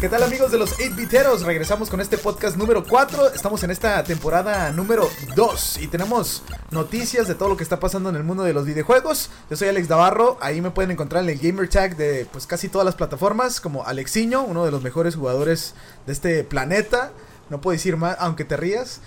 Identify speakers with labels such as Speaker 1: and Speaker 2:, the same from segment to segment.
Speaker 1: ¿Qué tal amigos de los 8-Biteros? Regresamos con este podcast número 4. Estamos en esta temporada número 2 y tenemos noticias de todo lo que está pasando en el mundo de los videojuegos. Yo soy Alex Navarro, ahí me pueden encontrar en el gamer tag de pues casi todas las plataformas, como Alexiño, uno de los mejores jugadores de este planeta. No puedo decir más, aunque te rías.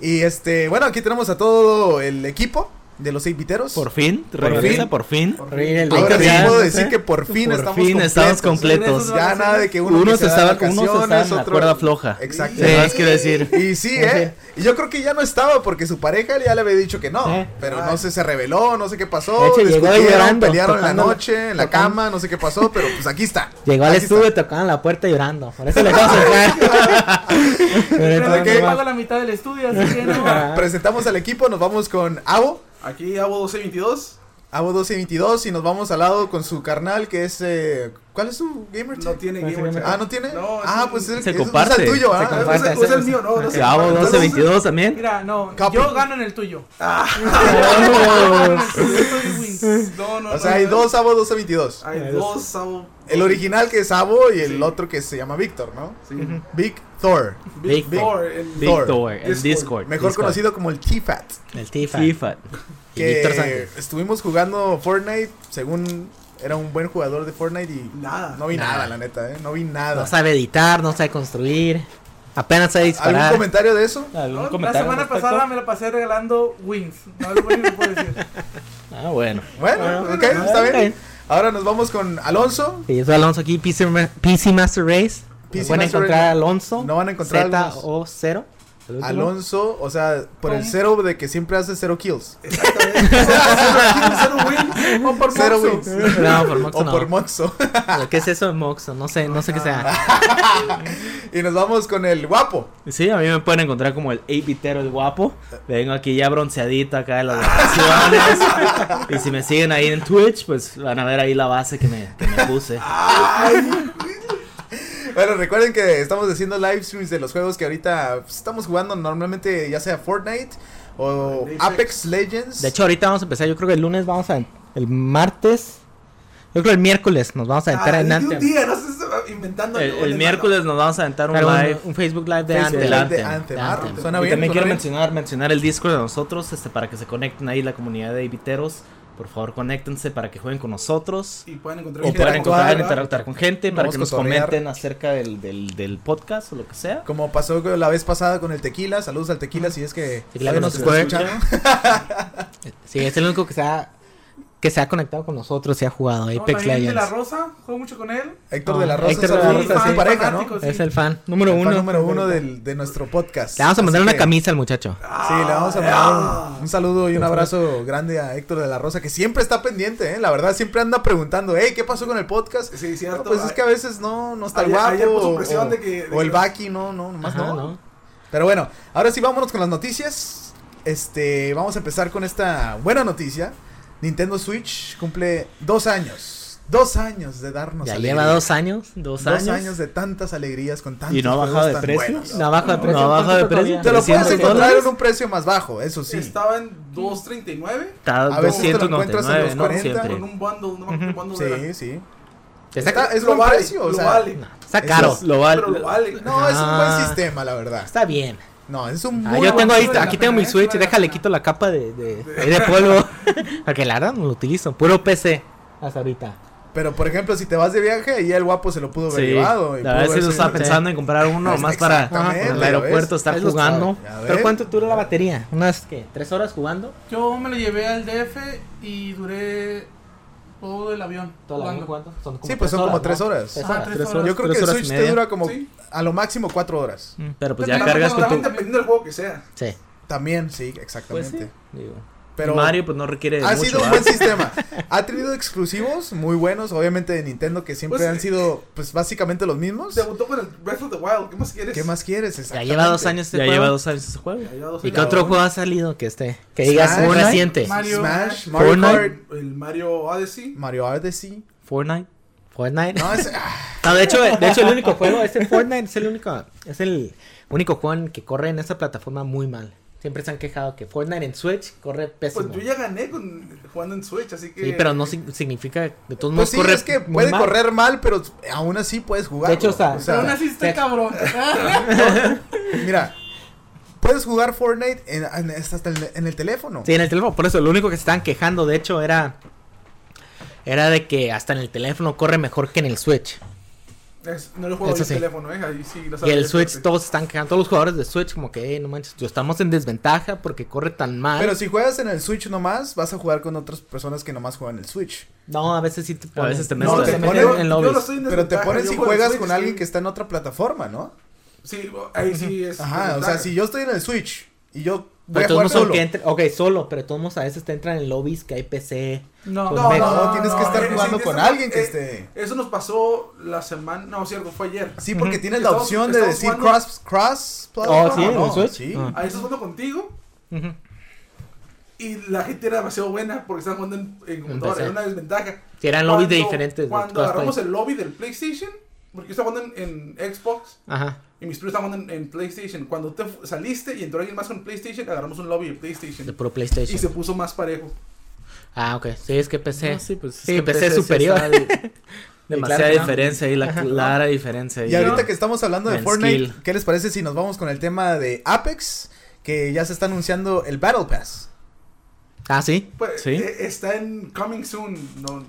Speaker 1: y este, bueno, aquí tenemos a todo el equipo de los 8-Biteros.
Speaker 2: Por fin, regresa, por fin.
Speaker 1: Por fin. Ahora sí puedo decir que por fin
Speaker 2: Por
Speaker 1: estamos
Speaker 2: fin estamos
Speaker 1: completos.
Speaker 2: completos.
Speaker 1: Ya nada de que uno,
Speaker 2: Uno
Speaker 1: que
Speaker 2: se
Speaker 1: va
Speaker 2: estaba,
Speaker 1: de
Speaker 2: uno se estaba
Speaker 1: vacaciones,
Speaker 2: en la
Speaker 1: otro-
Speaker 2: cuerda floja.
Speaker 1: Exacto.
Speaker 2: Sí, más quiero decir.
Speaker 1: Y sí, ¿eh? Y yo creo que ya no estaba porque su pareja ya le había dicho que no.
Speaker 3: Eh.
Speaker 1: Pero no sé, se reveló, no sé qué pasó.
Speaker 3: De hecho, llegó
Speaker 1: discutieron,
Speaker 3: llorando,
Speaker 1: pelearon en la
Speaker 3: tocando-
Speaker 1: noche, en la
Speaker 3: tocando.
Speaker 1: cama, no sé qué pasó, pero pues aquí está.
Speaker 3: Llegó al
Speaker 1: Aquí está.
Speaker 3: estudio, tocaban la puerta llorando. Por eso le dejamos entrar. Pero
Speaker 1: ¿de
Speaker 4: Pero
Speaker 3: no,
Speaker 1: qué?
Speaker 4: que
Speaker 3: no,
Speaker 4: pago la mitad del estudio, así que no.
Speaker 3: Ajá.
Speaker 1: Presentamos al equipo, nos vamos con Avo,
Speaker 5: Aquí hago 1222.
Speaker 1: Avo 1222, y nos vamos al lado con su carnal que es. eh, ¿Cuál es su gamer?
Speaker 5: No tiene
Speaker 3: Parece
Speaker 5: gamer
Speaker 3: que
Speaker 5: tag.
Speaker 1: Ah, ¿no tiene?
Speaker 5: No, es
Speaker 1: ah,
Speaker 5: un-
Speaker 1: pues es el
Speaker 2: Se
Speaker 1: es- es
Speaker 2: comparte,
Speaker 1: el tuyo,
Speaker 3: se
Speaker 1: ¿ah?
Speaker 5: Ah,
Speaker 3: comparte.
Speaker 5: es el- es el mío, no, no se
Speaker 2: Gabo
Speaker 5: comparte.
Speaker 2: 1222 también.
Speaker 4: Mira, no,
Speaker 1: Capi.
Speaker 4: yo gano en el tuyo.
Speaker 3: no.
Speaker 4: Yo soy win.
Speaker 5: No, no,
Speaker 1: O
Speaker 5: no,
Speaker 1: sea, hay
Speaker 5: no.
Speaker 1: dos Avo 1222.
Speaker 5: Hay
Speaker 3: Hay
Speaker 5: dos Abo.
Speaker 1: El original que es Avo y el
Speaker 5: Ah, Sí.
Speaker 1: otro que se llama Víctor, ¿no?
Speaker 5: Sí.
Speaker 1: Big Thor.
Speaker 5: Big
Speaker 2: Big-
Speaker 5: Four. el-
Speaker 1: Big- Thor.
Speaker 2: Victor, el Discord.
Speaker 1: Mejor
Speaker 2: Discord.
Speaker 1: conocido como el T-Fat.
Speaker 3: El Tifa.
Speaker 2: FIFA.
Speaker 3: Y Víctor
Speaker 1: Que
Speaker 3: Sánchez.
Speaker 1: estuvimos jugando Fortnite, según era un buen jugador de Fortnite y
Speaker 5: Nada.
Speaker 1: no vi nada,
Speaker 3: Nada.
Speaker 1: la neta, ¿eh? No vi nada.
Speaker 3: No sabe editar, no sabe construir. Apenas sabe
Speaker 1: ¿Algún
Speaker 3: disparar.
Speaker 1: comentario de eso?
Speaker 2: ¿Algún
Speaker 4: La
Speaker 2: comentario?
Speaker 4: semana
Speaker 2: al respecto?
Speaker 4: pasada me la pasé regalando wins. No es lo único que puedo decir.
Speaker 2: Ah, bueno.
Speaker 1: Bueno,
Speaker 3: Bueno,
Speaker 1: ok,
Speaker 3: bueno,
Speaker 1: está bien.
Speaker 3: está bien.
Speaker 1: Ahora nos vamos con Alonso.
Speaker 3: Y yo soy Alonso aquí, PC, Ma- PC Master Race. Me
Speaker 1: PC
Speaker 3: pueden
Speaker 1: Master
Speaker 3: encontrar
Speaker 1: Race.
Speaker 3: Alonso.
Speaker 1: No van a encontrar Alonso.
Speaker 3: Z-O-0. el último.
Speaker 1: Alonso, o sea, por el
Speaker 4: ¿Cómo?
Speaker 1: cero de que siempre hace cero kills.
Speaker 5: Exactamente. Cero win. O por
Speaker 1: Cero
Speaker 5: Moxo.
Speaker 1: wins.
Speaker 3: No, por Moxo
Speaker 1: O
Speaker 3: no.
Speaker 1: por Ah. Moxo.
Speaker 3: ¿Qué es eso de Moxo? No sé, no sé qué sea.
Speaker 1: y nos vamos con el guapo.
Speaker 2: Sí, a mí me pueden encontrar como el 8-bitero, el guapo. Vengo aquí ya bronceadito acá de las vacaciones. y si me siguen ahí en Twitch, pues van a ver ahí la base que me, que me puse.
Speaker 1: Ah, Bueno, recuerden que estamos haciendo live streams de los juegos que ahorita pues, estamos jugando normalmente, ya sea Fortnite o
Speaker 5: Apex.
Speaker 1: Apex Legends.
Speaker 3: De hecho, ahorita vamos a empezar. Yo creo que el lunes vamos a. El martes. Yo creo que el miércoles nos vamos a entrar
Speaker 5: Ah,
Speaker 3: en
Speaker 5: ni un
Speaker 3: Anthem.
Speaker 5: día, no sé, inventando.
Speaker 2: El, el
Speaker 5: leones,
Speaker 2: miércoles nos vamos a aventar un
Speaker 3: Claro, un,
Speaker 2: live.
Speaker 3: un Facebook Live de
Speaker 1: Sí,
Speaker 3: Anthem.
Speaker 1: sí,
Speaker 2: Del
Speaker 1: Este, de
Speaker 2: Anthem.
Speaker 1: Anthem.
Speaker 3: Del
Speaker 1: Ah,
Speaker 3: Anthem.
Speaker 1: Suena
Speaker 2: y
Speaker 1: bien.
Speaker 2: también
Speaker 1: suena
Speaker 2: quiero
Speaker 1: bien.
Speaker 2: mencionar, mencionar el Discord de nosotros, este, para que se conecten ahí la comunidad de Eviteros. Por favor, conéctense para que jueguen con nosotros.
Speaker 5: Y pueden encontrar.
Speaker 2: O
Speaker 5: gente
Speaker 2: puedan
Speaker 1: Interactuar,
Speaker 2: encontrar,
Speaker 5: ¿verdad?
Speaker 2: interactuar con gente, para
Speaker 1: Vamos
Speaker 2: que
Speaker 1: a
Speaker 2: nos
Speaker 1: cotorrear.
Speaker 2: comenten acerca del, del, del podcast o lo que sea.
Speaker 1: Como pasó la vez pasada con el tequila, saludos al tequila si es que todavía
Speaker 3: Tequila con
Speaker 1: nos está
Speaker 3: nosotros.
Speaker 1: escuchando.
Speaker 3: Sí, es el único que se ha, que se ha conectado con nosotros y ha jugado
Speaker 4: No,
Speaker 3: Apex
Speaker 4: también de
Speaker 3: Legends.
Speaker 4: la Rosa, juego mucho con él.
Speaker 1: Héctor de la
Speaker 3: Ah,
Speaker 1: Rosa,
Speaker 3: Héctor de la
Speaker 1: saludos
Speaker 3: Rosa,
Speaker 1: a su
Speaker 3: sí.
Speaker 1: pareja, ¿no?
Speaker 4: Fanático,
Speaker 3: Es el fan número
Speaker 1: El fan
Speaker 3: uno.
Speaker 1: número uno del- de nuestro podcast.
Speaker 3: Le vamos a mandar
Speaker 1: Así
Speaker 3: una
Speaker 1: que,
Speaker 3: camisa al muchacho.
Speaker 1: Sí, le vamos a mandar
Speaker 2: Ah.
Speaker 1: un, un saludo y un abrazo grande a Héctor de la Rosa, que siempre está pendiente, ¿eh? La verdad, siempre anda preguntando, hey, ¿qué pasó con el podcast?
Speaker 5: Sí,
Speaker 1: No,
Speaker 5: cierto.
Speaker 1: pues es que a veces no, no está el
Speaker 5: Ayer-
Speaker 1: guapo.
Speaker 5: ayer puso
Speaker 1: o-
Speaker 5: presión
Speaker 1: o,
Speaker 5: de que- de
Speaker 1: o el
Speaker 5: que-
Speaker 1: Baki, no, no, nomás
Speaker 3: Ajá,
Speaker 1: no. Pero bueno, ahora sí vámonos con las noticias. Este, vamos a empezar con esta buena noticia. Nintendo Switch cumple dos años. Dos años de darnos
Speaker 3: Ya
Speaker 1: alegría.
Speaker 3: lleva dos años.
Speaker 2: Dos,
Speaker 1: Dos de tantas alegrías con tantos
Speaker 2: Y no ha
Speaker 1: juegos
Speaker 2: bajado de
Speaker 1: tan
Speaker 2: precio.
Speaker 1: buenos.
Speaker 3: No baja de precio.
Speaker 2: No baja de
Speaker 3: ¿cuánto
Speaker 2: precio.
Speaker 1: Te lo puedes
Speaker 2: 300
Speaker 1: encontrar
Speaker 2: dólares.
Speaker 1: en un precio más bajo, eso sí.
Speaker 5: Estaba en 239.
Speaker 2: Está
Speaker 1: A veces te lo encuentras en los
Speaker 2: 299, ¿no?
Speaker 1: 40,
Speaker 2: Siempre.
Speaker 5: Con un bundle. No me acuerdo qué bundle
Speaker 1: Sí,
Speaker 5: era.
Speaker 1: sí.
Speaker 3: Está,
Speaker 1: Está- es
Speaker 5: Lo
Speaker 1: buen
Speaker 5: vale,
Speaker 1: precio, o
Speaker 5: lo
Speaker 1: sea.
Speaker 5: vale.
Speaker 3: está
Speaker 1: Eso
Speaker 3: caro.
Speaker 1: es-
Speaker 2: Lo vale.
Speaker 5: Pero lo vale.
Speaker 1: No, es un buen
Speaker 3: Ah.
Speaker 1: sistema, la verdad.
Speaker 3: Está bien.
Speaker 1: No, es un
Speaker 3: Ah,
Speaker 1: muy
Speaker 3: yo
Speaker 1: buen
Speaker 3: tengo ahí,
Speaker 4: vale la
Speaker 3: aquí
Speaker 4: pena,
Speaker 3: tengo mi
Speaker 4: ¿eh?
Speaker 3: Switch,
Speaker 4: Vale la
Speaker 3: déjale
Speaker 4: pena.
Speaker 3: quito la capa de, de, ahí de polvo. Porque la verdad no lo utilizo. Puro PC hasta ahorita.
Speaker 1: Pero por ejemplo, si te vas de viaje, ahí el guapo se lo pudo haber
Speaker 2: Sí.
Speaker 1: llevado. y
Speaker 2: La
Speaker 1: pudo
Speaker 2: verdad sí
Speaker 1: haberse-
Speaker 2: lo estaba pensando en comprar uno más para
Speaker 1: Exactamente,
Speaker 2: para el
Speaker 1: ¿ya
Speaker 2: aeropuerto,
Speaker 1: ves?
Speaker 2: estar
Speaker 3: Ahí lo
Speaker 2: jugando.
Speaker 1: sabe. A ver.
Speaker 3: ¿Pero cuánto dura la batería? ¿Unas qué? ¿Tres horas jugando?
Speaker 4: Yo me lo llevé al DF y duré todo el avión.
Speaker 3: ¿Toda la vida
Speaker 4: jugando.
Speaker 3: jugando? Son como
Speaker 1: Sí, pues son como tres
Speaker 3: ¿no?
Speaker 1: horas.
Speaker 3: Tres
Speaker 4: Ajá,
Speaker 3: horas.
Speaker 4: tres
Speaker 3: tres
Speaker 4: horas.
Speaker 3: horas,
Speaker 1: Yo creo que
Speaker 3: tres
Speaker 1: el
Speaker 3: horas y
Speaker 1: Switch te
Speaker 3: media.
Speaker 1: dura como
Speaker 5: Sí.
Speaker 1: a lo máximo cuatro horas.
Speaker 2: Mm, Pero pues ya
Speaker 5: Pero no,
Speaker 2: cargas
Speaker 5: no,
Speaker 2: con tu.
Speaker 5: Dependiendo del juego que sea.
Speaker 3: Sí.
Speaker 1: También, sí,
Speaker 2: Pues sí,
Speaker 1: exactamente.
Speaker 2: digo.
Speaker 1: Pero
Speaker 2: Y Mario pues no requiere de
Speaker 1: ha
Speaker 2: mucho.
Speaker 1: sido un
Speaker 2: ¿verdad?
Speaker 1: buen sistema. Ha tenido exclusivos muy buenos, obviamente de Nintendo, que siempre
Speaker 5: Pues,
Speaker 1: han sido pues básicamente los mismos.
Speaker 5: Debutó con el Breath of the Wild. ¿Qué más quieres?
Speaker 1: ¿Qué más quieres?
Speaker 3: Ya
Speaker 1: Exactamente.
Speaker 3: lleva dos años este
Speaker 2: Ya
Speaker 3: juego.
Speaker 2: lleva dos años ese juego.
Speaker 5: Ya lleva dos
Speaker 3: ¿Y
Speaker 5: años.
Speaker 3: qué otro juego ha salido que esté? Que
Speaker 1: Smash,
Speaker 3: digas muy
Speaker 1: Fortnite,
Speaker 3: reciente.
Speaker 4: Mario-
Speaker 1: Smash, Mario
Speaker 3: Fortnite.
Speaker 1: Kart,
Speaker 5: El Mario Odyssey.
Speaker 1: Mario Odyssey.
Speaker 2: Fortnite.
Speaker 3: Fortnite.
Speaker 1: No, es- ah,
Speaker 3: No, de hecho, de hecho el único juego, ese Fortnite es el único, es el único juego en el que corre en esa plataforma muy mal. Siempre se han quejado que Fortnite en Switch corre pésimo.
Speaker 5: Pues yo ya gané con, jugando en Switch, así que.
Speaker 3: Sí, pero no sig- significa. De
Speaker 1: Pues
Speaker 3: todos modos,
Speaker 1: sí,
Speaker 3: corre.
Speaker 1: es que
Speaker 3: muy
Speaker 1: puede
Speaker 3: mal.
Speaker 1: correr mal, pero aún así puedes jugar.
Speaker 3: De hecho, o sea, Pues
Speaker 4: Pero aún así está
Speaker 3: Te-
Speaker 4: cabrón.
Speaker 1: mira, puedes jugar Fortnite en, en- hasta en, en el teléfono.
Speaker 3: Sí, en el teléfono. Por eso, lo único que se estaban quejando, de hecho, era. Era de que hasta en el teléfono corre mejor que en el Switch.
Speaker 5: Es- no lo juego en
Speaker 3: Eso
Speaker 5: el
Speaker 3: sí.
Speaker 5: teléfono, ¿eh? Ahí sí, lo
Speaker 3: Y
Speaker 5: Pues sabes,
Speaker 3: el Switch,
Speaker 5: este.
Speaker 3: todos se están quejando. Todos los jugadores de Switch, como que, "Ey, no manches, tú estamos en desventaja porque corre tan mal.
Speaker 1: Pero si juegas en el Switch nomás, vas a jugar con otras personas que nomás juegan el Switch.
Speaker 3: No, a veces sí te ponen.
Speaker 2: veces te
Speaker 1: mezclan.
Speaker 3: no, te
Speaker 1: Te
Speaker 3: meten
Speaker 1: ponen-
Speaker 3: en
Speaker 5: yo
Speaker 3: lobbies.
Speaker 5: no estoy en
Speaker 1: Pero te
Speaker 5: desventaja,
Speaker 1: pones
Speaker 5: yo
Speaker 1: si
Speaker 5: juego en
Speaker 1: juegas
Speaker 5: Switch,
Speaker 1: con
Speaker 5: sí.
Speaker 1: alguien que está en otra plataforma, ¿no?
Speaker 5: Sí, ahí sí es.
Speaker 1: Ajá, o sea,
Speaker 5: desventaja.
Speaker 1: si yo estoy en el Switch y yo voy
Speaker 3: Pero
Speaker 1: a
Speaker 3: todos
Speaker 1: jugar
Speaker 3: modos, aunque
Speaker 1: solo.
Speaker 3: entre- ok, solo, pero de todos modos a veces te entran en lobbies que hay PC.
Speaker 4: No,
Speaker 3: Pues
Speaker 1: No,
Speaker 3: ve-
Speaker 1: no, tienes que
Speaker 5: no,
Speaker 1: estar
Speaker 5: eh,
Speaker 1: jugando
Speaker 5: sí,
Speaker 1: con
Speaker 5: eso-
Speaker 1: alguien que
Speaker 5: eh,
Speaker 1: esté.
Speaker 5: Eso nos pasó la semana. No, cierto, fue ayer.
Speaker 1: Sí, porque tienes la
Speaker 5: estamos-
Speaker 1: opción de
Speaker 5: estamos
Speaker 1: decir
Speaker 5: jugando-
Speaker 1: cross, cross,
Speaker 3: Oh,
Speaker 1: platform,
Speaker 3: sí, en
Speaker 1: ¿no?
Speaker 3: el Switch.
Speaker 1: Sí.
Speaker 3: Ah.
Speaker 5: Ahí estás jugando contigo.
Speaker 3: Ujú.
Speaker 5: Y la gente era demasiado buena porque estaban jugando en, en computadora.
Speaker 3: PC.
Speaker 5: Era una desventaja.
Speaker 3: Si eran lobbies de
Speaker 5: Cuando-
Speaker 3: diferentes. de
Speaker 5: Cuando
Speaker 3: cosas
Speaker 5: agarramos
Speaker 3: por ahí.
Speaker 5: el lobby del PlayStation, porque yo estaba jugando en, en Xbox
Speaker 3: Ajá.
Speaker 5: y mis primos estaban jugando en, en PlayStation. Cuando te fu- saliste y entró alguien más con PlayStation, agarramos un lobby de
Speaker 3: De
Speaker 5: PlayStation.
Speaker 3: puro
Speaker 5: Y
Speaker 3: PlayStation.
Speaker 5: se puso más parejo.
Speaker 3: Ah, ok. Sí, es que PC.
Speaker 2: No, sí, pues,
Speaker 3: Sí, PC
Speaker 2: sí
Speaker 3: superior.
Speaker 2: está el-
Speaker 3: claro
Speaker 2: Demasiada
Speaker 3: que no.
Speaker 2: diferencia ahí, la clara diferencia. ahí.
Speaker 1: Y ahorita que estamos hablando de
Speaker 2: En
Speaker 1: Fortnite,
Speaker 2: skill.
Speaker 1: ¿qué les parece si nos vamos con el tema de Apex? Que ya se está anunciando el Battle Pass.
Speaker 3: Ah, sí.
Speaker 5: Pues,
Speaker 2: Sí.
Speaker 5: eh, está en Coming Soon. No,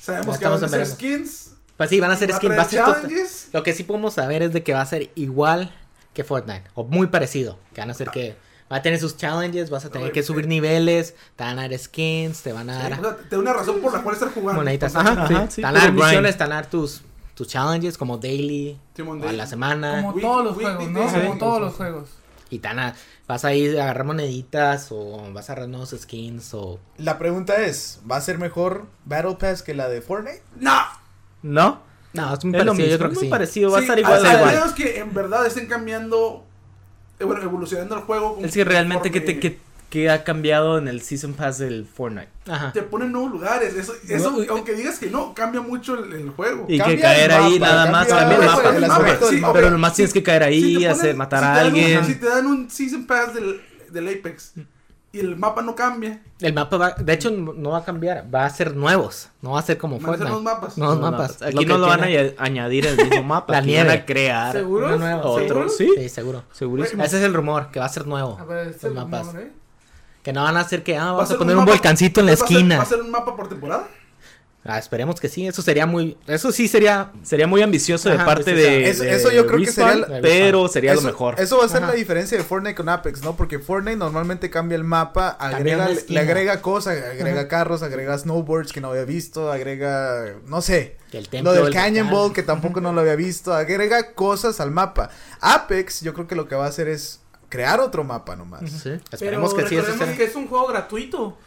Speaker 5: sabemos
Speaker 3: Ya
Speaker 5: que van a
Speaker 3: estamos en
Speaker 5: hacer
Speaker 3: verano.
Speaker 5: skins.
Speaker 3: Pues sí, van a
Speaker 5: van
Speaker 3: hacer
Speaker 5: a
Speaker 3: skin. Va a
Speaker 5: traer
Speaker 3: ser tot-
Speaker 5: challenges.
Speaker 3: Lo que sí podemos saber es de que va a ser igual que Fortnite. O muy parecido. Que van a ser que. Va a tener sus challenges, vas a tener
Speaker 5: Oye,
Speaker 3: que
Speaker 5: sí.
Speaker 3: subir niveles, te van a dar skins, te van a
Speaker 5: O
Speaker 3: dar
Speaker 5: sea, te da una razón por la cual estar jugando.
Speaker 3: moneditas.
Speaker 5: O sea,
Speaker 3: Ajá,
Speaker 2: Ajá,
Speaker 3: sí.
Speaker 2: sí,
Speaker 3: Te van
Speaker 2: puro
Speaker 3: a dar
Speaker 2: grind.
Speaker 3: misiones, te van a dar tus, tus challenges como daily,
Speaker 5: Simón,
Speaker 3: o a
Speaker 5: de-
Speaker 3: la semana.
Speaker 4: Como
Speaker 5: We-
Speaker 4: todos los
Speaker 5: we
Speaker 4: juegos,
Speaker 5: did
Speaker 4: ¿no?
Speaker 5: this
Speaker 4: Como
Speaker 5: one.
Speaker 4: todos los juegos.
Speaker 3: Y tan a- vas a ir a agarrar moneditas o vas a agarrar nuevos skins o...
Speaker 1: La pregunta es, ¿va a ser mejor Battle Pass que la de Fortnite?
Speaker 5: No.
Speaker 2: ¿No?
Speaker 3: No, es muy
Speaker 2: es lo
Speaker 3: parecido,
Speaker 2: mismo,
Speaker 3: yo creo que
Speaker 2: muy
Speaker 3: sí.
Speaker 2: parecido, va a
Speaker 5: Sí,
Speaker 2: estar igual.
Speaker 5: o sea,
Speaker 2: igual.
Speaker 5: menos que en verdad estén cambiando, eh, bueno, evolucionando el juego.
Speaker 2: Es que realmente que, te,
Speaker 5: conforme
Speaker 2: que, que ha cambiado en el Season Pass del Fortnite.
Speaker 3: Ajá.
Speaker 5: te ponen nuevos lugares. Eso, eso
Speaker 2: No, eh,
Speaker 5: aunque digas que no, cambia mucho el, el juego.
Speaker 2: Y
Speaker 1: Cambia
Speaker 2: que caer
Speaker 1: el
Speaker 2: ahí
Speaker 1: mapa,
Speaker 2: nada más,
Speaker 1: cambia
Speaker 2: cambia el
Speaker 5: el
Speaker 2: mapa.
Speaker 5: mapa, el aspecto del
Speaker 2: sí,
Speaker 5: mapa.
Speaker 2: pero nomás tienes que caer ahí,
Speaker 5: Si te ponen-
Speaker 2: hacer, matar a
Speaker 5: si te dan un-
Speaker 2: alguien.
Speaker 5: si te dan un Season Pass del, del Apex y el mapa no cambia,
Speaker 3: El mapa va... De hecho, no no va a cambiar, va a ser nuevos. No va a ser como
Speaker 5: van a ser
Speaker 3: Fortnite.
Speaker 5: los mapas.
Speaker 3: No. Los
Speaker 2: No,
Speaker 3: mapas.
Speaker 2: Aquí
Speaker 3: Lo que
Speaker 2: no lo van a
Speaker 3: tiene-
Speaker 2: añ- añadir el mismo mapa.
Speaker 3: La
Speaker 2: aquí van
Speaker 3: nieve.
Speaker 2: a crear
Speaker 4: ¿Seguro?
Speaker 3: Uno nuevo,
Speaker 2: otro.
Speaker 3: sí.
Speaker 2: Sí,
Speaker 3: Sí, seguro.
Speaker 2: segurísimo.
Speaker 3: Ese es el rumor, que va a ser nuevo.
Speaker 4: A ver, este
Speaker 3: los mapas.
Speaker 4: rumor, ¿eh?
Speaker 3: Que no van a hacer que, ah,
Speaker 5: Va
Speaker 3: vamos
Speaker 5: ser
Speaker 3: a poner un,
Speaker 5: mapa-
Speaker 3: volcancito en la
Speaker 5: va a ser-
Speaker 3: esquina.
Speaker 5: ¿Va a ser un mapa por temporada?
Speaker 3: Ah, esperemos que sí, eso sería muy... Eso sí sería...
Speaker 2: Sería muy ambicioso de
Speaker 3: Ajá,
Speaker 2: parte
Speaker 3: pues, o sea,
Speaker 2: de,
Speaker 1: eso-
Speaker 2: de
Speaker 1: eso yo creo que
Speaker 2: Respawn,
Speaker 1: sería
Speaker 3: la-
Speaker 2: Pero sería
Speaker 1: eso,
Speaker 2: lo mejor.
Speaker 1: Eso va a ser
Speaker 3: Ajá.
Speaker 1: la diferencia de Fortnite con Apex, ¿no? Porque Fortnite normalmente cambia el mapa,
Speaker 3: Cambia
Speaker 1: agrega,
Speaker 3: una
Speaker 1: le
Speaker 3: esquina.
Speaker 1: agrega cosas, agrega carros, agrega snowboards que no había visto, agrega, no sé,
Speaker 3: Que el templo,
Speaker 1: lo del
Speaker 3: el
Speaker 1: Cannonball
Speaker 3: volcán.
Speaker 1: que tampoco no lo había visto, agrega cosas al mapa. Apex yo creo que lo que va a hacer es crear otro mapa nomás.
Speaker 3: Sí, esperemos
Speaker 4: Pero
Speaker 3: que sí. eso
Speaker 4: recordemos
Speaker 3: sea-
Speaker 4: que es un juego gratuito.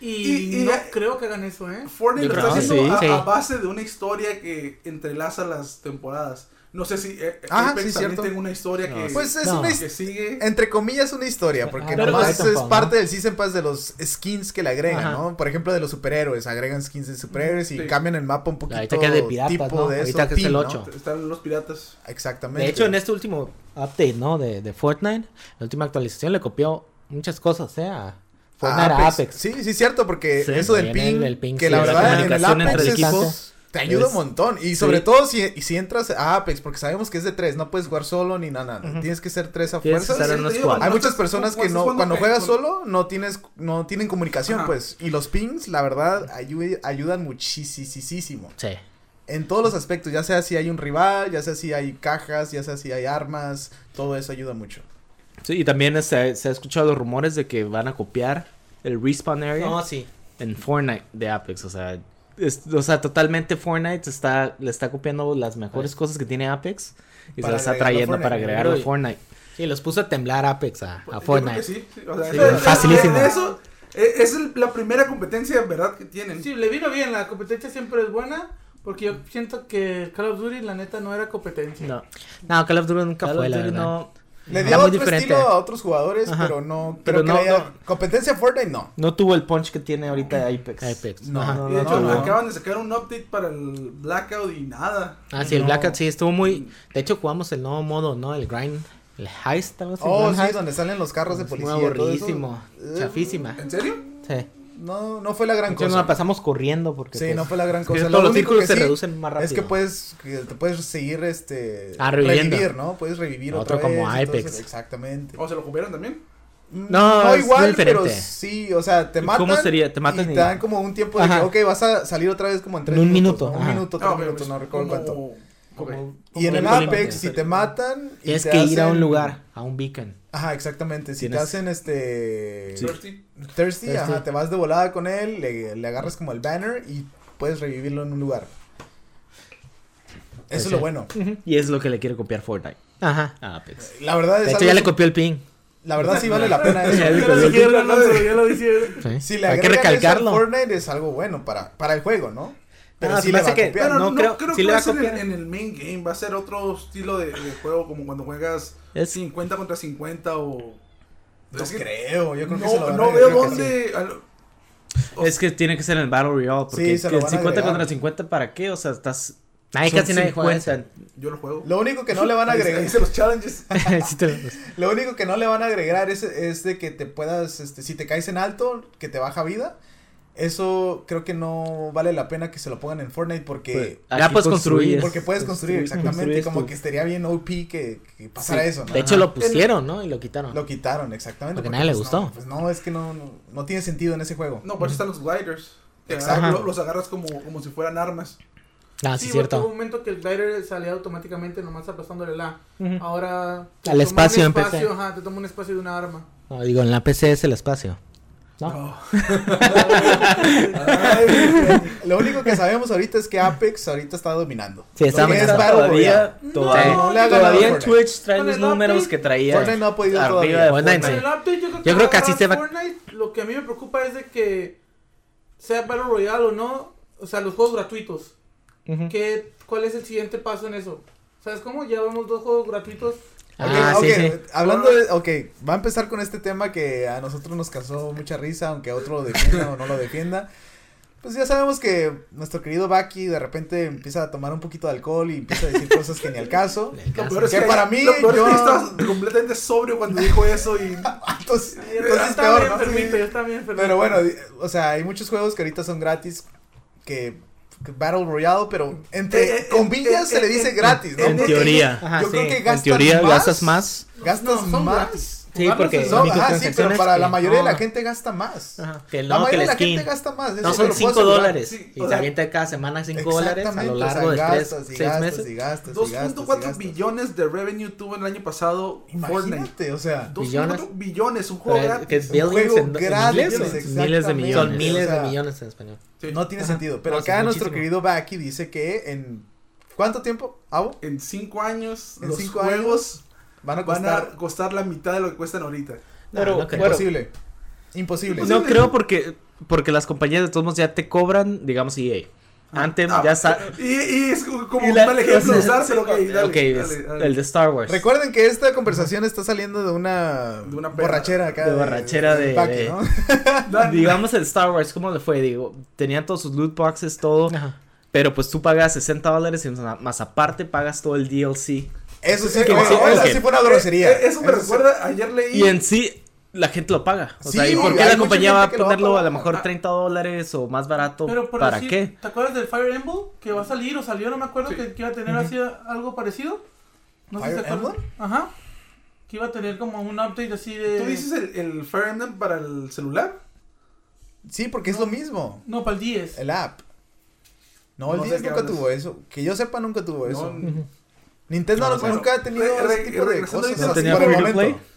Speaker 4: Y,
Speaker 5: Y- y-
Speaker 4: no creo que hagan eso, ¿eh?
Speaker 5: Fortnite
Speaker 3: Yo
Speaker 5: lo
Speaker 3: creo
Speaker 5: está
Speaker 3: que
Speaker 5: haciendo
Speaker 3: sí, sí.
Speaker 5: a, a base de una historia que entrelaza las temporadas. No sé si eh,
Speaker 3: Ah,
Speaker 1: Ajá,
Speaker 5: Apex
Speaker 1: sí,
Speaker 5: también
Speaker 1: cierto.
Speaker 5: tiene una historia que,
Speaker 1: Pues es
Speaker 3: No.
Speaker 1: una
Speaker 5: que
Speaker 1: his-
Speaker 5: sigue.
Speaker 1: entre comillas una historia, porque
Speaker 3: Ah, pero
Speaker 1: nomás
Speaker 3: Titanfall,
Speaker 1: es
Speaker 3: ¿no?
Speaker 1: parte del Season Pass de los skins que le agregan,
Speaker 3: Ajá.
Speaker 1: ¿no? Por ejemplo, de los superhéroes, agregan skins de superhéroes y
Speaker 5: Sí.
Speaker 1: cambian el mapa un poquito
Speaker 3: Ahorita que es de piratas,
Speaker 1: tipo
Speaker 3: ¿no?
Speaker 1: de eso,
Speaker 3: Ahorita que es el
Speaker 1: ¿no?
Speaker 3: 8.
Speaker 5: Están los piratas.
Speaker 1: Exactamente.
Speaker 3: De hecho, en este último update, ¿no? De, de Fortnite, la última actualización le copió muchas cosas, ¿eh? A Fortnite a Apex.
Speaker 1: Ah, Sí, sí, cierto, porque
Speaker 2: Sí,
Speaker 1: eso del
Speaker 3: también
Speaker 1: ping,
Speaker 3: el- el ping,
Speaker 1: que
Speaker 3: sí,
Speaker 1: la
Speaker 3: la
Speaker 1: verdad en el
Speaker 2: comunicación
Speaker 1: Apex
Speaker 2: entre
Speaker 1: es-
Speaker 3: equipos
Speaker 1: te ayuda un
Speaker 3: es-
Speaker 1: montón. Y sobre
Speaker 2: sí.
Speaker 1: todo si, y si entras a Apex, porque sabemos que es de tres, no puedes jugar solo ni nada, nada. Tienes que ser tres a
Speaker 2: Tienes que
Speaker 1: fuerza.
Speaker 2: estar en
Speaker 5: Sí,
Speaker 2: una
Speaker 5: te digo,
Speaker 2: squad.
Speaker 1: Hay
Speaker 5: Cuando
Speaker 1: muchas
Speaker 5: estás-
Speaker 1: personas que
Speaker 5: cuando
Speaker 1: no,
Speaker 5: estás
Speaker 1: cuando
Speaker 5: jugando
Speaker 1: juegas
Speaker 5: con-
Speaker 1: solo, no tienes, no tienen comunicación,
Speaker 5: Ajá.
Speaker 1: pues. Y los pings, la verdad, ayu- ayudan muchísimo.
Speaker 3: Sí.
Speaker 1: En todos los aspectos, ya sea si hay un rival, ya sea si hay cajas, ya sea si hay armas, todo eso ayuda mucho.
Speaker 2: Sí, y también se, se ha escuchado los rumores de que van a copiar el respawn area
Speaker 3: No, sí.
Speaker 2: en Fortnite de Apex. O sea, es- o sea totalmente Fortnite está, le está copiando las mejores cosas que tiene Apex y se
Speaker 1: Para
Speaker 2: las está
Speaker 1: agregarlo a
Speaker 2: trayendo
Speaker 1: Fortnite.
Speaker 2: para agregarlo a
Speaker 3: Uy.
Speaker 2: Fortnite.
Speaker 3: Sí, los puso a temblar Apex a,
Speaker 5: Yo
Speaker 3: a
Speaker 5: creo
Speaker 3: Fortnite.
Speaker 5: que sí, sí, o sea,
Speaker 3: Sí,
Speaker 5: eso- eso-
Speaker 3: facilísimo.
Speaker 5: eso- eh, es el- la primera competencia en verdad que tienen.
Speaker 4: Sí, le vino bien, la competencia siempre es buena. Porque yo siento que Call of Duty, la neta, no era competencia.
Speaker 2: No,
Speaker 3: No, Call of Duty nunca
Speaker 2: Call of
Speaker 3: fue, la
Speaker 2: Duty
Speaker 3: verdad.
Speaker 2: no,
Speaker 1: Le
Speaker 3: Era
Speaker 1: dio
Speaker 3: muy
Speaker 1: otro
Speaker 3: diferente.
Speaker 1: estilo a otros jugadores,
Speaker 3: Ajá.
Speaker 1: pero no.
Speaker 2: Pero
Speaker 1: creo que
Speaker 2: no-
Speaker 1: haya-
Speaker 2: no.
Speaker 1: Competencia Fortnite, no.
Speaker 2: no tuvo el punch que tiene ahorita Apex.
Speaker 3: Apex.
Speaker 1: No.
Speaker 3: Ajá.
Speaker 5: Y de hecho,
Speaker 1: no, no.
Speaker 5: acaban de sacar un update para el Blackout y nada.
Speaker 3: Ah, sí, el
Speaker 1: No.
Speaker 3: Blackout sí estuvo muy... De hecho, jugamos el nuevo modo, ¿no? El grind. El heist, algo así.
Speaker 1: Oh,
Speaker 3: Grand
Speaker 1: sí,
Speaker 3: Heist.
Speaker 1: donde salen los carros de
Speaker 3: Es muy
Speaker 1: policía. todo eso.
Speaker 3: aburridísimo.
Speaker 1: Eh,
Speaker 3: Chafísima.
Speaker 5: ¿En serio?
Speaker 3: Sí.
Speaker 1: No, no fue la gran
Speaker 3: Entonces
Speaker 1: cosa.
Speaker 3: nos la pasamos corriendo porque.
Speaker 1: Sí,
Speaker 3: pues,
Speaker 1: no fue la gran
Speaker 3: es que
Speaker 1: cosa.
Speaker 3: Todos
Speaker 1: Lo
Speaker 3: los
Speaker 1: único
Speaker 3: círculos
Speaker 1: que
Speaker 3: se
Speaker 1: sí
Speaker 3: reducen más rápido.
Speaker 1: Es que puedes, que te puedes seguir, este...
Speaker 3: Ah, reviviendo.
Speaker 1: Revivir, ¿no? Puedes revivir otra
Speaker 3: Otro
Speaker 1: vez.
Speaker 3: como
Speaker 1: entonces,
Speaker 3: Apex.
Speaker 1: exactamente.
Speaker 5: ¿O se lo copiaron también?
Speaker 1: Mm,
Speaker 3: No, es muy
Speaker 1: pero
Speaker 3: diferente.
Speaker 1: sí, o sea, te
Speaker 2: ¿Y
Speaker 1: matan.
Speaker 2: cómo sería? Te matan
Speaker 1: y
Speaker 2: y-
Speaker 1: te dan como un tiempo de
Speaker 3: Ajá.
Speaker 1: que, ok, vas a salir otra vez como en tres
Speaker 3: En un
Speaker 1: minutos,
Speaker 3: minuto,
Speaker 1: ¿no?
Speaker 3: ajá.
Speaker 1: Un minuto, tres
Speaker 5: Ah, ok,
Speaker 1: minutos,
Speaker 5: pues,
Speaker 1: no recuerdo
Speaker 5: como-
Speaker 1: cuánto.
Speaker 5: Ok.
Speaker 1: Y en el
Speaker 3: Como-
Speaker 1: Apex, si te matan... y
Speaker 3: Tienes
Speaker 1: te
Speaker 3: que ir a un
Speaker 1: hacen-
Speaker 3: lugar, a un beacon.
Speaker 1: Ajá, exactamente. Si
Speaker 2: Tienes-
Speaker 1: te hacen este...
Speaker 5: Thirsty.
Speaker 1: Thirsty,
Speaker 3: Thirsty.
Speaker 1: ajá, te vas de volada con él, le, le agarras como el banner y puedes revivirlo en un lugar. Eso
Speaker 3: Pues
Speaker 1: es
Speaker 3: sí.
Speaker 1: lo bueno.
Speaker 2: Y es lo que le quiere copiar Fortnite
Speaker 3: Ajá.
Speaker 2: a Apex.
Speaker 1: La verdad
Speaker 3: De
Speaker 1: es
Speaker 3: hecho, ya
Speaker 1: algo-
Speaker 3: le copió el ping.
Speaker 1: La verdad sí vale la pena
Speaker 2: Ya
Speaker 1: eso.
Speaker 2: le
Speaker 4: Ya lo
Speaker 2: copió el
Speaker 4: dijeron, Alonso, ya lo dijeron.
Speaker 3: Sí.
Speaker 1: Si le
Speaker 3: Hay que
Speaker 1: agregan eso al
Speaker 3: recalcarlo.
Speaker 1: Fortnite es algo bueno para, para el juego, ¿no? Pero
Speaker 2: Ah,
Speaker 1: sí le
Speaker 2: se me
Speaker 1: va a
Speaker 2: hace que-
Speaker 1: copiar.
Speaker 5: Pero no,
Speaker 2: No
Speaker 5: creo,
Speaker 2: creo- sí
Speaker 5: que
Speaker 2: le
Speaker 5: va
Speaker 2: va
Speaker 5: a
Speaker 2: a
Speaker 5: ser en,
Speaker 2: copiar.
Speaker 5: en el main game. Va a ser otro estilo de, de juego como cuando juegas
Speaker 2: Es-
Speaker 5: 50 contra 50 o...
Speaker 1: No
Speaker 5: Es que-
Speaker 1: creo, yo creo que se lo
Speaker 5: No,
Speaker 1: van a
Speaker 5: no veo
Speaker 1: agregar, creo que sí.
Speaker 5: dónde... al-
Speaker 2: Es que tiene que ser en el Battle Royale. Porque
Speaker 1: Sí, se lo
Speaker 2: el
Speaker 1: van a
Speaker 2: 50
Speaker 1: agregar.
Speaker 2: contra 50, ¿para qué? O sea, estás.
Speaker 3: Nadie,
Speaker 2: son
Speaker 3: casi nadie juega eso.
Speaker 5: Yo lo juego.
Speaker 1: Lo único que no le van a
Speaker 5: Ahí-
Speaker 1: agregar,
Speaker 5: ahí se los challenges.
Speaker 3: Sí te
Speaker 2: pues,
Speaker 3: lo-
Speaker 1: lo único que no le van a agregar es, es de que te puedas, este, si te caes en alto, que te baja vida. Eso creo que no vale la pena que se lo pongan en Fortnite porque
Speaker 3: Ya
Speaker 2: Aquí Pues,
Speaker 3: puedes
Speaker 2: construyes.
Speaker 3: construir.
Speaker 1: Porque puedes construir, exactamente.
Speaker 2: construyes
Speaker 1: Como
Speaker 2: tu-
Speaker 1: que estaría bien OP que, que pasara eso, ¿no?
Speaker 3: De hecho, lo pusieron, ¿no? Y lo quitaron.
Speaker 1: Lo quitaron, exactamente.
Speaker 3: Porque nadie le
Speaker 1: pues,
Speaker 3: gustó.
Speaker 1: No, pues no, es que no, no, no tiene sentido en ese juego.
Speaker 5: No, por eso están los gliders. Que
Speaker 1: Exacto.
Speaker 5: agarras- lo- Los agarras como, como si fueran armas.
Speaker 3: Ah, sí,
Speaker 4: Sí,
Speaker 3: es
Speaker 4: porque hubo
Speaker 3: cierto.
Speaker 4: un momento que el glider salía automáticamente nomás aplastándole la.
Speaker 3: Ujú.
Speaker 4: Ahora. te
Speaker 3: Al
Speaker 4: toma un
Speaker 3: espacio en PC.
Speaker 4: espacio, Ajá, te toma un espacio de una arma.
Speaker 3: No, digo, en la PC es el espacio. No.
Speaker 5: No.
Speaker 1: Lo único que sabemos ahorita es que Apex ahorita está dominando.
Speaker 3: Sí, está
Speaker 1: Lo que es
Speaker 3: dominando.
Speaker 1: Battle Royale.
Speaker 2: Todavía, todavía,
Speaker 1: No le ha ganado
Speaker 2: todavía en
Speaker 1: Fortnite.
Speaker 2: Twitch trae
Speaker 4: Con
Speaker 2: los
Speaker 4: el update,
Speaker 2: números que traía.
Speaker 1: Fortnite no ha podido
Speaker 2: arriba
Speaker 1: todavía.
Speaker 2: de
Speaker 3: Fortnite
Speaker 2: Fortnite.
Speaker 4: Con el update, yo creo que,
Speaker 3: Yo creo que así
Speaker 4: agarrar
Speaker 3: se va-
Speaker 4: Fortnite, lo que a mí me preocupa es de que sea Battle Royale o no, o sea, los juegos gratuitos.
Speaker 3: Ujú.
Speaker 4: ¿Qué, ¿Cuál es el siguiente paso en eso? ¿Sabes cómo? Ya vemos dos juegos gratuitos.
Speaker 3: Ah,
Speaker 1: Ok,
Speaker 3: sí,
Speaker 1: ok,
Speaker 3: sí.
Speaker 1: Hablando de. Ok, va a empezar con este tema que a nosotros nos causó mucha risa, aunque a otro lo defienda o no lo defienda. Pues ya sabemos que nuestro querido Baki de repente empieza a tomar un poquito de alcohol y empieza a decir cosas que ni al caso.
Speaker 5: Lo peor es
Speaker 1: Que
Speaker 5: que
Speaker 1: para mí,
Speaker 5: lo peor es que
Speaker 1: yo-
Speaker 5: estabas completamente sobrio cuando dijo eso y
Speaker 1: Entonces,
Speaker 4: yo
Speaker 1: entonces Pues es
Speaker 4: estaba
Speaker 1: peor,
Speaker 4: bien
Speaker 1: ¿no?
Speaker 4: enfermito, yo
Speaker 1: Sí.
Speaker 4: estaba bien enfermito.
Speaker 1: Pero bueno, di- o sea, hay muchos juegos que ahorita son gratis. Que, que Battle Royale, pero
Speaker 5: Eh,
Speaker 1: entre
Speaker 5: eh,
Speaker 1: comillas
Speaker 5: eh,
Speaker 1: se le
Speaker 5: eh,
Speaker 1: dice
Speaker 5: eh,
Speaker 1: gratis, ¿no?
Speaker 2: en
Speaker 1: Porque
Speaker 2: teoría.
Speaker 1: yo-
Speaker 3: Ajá,
Speaker 1: Yo creo
Speaker 3: sí.
Speaker 1: que
Speaker 3: En
Speaker 1: gastas
Speaker 2: teoría
Speaker 1: más,
Speaker 2: gastas más.
Speaker 4: No,
Speaker 1: Gastas
Speaker 4: son
Speaker 1: más.
Speaker 4: gratis.
Speaker 3: Sí,
Speaker 4: Jugarlos
Speaker 3: porque-
Speaker 4: es-
Speaker 1: No, ajá, sí, pero
Speaker 3: microtransacciones
Speaker 1: para
Speaker 3: que
Speaker 1: la mayoría de la
Speaker 3: no.
Speaker 1: gente gasta más.
Speaker 3: Ajá, Que
Speaker 1: la
Speaker 3: no, que
Speaker 1: mayoría
Speaker 3: el
Speaker 1: de la
Speaker 3: skin.
Speaker 1: gente gasta más. eso
Speaker 3: No,
Speaker 1: se
Speaker 3: son
Speaker 1: lo puedo
Speaker 3: 5
Speaker 1: asegurar.
Speaker 3: dólares.
Speaker 5: Sí,
Speaker 3: y
Speaker 5: o
Speaker 3: se
Speaker 5: sea,
Speaker 3: avienta cada semana 5 dólares a lo
Speaker 1: Exactamente,
Speaker 3: largo
Speaker 1: o sea,
Speaker 3: de
Speaker 1: gastas
Speaker 3: 3,
Speaker 1: y
Speaker 3: 6
Speaker 1: gastas
Speaker 3: meses.
Speaker 1: y gastas y gastas
Speaker 5: 2.4
Speaker 1: y
Speaker 5: billones de revenue tuvo el año pasado
Speaker 1: gastas.
Speaker 5: Fortnite.
Speaker 1: Imagínate, o sea,
Speaker 5: 2.4 billones, un juego
Speaker 3: Pero es- que
Speaker 5: gratis.
Speaker 3: es billions
Speaker 1: juego
Speaker 3: en, en
Speaker 1: gratis,
Speaker 3: inglés,
Speaker 1: exactamente.
Speaker 3: son miles de millones.
Speaker 1: O
Speaker 3: Son miles
Speaker 1: sea,
Speaker 3: de millones en español.
Speaker 5: Sí.
Speaker 1: no tiene
Speaker 3: Ajá.
Speaker 1: sentido. Pero
Speaker 3: No, sí,
Speaker 1: acá nuestro
Speaker 3: muchísimo.
Speaker 1: querido Baki dice que en ¿cuánto tiempo, Abo?
Speaker 5: En 5 años,
Speaker 1: En
Speaker 5: los
Speaker 1: cinco
Speaker 5: juegos
Speaker 1: Van a
Speaker 5: van
Speaker 1: costar
Speaker 5: a costar la mitad de lo que cuestan ahorita.
Speaker 2: Pero,
Speaker 3: Ah, no creo.
Speaker 2: bueno,
Speaker 1: imposible. Imposible.
Speaker 2: No creo porque, porque las compañías de todos modos ya te cobran, digamos, EA. Antes
Speaker 5: Ah,
Speaker 2: ya está.
Speaker 5: Y, y es como
Speaker 2: Y
Speaker 5: un
Speaker 2: la-
Speaker 5: mal ejemplo
Speaker 2: o sea,
Speaker 5: usárselo. que dale,
Speaker 2: ok,
Speaker 5: dale,
Speaker 2: es
Speaker 5: dale.
Speaker 2: el de Star Wars.
Speaker 1: Recuerden que esta conversación está saliendo de una,
Speaker 5: De una peda.
Speaker 1: borrachera acá.
Speaker 2: De borrachera de-
Speaker 1: Baki,
Speaker 2: de-
Speaker 1: ¿no?
Speaker 2: Digamos el Star Wars, ¿cómo le fue? Digo, tenían todos sus loot boxes, todo.
Speaker 3: Ajá.
Speaker 2: Pero pues tú pagas 60 dólares y más aparte pagas todo el DLC.
Speaker 1: Eso sí,
Speaker 5: Sí,
Speaker 1: que,
Speaker 5: ok.
Speaker 1: esa sí fue una grosería.
Speaker 5: Eh, eh, Eso me
Speaker 1: sí-
Speaker 5: recuerda, ayer leí...
Speaker 2: Y en sí, la gente lo paga. O
Speaker 1: Sí,
Speaker 2: sea, ¿y por qué
Speaker 1: hay
Speaker 2: la
Speaker 1: mucha
Speaker 2: compañía va a
Speaker 1: gente que lo va a
Speaker 2: ponerlo a
Speaker 1: pagar.
Speaker 2: lo
Speaker 1: Ah.
Speaker 2: mejor 30 dólares o más barato?
Speaker 4: Pero por
Speaker 2: ¿Para
Speaker 4: decir,
Speaker 2: qué?
Speaker 4: ¿Te acuerdas del Fire Emblem que va a salir o salió? No me acuerdo
Speaker 5: Sí.
Speaker 4: que, que iba a tener así algo parecido. No sé si
Speaker 1: ¿Fire
Speaker 4: te acuerdas.
Speaker 1: Emblem?
Speaker 4: Ajá. Que iba a tener como un update así de.
Speaker 5: ¿Tú dices el, el Fire Emblem para el celular?
Speaker 1: Sí, porque es lo mismo.
Speaker 4: No, para el 10.
Speaker 1: El app. No, el
Speaker 5: No sé
Speaker 1: 10
Speaker 5: qué
Speaker 1: nunca
Speaker 5: hablas.
Speaker 1: tuvo eso. Que yo sepa, nunca tuvo eso.
Speaker 5: No,
Speaker 1: Nintendo
Speaker 5: No,
Speaker 1: no-
Speaker 5: pero-
Speaker 1: nunca ha tenido
Speaker 5: Re- re-
Speaker 1: ese tipo de
Speaker 5: regresando
Speaker 1: cosas.
Speaker 5: ahorita a
Speaker 2: ¿No
Speaker 5: los
Speaker 1: así
Speaker 2: tenía
Speaker 1: por el
Speaker 2: free to
Speaker 1: momento.
Speaker 2: play?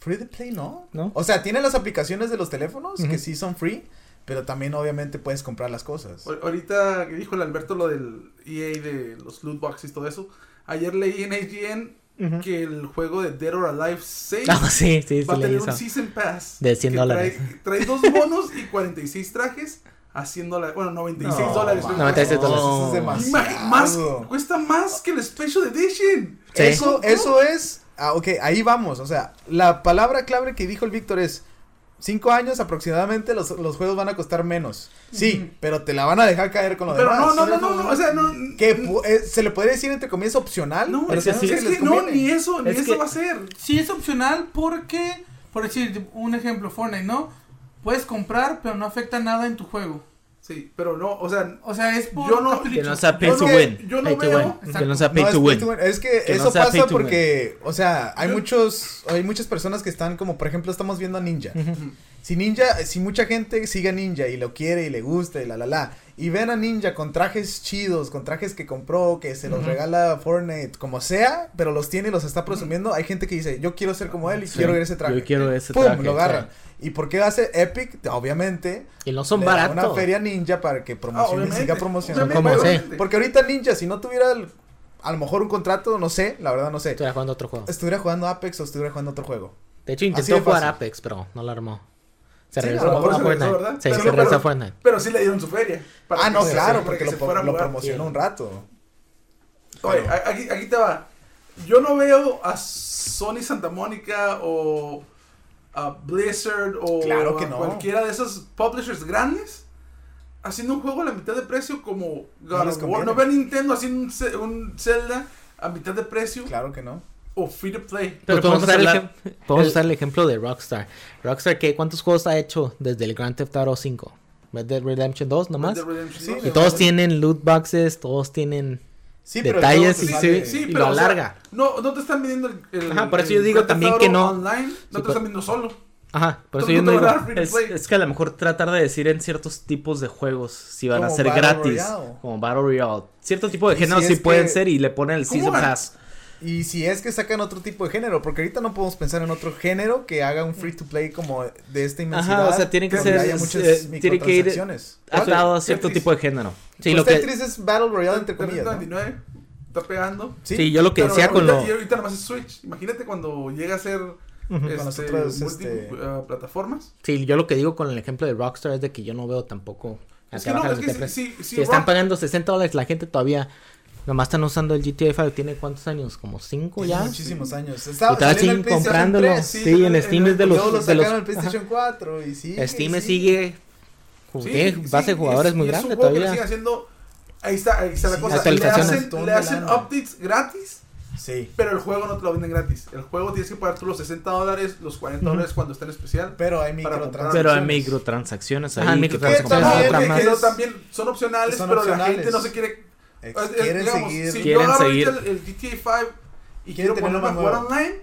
Speaker 1: Free to play no.
Speaker 2: ¿No?
Speaker 1: O sea, tiene las aplicaciones de los teléfonos que sí son free, pero también obviamente puedes comprar las cosas.
Speaker 5: Ahor- Ahorita que dijo el Alberto lo del EA de los loot boxes y todo eso, ayer leí en IGN que el juego de Dead or Alive 6
Speaker 3: Ah, sí, sí, sí,
Speaker 5: va a
Speaker 3: le
Speaker 5: tener un
Speaker 3: hizo.
Speaker 5: Season Pass
Speaker 3: De 100
Speaker 5: que
Speaker 3: dólares.
Speaker 5: Trae, trae dos bonos y 46 trajes a 100 dólares. Bueno, 96
Speaker 2: No,
Speaker 5: dólares.
Speaker 1: mames.
Speaker 5: creo que
Speaker 3: 96
Speaker 5: cuesta.
Speaker 3: dólares.
Speaker 1: Eso es
Speaker 5: Imagi- más,
Speaker 1: demasiado.
Speaker 5: cuesta más que el Special Edition.
Speaker 3: Sí.
Speaker 1: Eso, eso es. ah, ok, ahí vamos. O sea, la palabra clave que dijo el Víctor es cinco años aproximadamente los, los juegos van a costar menos. Sí, pero te la van a dejar caer con lo
Speaker 5: Pero
Speaker 1: demás.
Speaker 5: no, no, no, no, no, o sea, no.
Speaker 1: Que pu- eh, se le podría decir entre comillas opcional.
Speaker 5: No,
Speaker 1: pero
Speaker 5: es que,
Speaker 1: si se
Speaker 5: es
Speaker 1: les
Speaker 5: que no,
Speaker 1: conviene.
Speaker 5: ni eso, ni
Speaker 2: Es
Speaker 5: eso
Speaker 2: que-
Speaker 5: va a ser.
Speaker 4: Sí es opcional porque, por decir un ejemplo, Fortnite, ¿no? Puedes comprar, pero no afecta nada en tu juego.
Speaker 5: Sí, pero no, o sea,
Speaker 4: O sea, es por
Speaker 5: Yo no-
Speaker 4: capricho.
Speaker 2: Que no sea pay
Speaker 5: Yo
Speaker 2: to
Speaker 5: no-
Speaker 2: win.
Speaker 5: yo no
Speaker 2: Pay to
Speaker 5: veo-
Speaker 2: win. Que no sea pay
Speaker 1: No,
Speaker 2: to
Speaker 1: es
Speaker 2: win.
Speaker 1: win. Es que,
Speaker 2: Que no
Speaker 1: eso
Speaker 2: sea pay
Speaker 1: pasa
Speaker 2: to
Speaker 1: porque, o sea, hay muchos, hay muchas personas que están como, por ejemplo, estamos viendo a Ninja. Si Ninja, si mucha gente sigue a Ninja y lo quiere y le gusta y la la la, y ven a Ninja con trajes chidos, con trajes que compró, que se los regala Fortnite, como sea, pero los tiene y los está presumiendo, hay gente que dice, yo quiero ser como él y
Speaker 2: Sí,
Speaker 1: quiero ese traje.
Speaker 2: yo quiero ese
Speaker 1: ¡Pum!
Speaker 2: traje,
Speaker 1: Lo agarran. ¿Y por qué hace Epic? Obviamente.
Speaker 3: Y no son
Speaker 1: le da Una
Speaker 3: baratos.
Speaker 1: feria ninja para que
Speaker 5: ah,
Speaker 1: promocione,
Speaker 5: obviamente.
Speaker 1: siga promocionando.
Speaker 5: obviamente,
Speaker 3: Son como
Speaker 5: obviamente.
Speaker 1: Porque ahorita Ninja, si no tuviera el- a lo mejor un contrato, no sé, la verdad no sé.
Speaker 3: Estoy jugando otro juego.
Speaker 1: Estuviera jugando Apex o estuviera jugando otro juego.
Speaker 3: De hecho,
Speaker 1: Así de
Speaker 3: intentó jugar
Speaker 1: fácil.
Speaker 3: Apex, pero no lo armó. Se
Speaker 1: Sí,
Speaker 3: regresó
Speaker 1: a lo
Speaker 3: a,
Speaker 1: mejor
Speaker 5: se regresó,
Speaker 3: Fortnite.
Speaker 5: ¿verdad?
Speaker 3: Sí,
Speaker 5: Pero
Speaker 3: se
Speaker 5: no,
Speaker 3: regresó
Speaker 5: pero-
Speaker 3: a Fortnite.
Speaker 5: pero sí le dieron su feria. para
Speaker 1: Ah,
Speaker 5: que
Speaker 1: no,
Speaker 5: se-
Speaker 1: claro,
Speaker 5: para
Speaker 1: porque
Speaker 5: que
Speaker 1: lo,
Speaker 5: se
Speaker 1: pro-
Speaker 5: fuera a
Speaker 1: lo
Speaker 5: jugar.
Speaker 1: promocionó un rato.
Speaker 5: Oye, a- aquí, aquí te va. Yo no veo a Sony Santa Mónica o a Blizzard o
Speaker 1: Claro que
Speaker 5: a
Speaker 1: no.
Speaker 5: cualquiera de esos publishers grandes haciendo un juego a la mitad de precio como
Speaker 1: No
Speaker 5: God
Speaker 1: les
Speaker 5: of
Speaker 1: conviene.
Speaker 5: War. No veo a Nintendo haciendo un, Ce- un Zelda a mitad de precio
Speaker 1: Claro que no.
Speaker 5: o free to play.
Speaker 2: Pero
Speaker 3: Pero
Speaker 2: podemos
Speaker 3: podemos usar, el,
Speaker 2: hablar-
Speaker 3: ejem- podemos
Speaker 2: el-
Speaker 3: usar el ejemplo de Rockstar. Rockstar, ¿qué, ¿cuántos juegos ha hecho desde el Grand Theft Auto 5? Red Dead Redemption 2 nomás.
Speaker 5: Red Dead Redemption
Speaker 1: Sí,
Speaker 5: dos.
Speaker 1: de-
Speaker 3: Y todos tienen loot boxes, todos tienen...
Speaker 1: Sí,
Speaker 3: Detalles
Speaker 1: pero
Speaker 3: y
Speaker 1: el juego
Speaker 3: sí,
Speaker 1: te sale-
Speaker 3: sí.
Speaker 5: Sí,
Speaker 3: y
Speaker 5: pero
Speaker 3: lo
Speaker 5: o sea,
Speaker 3: alarga.
Speaker 5: no, no te están vendiendo el, el-
Speaker 3: Ajá, por eso
Speaker 5: el
Speaker 3: yo digo
Speaker 5: Grand Theft
Speaker 3: también que
Speaker 5: Auto
Speaker 3: no-
Speaker 5: Online, no te
Speaker 3: pero-
Speaker 5: están vendiendo solo.
Speaker 3: Ajá, por eso
Speaker 5: Tú-
Speaker 3: yo
Speaker 5: tú
Speaker 3: no
Speaker 5: te
Speaker 3: digo...
Speaker 5: vas a dar free to
Speaker 2: Es,
Speaker 5: play.
Speaker 2: es que a lo mejor tratar de decir en ciertos tipos de juegos si van a
Speaker 1: Como
Speaker 2: ser
Speaker 1: Battle
Speaker 2: gratis,
Speaker 1: Royale.
Speaker 2: como Battle Royale. Cierto tipo de
Speaker 1: Y
Speaker 2: géneros
Speaker 1: si
Speaker 2: sí
Speaker 1: es
Speaker 2: pueden
Speaker 1: que-
Speaker 2: ser y le ponen el
Speaker 5: ¿Cómo
Speaker 2: Season
Speaker 5: van?
Speaker 2: Pass.
Speaker 1: Y si es que sacan otro tipo de género, porque ahorita no podemos pensar en otro género que haga un free to play como de esta inmensidad.
Speaker 2: o sea, tiene que
Speaker 1: donde
Speaker 2: ser,
Speaker 1: haya muchas
Speaker 2: eh, tiene que ir-
Speaker 1: microtransacciones.
Speaker 2: Atado a cierto
Speaker 5: Tetris.
Speaker 2: tipo de género.
Speaker 3: Sí,
Speaker 1: Pues
Speaker 3: lo que,
Speaker 1: Tetris es Battle Royale entre comillas, ¿no?
Speaker 5: 99, está pegando.
Speaker 1: Sí,
Speaker 3: sí, yo lo que
Speaker 5: Pero
Speaker 3: decía con
Speaker 5: ahorita,
Speaker 3: lo...
Speaker 5: Y ahorita nomás es Switch. Imagínate cuando llega a ser
Speaker 1: Con las
Speaker 5: este,
Speaker 1: otras,
Speaker 5: multi,
Speaker 1: este-
Speaker 5: uh, plataformas.
Speaker 3: Sí, yo lo que digo con el ejemplo de Rockstar es de que yo no veo tampoco... a
Speaker 5: Es
Speaker 3: qué
Speaker 5: que no,
Speaker 3: bajar
Speaker 5: es
Speaker 3: los
Speaker 5: que
Speaker 3: precios.
Speaker 5: si, si,
Speaker 3: Si
Speaker 5: si
Speaker 3: están
Speaker 5: Rock-
Speaker 3: pagando 60 dólares, la gente todavía nomás están usando el GTA 5. ¿Tiene cuántos años? ¿Como 5
Speaker 1: Tiene
Speaker 3: ya?
Speaker 1: muchísimos años.
Speaker 3: Y
Speaker 1: Estaba
Speaker 3: todavía
Speaker 1: salió en el
Speaker 3: siguen
Speaker 1: PlayStation
Speaker 3: comprándolo.
Speaker 1: 3,
Speaker 3: Sí,
Speaker 5: sí, en
Speaker 3: en
Speaker 5: el-
Speaker 3: Steam es de
Speaker 1: y
Speaker 3: los.
Speaker 1: luego lo
Speaker 3: de los-
Speaker 1: sacaron al PlayStation 4 y sí.
Speaker 3: Steam
Speaker 1: sí.
Speaker 3: sigue.
Speaker 5: sí,
Speaker 3: tiene
Speaker 5: sí,
Speaker 3: base de
Speaker 5: sí,
Speaker 3: jugadores
Speaker 5: es-
Speaker 3: muy
Speaker 5: y es un
Speaker 3: grande
Speaker 5: juego que le
Speaker 3: todavía.
Speaker 5: siguen haciendo- ahí está, ahí está la
Speaker 1: Sí,
Speaker 5: cosa. Le
Speaker 3: actualizaciones.
Speaker 5: hacen, le hacen
Speaker 1: Montón de lana.
Speaker 5: updates gratis,
Speaker 1: Sí.
Speaker 5: pero el juego no te lo venden gratis. El juego tienes que pagar tú los 60 dólares, los 40 dólares cuando está en especial.
Speaker 1: Pero hay
Speaker 5: Para comprar.
Speaker 1: microtransacciones.
Speaker 2: Pero hay microtransacciones ahí.
Speaker 3: Ajá,
Speaker 2: que
Speaker 1: microtransacciones.
Speaker 2: puedes comprar
Speaker 1: También,
Speaker 2: otra
Speaker 5: que-
Speaker 1: más.
Speaker 5: que no, también son opcionales,
Speaker 1: Son
Speaker 5: pero la
Speaker 1: opcionales.
Speaker 5: gente no se quiere
Speaker 1: Ex-
Speaker 4: Pues,
Speaker 5: Es- es-
Speaker 1: Quieren
Speaker 5: digamos,
Speaker 1: seguir.
Speaker 5: Si
Speaker 2: Quieren
Speaker 5: yo agarro ahorita
Speaker 2: seguir.
Speaker 5: el, el GTA 5 y
Speaker 1: Quieren tenerlo
Speaker 5: quiero ponerme a
Speaker 1: más
Speaker 5: jugar
Speaker 1: nuevo.
Speaker 5: online,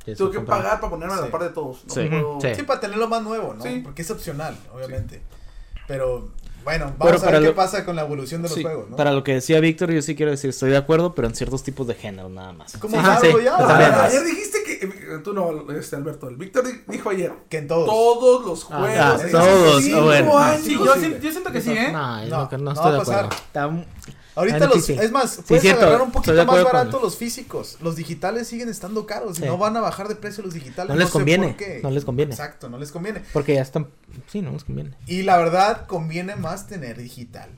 Speaker 3: Ya se
Speaker 5: tengo que
Speaker 3: compraron.
Speaker 5: pagar para ponerme a la
Speaker 1: Sí.
Speaker 5: par de todos. No
Speaker 2: Sí.
Speaker 5: puedo-
Speaker 3: Sí.
Speaker 1: Sí, para tenerlo más nuevo, ¿no?
Speaker 5: Sí.
Speaker 1: Porque es opcional, obviamente.
Speaker 5: Sí.
Speaker 1: Pero bueno,
Speaker 2: Pero
Speaker 1: vamos a
Speaker 2: para
Speaker 1: ver qué
Speaker 2: lo-
Speaker 1: pasa con la evolución de los
Speaker 2: Sí,
Speaker 1: juegos, ¿no?
Speaker 2: Para lo que decía Víctor, yo sí quiero decir, estoy de acuerdo, pero en ciertos tipos de género nada más.
Speaker 1: Como
Speaker 2: Sí,
Speaker 1: Battle
Speaker 2: sí,
Speaker 1: Royale.
Speaker 5: Ah,
Speaker 2: está bien.
Speaker 1: También.
Speaker 5: ayer dijiste que. eh, Tú no, este Alberto. El Víctor di- dijo ayer.
Speaker 1: Que en todos.
Speaker 5: Todos los juegos.
Speaker 2: ah,
Speaker 5: en
Speaker 2: todos,
Speaker 5: cinco
Speaker 2: ah, bueno.
Speaker 5: años.
Speaker 4: Sí, yo, sí- yo siento que sí, ¿eh?
Speaker 3: No, es
Speaker 1: No,
Speaker 3: lo que no
Speaker 1: no
Speaker 3: estoy
Speaker 1: va
Speaker 3: de
Speaker 1: a pasar.
Speaker 3: acuerdo.
Speaker 2: Está-
Speaker 1: Ahorita
Speaker 3: Ah, no,
Speaker 1: los.
Speaker 3: sí, sí.
Speaker 1: Es más, puedes
Speaker 3: cierto,
Speaker 1: agarrar un
Speaker 3: estoy
Speaker 1: poquito
Speaker 3: de
Speaker 1: más
Speaker 3: acuerdo con-
Speaker 1: barato los físicos. Los digitales siguen estando caros y
Speaker 3: Sí.
Speaker 1: no van a bajar de precio los digitales.
Speaker 3: No les
Speaker 1: sé
Speaker 3: conviene,
Speaker 1: por qué.
Speaker 3: no les conviene.
Speaker 1: Exacto, no les conviene.
Speaker 3: Porque ya están. Sí, no nos conviene.
Speaker 1: Y la verdad, conviene más tener digital.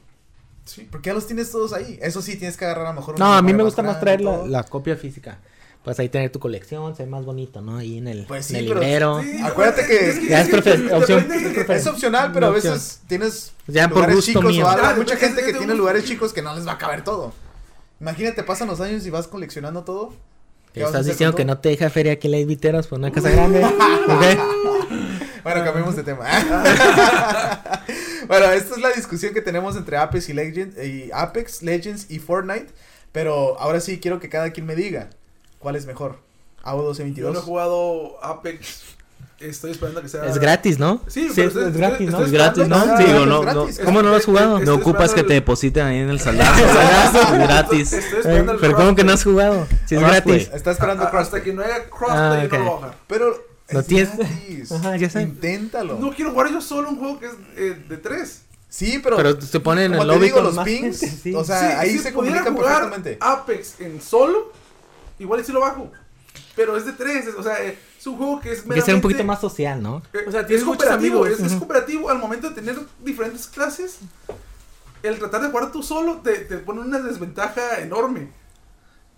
Speaker 5: Sí.
Speaker 1: Porque ya los tienes todos ahí. Eso sí, tienes que agarrar a lo mejor. un
Speaker 3: No, a mí
Speaker 1: memoria
Speaker 3: me gusta más traer
Speaker 1: grande y
Speaker 3: la,
Speaker 1: todo.
Speaker 3: la copia física. Pues ahí tener tu colección, se ve más bonito, ¿no? Ahí en el,
Speaker 1: Pues sí,
Speaker 3: en el
Speaker 1: pero-
Speaker 3: librero.
Speaker 5: Sí,
Speaker 1: Acuérdate
Speaker 5: es
Speaker 1: que-
Speaker 3: Ya es prefe-
Speaker 5: depende-
Speaker 3: opción.
Speaker 5: depende-
Speaker 3: Es prefe-
Speaker 1: Es opcional, pero a
Speaker 3: Una opción.
Speaker 1: veces tienes
Speaker 3: Ya por
Speaker 1: lugares
Speaker 3: gusto
Speaker 1: chicos
Speaker 3: mío.
Speaker 1: o algo.
Speaker 5: Claro,
Speaker 1: Hay mucha
Speaker 5: porque
Speaker 1: gente
Speaker 5: es
Speaker 1: que
Speaker 5: de
Speaker 1: tiene
Speaker 5: gusto.
Speaker 1: lugares chicos que no les va a caber todo. Imagínate, pasan los años y vas coleccionando todo. ¿Qué vas a
Speaker 3: Estás
Speaker 1: hacer
Speaker 3: diciendo
Speaker 1: con
Speaker 3: que
Speaker 1: todo?
Speaker 3: no te deja feria aquí en la Viteros por una casa grande. ¿Ok? Ah.
Speaker 1: Bueno, cambiemos de tema. bueno, esta es la discusión que tenemos entre Apex y, Legend, y Apex Legends y Fortnite. Pero ahora sí quiero que cada quien me diga cuál es mejor.
Speaker 5: Yo no he
Speaker 1: AO1222.
Speaker 5: jugado Apex. Estoy esperando que sea.
Speaker 3: Es gratis, ¿no?
Speaker 5: Sí,
Speaker 3: es,
Speaker 5: pero
Speaker 3: es gratis, ¿no?
Speaker 5: estoy
Speaker 2: Es gratis,
Speaker 5: esperando
Speaker 2: ¿no?
Speaker 5: que
Speaker 2: Sí,
Speaker 5: sea-
Speaker 2: o no,
Speaker 1: es
Speaker 2: no.
Speaker 1: gratis.
Speaker 3: ¿Cómo no lo has jugado?
Speaker 5: Estoy
Speaker 2: No ocupas que
Speaker 5: esperando
Speaker 2: te
Speaker 5: el-
Speaker 2: depositen ahí en el saldazo. saldazo gratis.
Speaker 5: Estoy
Speaker 3: Eh,
Speaker 5: esperando el pues,
Speaker 3: pero ¿cómo que no
Speaker 5: crossplay.
Speaker 3: has jugado? Si es
Speaker 2: Crossplay.
Speaker 3: gratis.
Speaker 1: Está pues, esperando
Speaker 5: A- a-
Speaker 1: Cross.
Speaker 5: Hasta que no haya
Speaker 3: Ah,
Speaker 5: crossplay, yo no
Speaker 3: ok.
Speaker 5: lo voy a bajar.
Speaker 1: Pero
Speaker 3: Lo
Speaker 1: es
Speaker 3: tienes-
Speaker 1: gratis.
Speaker 3: Ajá, ya sé.
Speaker 1: Inténtalo.
Speaker 5: No quiero jugar yo solo un juego que es eh, de tres.
Speaker 1: Sí,
Speaker 3: Pero se ponen en
Speaker 1: Como
Speaker 3: el
Speaker 1: te
Speaker 3: lobby
Speaker 1: digo,
Speaker 3: con
Speaker 1: los
Speaker 3: más
Speaker 1: pings,
Speaker 3: gente, sí.
Speaker 1: o sea,
Speaker 5: Sí,
Speaker 1: ahí
Speaker 5: si
Speaker 1: se
Speaker 5: pudiera
Speaker 1: comunican
Speaker 5: jugar ah,
Speaker 1: perfectamente.
Speaker 5: Apex en solo, igual y si lo bajo. Pero es de tres, es- o sea, eh, es un juego que es
Speaker 3: que ser un poquito
Speaker 5: meramente-
Speaker 3: más social, ¿no?
Speaker 5: eh,
Speaker 4: O sea,
Speaker 5: es
Speaker 4: tienes muchos
Speaker 5: cooperativo,
Speaker 4: amigos.
Speaker 5: es, es cooperativo al momento de tener diferentes clases. El tratar de jugar tú solo te, te pone una desventaja enorme.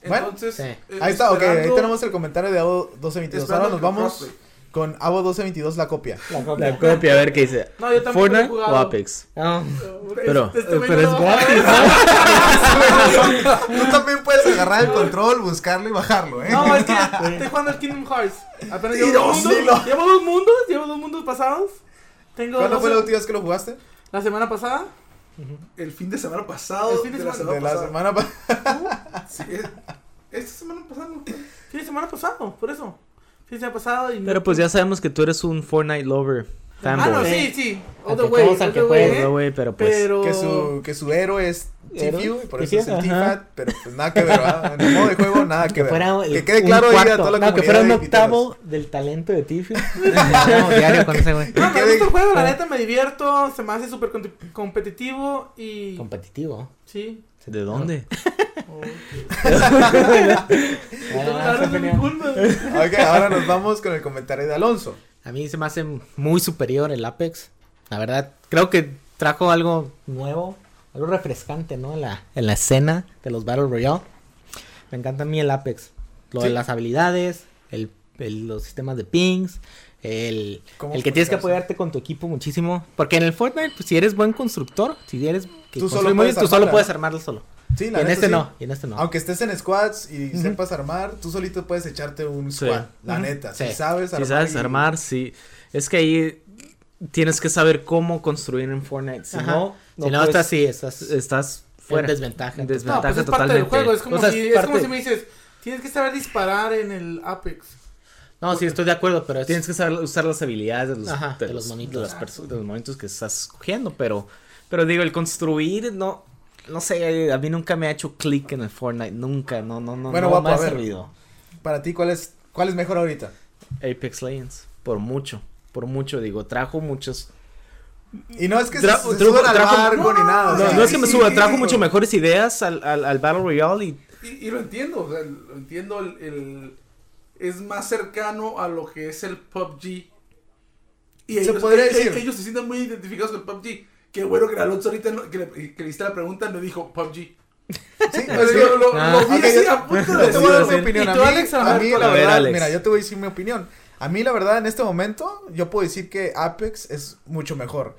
Speaker 1: Bueno,
Speaker 5: Entonces,
Speaker 3: sí.
Speaker 5: eh,
Speaker 1: Ahí está, ok, ahí
Speaker 5: esperando-
Speaker 1: tenemos el comentario de AO1222.
Speaker 5: esperando
Speaker 1: Ahora nos
Speaker 5: que
Speaker 1: vamos
Speaker 5: crossplay.
Speaker 1: con Avo 1222 la copia.
Speaker 3: La copia.
Speaker 2: La copia, a ver qué dice.
Speaker 5: No, yo también lo he
Speaker 2: Fortnite
Speaker 5: jugado.
Speaker 2: o Apex.
Speaker 3: Ah,
Speaker 1: Este
Speaker 2: Pero-
Speaker 5: güey
Speaker 3: pero
Speaker 5: no
Speaker 3: es
Speaker 5: lo va a
Speaker 3: gratis,
Speaker 5: ver.
Speaker 1: Tú también puedes agarrar el control, buscarlo y bajarlo, ¿eh?
Speaker 5: No, es que estoy jugando el Kingdom Hearts. Apenas llevo
Speaker 1: Dios,
Speaker 5: dos mundos.
Speaker 1: dilo.
Speaker 5: Llevo dos mundos, llevo dos mundos pasados. Tengo
Speaker 1: ¿Cuándo
Speaker 5: no
Speaker 1: fue
Speaker 5: sé,
Speaker 1: la última vez que lo jugaste?
Speaker 5: la semana pasada.
Speaker 6: El fin de semana pasado.
Speaker 5: El fin de
Speaker 6: la
Speaker 5: semana.
Speaker 1: De la
Speaker 6: pasada.
Speaker 1: semana pa-
Speaker 6: Sí, es- esta semana pasada. ¿no?
Speaker 5: Fin de semana pasado, por eso. Fin de semana pasado y.
Speaker 2: Pero pues ya sabemos que tú eres un Fortnite lover.
Speaker 5: Ah, no,
Speaker 2: Fanboy.
Speaker 5: sí, sí.
Speaker 3: Al
Speaker 5: Other
Speaker 3: que
Speaker 5: way,
Speaker 3: todos, al que
Speaker 5: other way. ¿eh?
Speaker 3: juegue,
Speaker 2: Pero, güey, pero pues.
Speaker 5: Pero.
Speaker 1: ¿eh? que su, que su héroe es Tfue,
Speaker 3: ¿Héroe?
Speaker 1: y por eso es el
Speaker 3: Tfue, ajá.
Speaker 1: Tfat, pero pues nada que ver, ¿verdad? En el modo de juego nada que,
Speaker 3: que
Speaker 1: ver.
Speaker 3: fuera el-
Speaker 1: que quede
Speaker 3: un
Speaker 1: claro ahí a
Speaker 3: cuarto.
Speaker 1: toda la
Speaker 3: No,
Speaker 1: comunidad.
Speaker 3: que fuera un
Speaker 1: de piteros.
Speaker 3: octavo del talento de Tiffy. No, diario con ese güey.
Speaker 5: No, me
Speaker 1: quede-
Speaker 5: gusta el juego, la
Speaker 1: Ah.
Speaker 5: neta me divierto, se me hace súper conti- competitivo y.
Speaker 3: Competitivo.
Speaker 5: sí. pues,
Speaker 2: ¿De dónde?
Speaker 3: Ah, esa
Speaker 5: Claro, no es mi
Speaker 3: opinión.
Speaker 5: culpa.
Speaker 4: pues
Speaker 1: Ok, ahora nos vamos con el comentario de Alonso.
Speaker 3: A mí se me hace muy superior el Apex. La verdad, creo que trajo algo nuevo, algo refrescante, ¿no? En la, en la escena de los Battle Royale. Me encanta a mí el Apex. Lo de
Speaker 1: Sí.
Speaker 3: las habilidades, el, el- los sistemas de pings, el,
Speaker 1: ¿Cómo
Speaker 3: el que tienes
Speaker 1: comunicarse?
Speaker 3: que apoyarte con tu equipo muchísimo. Porque en el Fortnite, pues, si eres buen constructor, si eres... que
Speaker 1: Tú solo
Speaker 3: construyes muy
Speaker 1: puedes
Speaker 3: bien, tú solo
Speaker 1: armarla.
Speaker 3: puedes armarlo solo.
Speaker 1: Sí,
Speaker 3: Y
Speaker 1: la
Speaker 3: en
Speaker 1: neta,
Speaker 3: este
Speaker 1: sí.
Speaker 3: no, y en este no.
Speaker 1: Aunque estés en squads y sepas armar, tú solito puedes echarte un
Speaker 2: Sí.
Speaker 1: squad. La neta, si
Speaker 3: Sí.
Speaker 1: sabes armar.
Speaker 2: Si sabes
Speaker 1: y-
Speaker 2: armar, sí. Es que ahí tienes que saber cómo construir en Fortnite. Si
Speaker 3: Ajá.
Speaker 2: no, puedes-
Speaker 3: si no,
Speaker 1: pues,
Speaker 5: pues,
Speaker 3: estás así, estás
Speaker 2: estás
Speaker 3: en
Speaker 2: fuera.
Speaker 3: desventaja.
Speaker 2: En
Speaker 5: No,
Speaker 2: desventaja
Speaker 5: pues es parte del
Speaker 2: totalmente.
Speaker 5: juego, es como,
Speaker 3: O sea,
Speaker 5: si,
Speaker 3: es
Speaker 5: es
Speaker 3: parte-
Speaker 5: como si me dices, tienes que saber disparar en el Apex.
Speaker 1: Pues
Speaker 3: No, sí, estoy de acuerdo, pero es-
Speaker 2: Tienes que saber usar las habilidades de los,
Speaker 3: Ajá, de los monitos.
Speaker 2: de, las perso- de los monitos que estás cogiendo, pero, pero digo, el construir no. No sé, a mí nunca me ha hecho clic en el Fortnite, nunca, no, no, no.
Speaker 1: Bueno,
Speaker 2: no
Speaker 1: guapo,
Speaker 2: me ha
Speaker 1: a ver.
Speaker 2: servido.
Speaker 1: Para ti, ¿cuál es, ¿cuál es mejor ahorita?
Speaker 2: Apex Legends, por mucho, por mucho, digo, trajo muchos.
Speaker 1: Y no es que se,
Speaker 2: Tra-
Speaker 1: se
Speaker 2: trajo-
Speaker 1: suban al
Speaker 2: trajo-
Speaker 1: barco ni nada. Ah, o
Speaker 2: No,
Speaker 1: sea,
Speaker 2: no es que me
Speaker 6: sí,
Speaker 2: suba,
Speaker 6: sí,
Speaker 2: trajo
Speaker 6: digo.
Speaker 2: mucho mejores ideas al, al, al Battle Royale y
Speaker 6: Y, y lo entiendo, o sea, lo entiendo. El, el- es más cercano a lo que es el PUBG. Y
Speaker 1: Se podría
Speaker 6: e- e-
Speaker 1: decir.
Speaker 6: ellos se sienten muy identificados con el PUBG. Qué bueno que el Alonso ahorita no- que, le, que le hiciste la pregunta no dijo PUBG.
Speaker 1: sí,
Speaker 6: O sea, lo, lo-
Speaker 3: Ah.
Speaker 6: lo vi
Speaker 1: Ok,
Speaker 6: así
Speaker 1: yo-
Speaker 6: a punto de
Speaker 1: Yo te voy a dar mi
Speaker 2: decir.
Speaker 1: opinión.
Speaker 5: ¿Y
Speaker 1: A mí,
Speaker 5: tú, Alex, a
Speaker 1: a
Speaker 5: ver,
Speaker 1: mí,
Speaker 5: cuál?
Speaker 1: la
Speaker 2: A ver,
Speaker 1: verdad,
Speaker 2: Alex.
Speaker 1: mira, yo te voy a decir mi opinión. A mí, la verdad, en este momento, yo puedo decir que Apex es mucho mejor.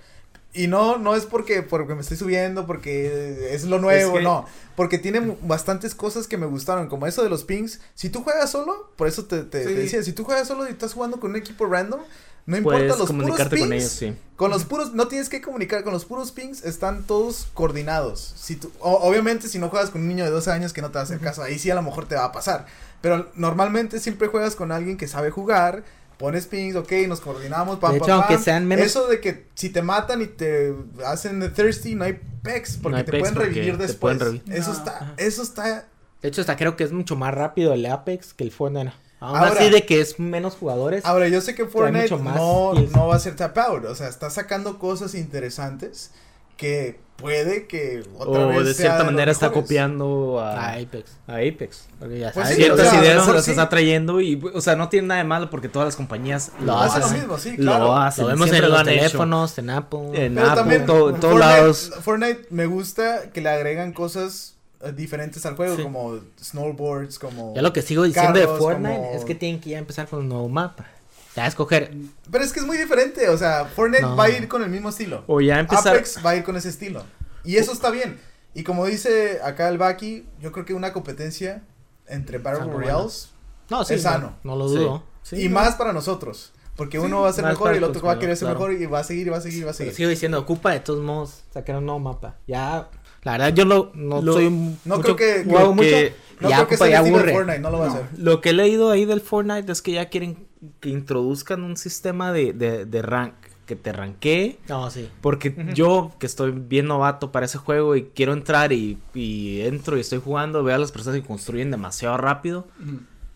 Speaker 1: Y no, no es porque, porque me estoy subiendo, porque es lo nuevo,
Speaker 2: Es que-
Speaker 1: no. Porque tiene mu- bastantes cosas que me gustaron, como eso de los pings. Si tú juegas solo, por eso te, te- te
Speaker 6: Sí.
Speaker 1: decía, si tú juegas solo y estás jugando con un equipo random, no importa
Speaker 2: puedes
Speaker 1: los
Speaker 2: comunicarte
Speaker 1: puros
Speaker 2: con
Speaker 1: pings,
Speaker 2: ellos, sí.
Speaker 1: con los puros, no tienes que comunicar, con los puros pings están todos coordinados. Si tú, o- obviamente si no juegas con un niño de 12 años que no te va a hacer caso, ahí sí a lo mejor te va a pasar. Pero normalmente siempre juegas con alguien que sabe jugar, pones pings, ok, nos coordinamos, pam,
Speaker 3: De
Speaker 1: pam,
Speaker 3: hecho, aunque
Speaker 1: pam.
Speaker 3: sean menos-
Speaker 1: Eso de que si te matan y te hacen de thirsty, no hay pecs, porque
Speaker 2: No hay
Speaker 1: te
Speaker 2: pecs
Speaker 1: pueden
Speaker 2: porque
Speaker 1: revivir
Speaker 2: te
Speaker 1: después.
Speaker 2: pueden revi-
Speaker 1: Eso
Speaker 5: No.
Speaker 1: está, eso está
Speaker 3: De hecho, hasta creo que es mucho más rápido el Apex que el Fortnite. Aún
Speaker 1: Ahora-
Speaker 3: así de que es menos jugadores.
Speaker 1: Ahora, yo sé que Fortnite
Speaker 3: mucho más
Speaker 1: no,
Speaker 3: skills.
Speaker 1: no va a ser tap out. O sea, está sacando cosas interesantes que puede que otra
Speaker 2: O
Speaker 1: vez
Speaker 2: de
Speaker 1: sea
Speaker 2: cierta
Speaker 1: los
Speaker 2: manera está
Speaker 1: mejores.
Speaker 2: copiando a,
Speaker 3: a Apex.
Speaker 2: a Apex.
Speaker 3: Porque ya
Speaker 1: Pues
Speaker 3: sabes,
Speaker 1: sí,
Speaker 2: Ciertas
Speaker 1: o sea, a lo
Speaker 2: ideas se
Speaker 1: mejor
Speaker 2: las
Speaker 1: sí.
Speaker 2: está trayendo y, o sea, no tiene nada de malo porque todas las compañías lo,
Speaker 3: Lo
Speaker 1: Hace
Speaker 2: hacen.
Speaker 1: lo
Speaker 3: hacen.
Speaker 1: mismo, sí,
Speaker 2: Lo
Speaker 1: claro.
Speaker 2: hacen.
Speaker 3: lo vemos
Speaker 2: siempre
Speaker 3: en
Speaker 2: lo
Speaker 3: los
Speaker 2: han hecho.
Speaker 3: teléfonos, en Apple.
Speaker 2: En
Speaker 1: Pero
Speaker 2: Apple,
Speaker 1: también
Speaker 2: todo- en todos
Speaker 1: Fortnite-
Speaker 2: lados.
Speaker 1: Fortnite me gusta que le agregan cosas eh, diferentes al juego,
Speaker 2: Sí.
Speaker 1: como snowboards, como...
Speaker 3: Ya lo que sigo diciendo
Speaker 1: Carros,
Speaker 3: de Fortnite
Speaker 1: como-
Speaker 3: es que tienen que ya empezar con un nuevo mapa. Ya escoger.
Speaker 1: Pero es que es muy diferente, o sea, Fortnite
Speaker 3: No.
Speaker 1: va a ir con el mismo estilo.
Speaker 2: O ya empezar.
Speaker 1: Apex va a ir con ese estilo. Y eso está bien. Y como dice acá el Baki, yo creo que una competencia entre Battle
Speaker 3: Está muy
Speaker 1: Royales
Speaker 3: No, sí.
Speaker 1: Es
Speaker 3: no,
Speaker 1: sano.
Speaker 3: No, lo
Speaker 2: Sí.
Speaker 3: dudo.
Speaker 1: y más para nosotros. Porque uno va a ser
Speaker 2: más
Speaker 1: mejor
Speaker 2: para
Speaker 1: y el otro va a querer ser
Speaker 2: consumidor,
Speaker 1: mejor y va a seguir, va a seguir, va a
Speaker 3: Pero
Speaker 1: seguir.
Speaker 3: sigo diciendo, ocupa de todos modos sacar un nuevo mapa. Ya, la verdad, yo lo- no
Speaker 2: Lo-
Speaker 3: soy un.
Speaker 1: no
Speaker 3: mucho-
Speaker 1: creo que-
Speaker 3: lo hago
Speaker 2: lo que-
Speaker 3: mucho.
Speaker 1: No
Speaker 3: ya
Speaker 1: creo que
Speaker 3: ocupa,
Speaker 1: sea el
Speaker 3: ya
Speaker 1: estilo de
Speaker 3: aburre.
Speaker 1: Fortnite, no lo va a hacer.
Speaker 2: Lo que he leído ahí del Fortnite es que ya quieren que introduzcan un sistema de, de, de rank. Que te ranquee.
Speaker 3: No, sí.
Speaker 2: Porque yo, que estoy bien novato para ese juego y quiero entrar y, y entro y estoy jugando, veo a las personas que construyen demasiado rápido.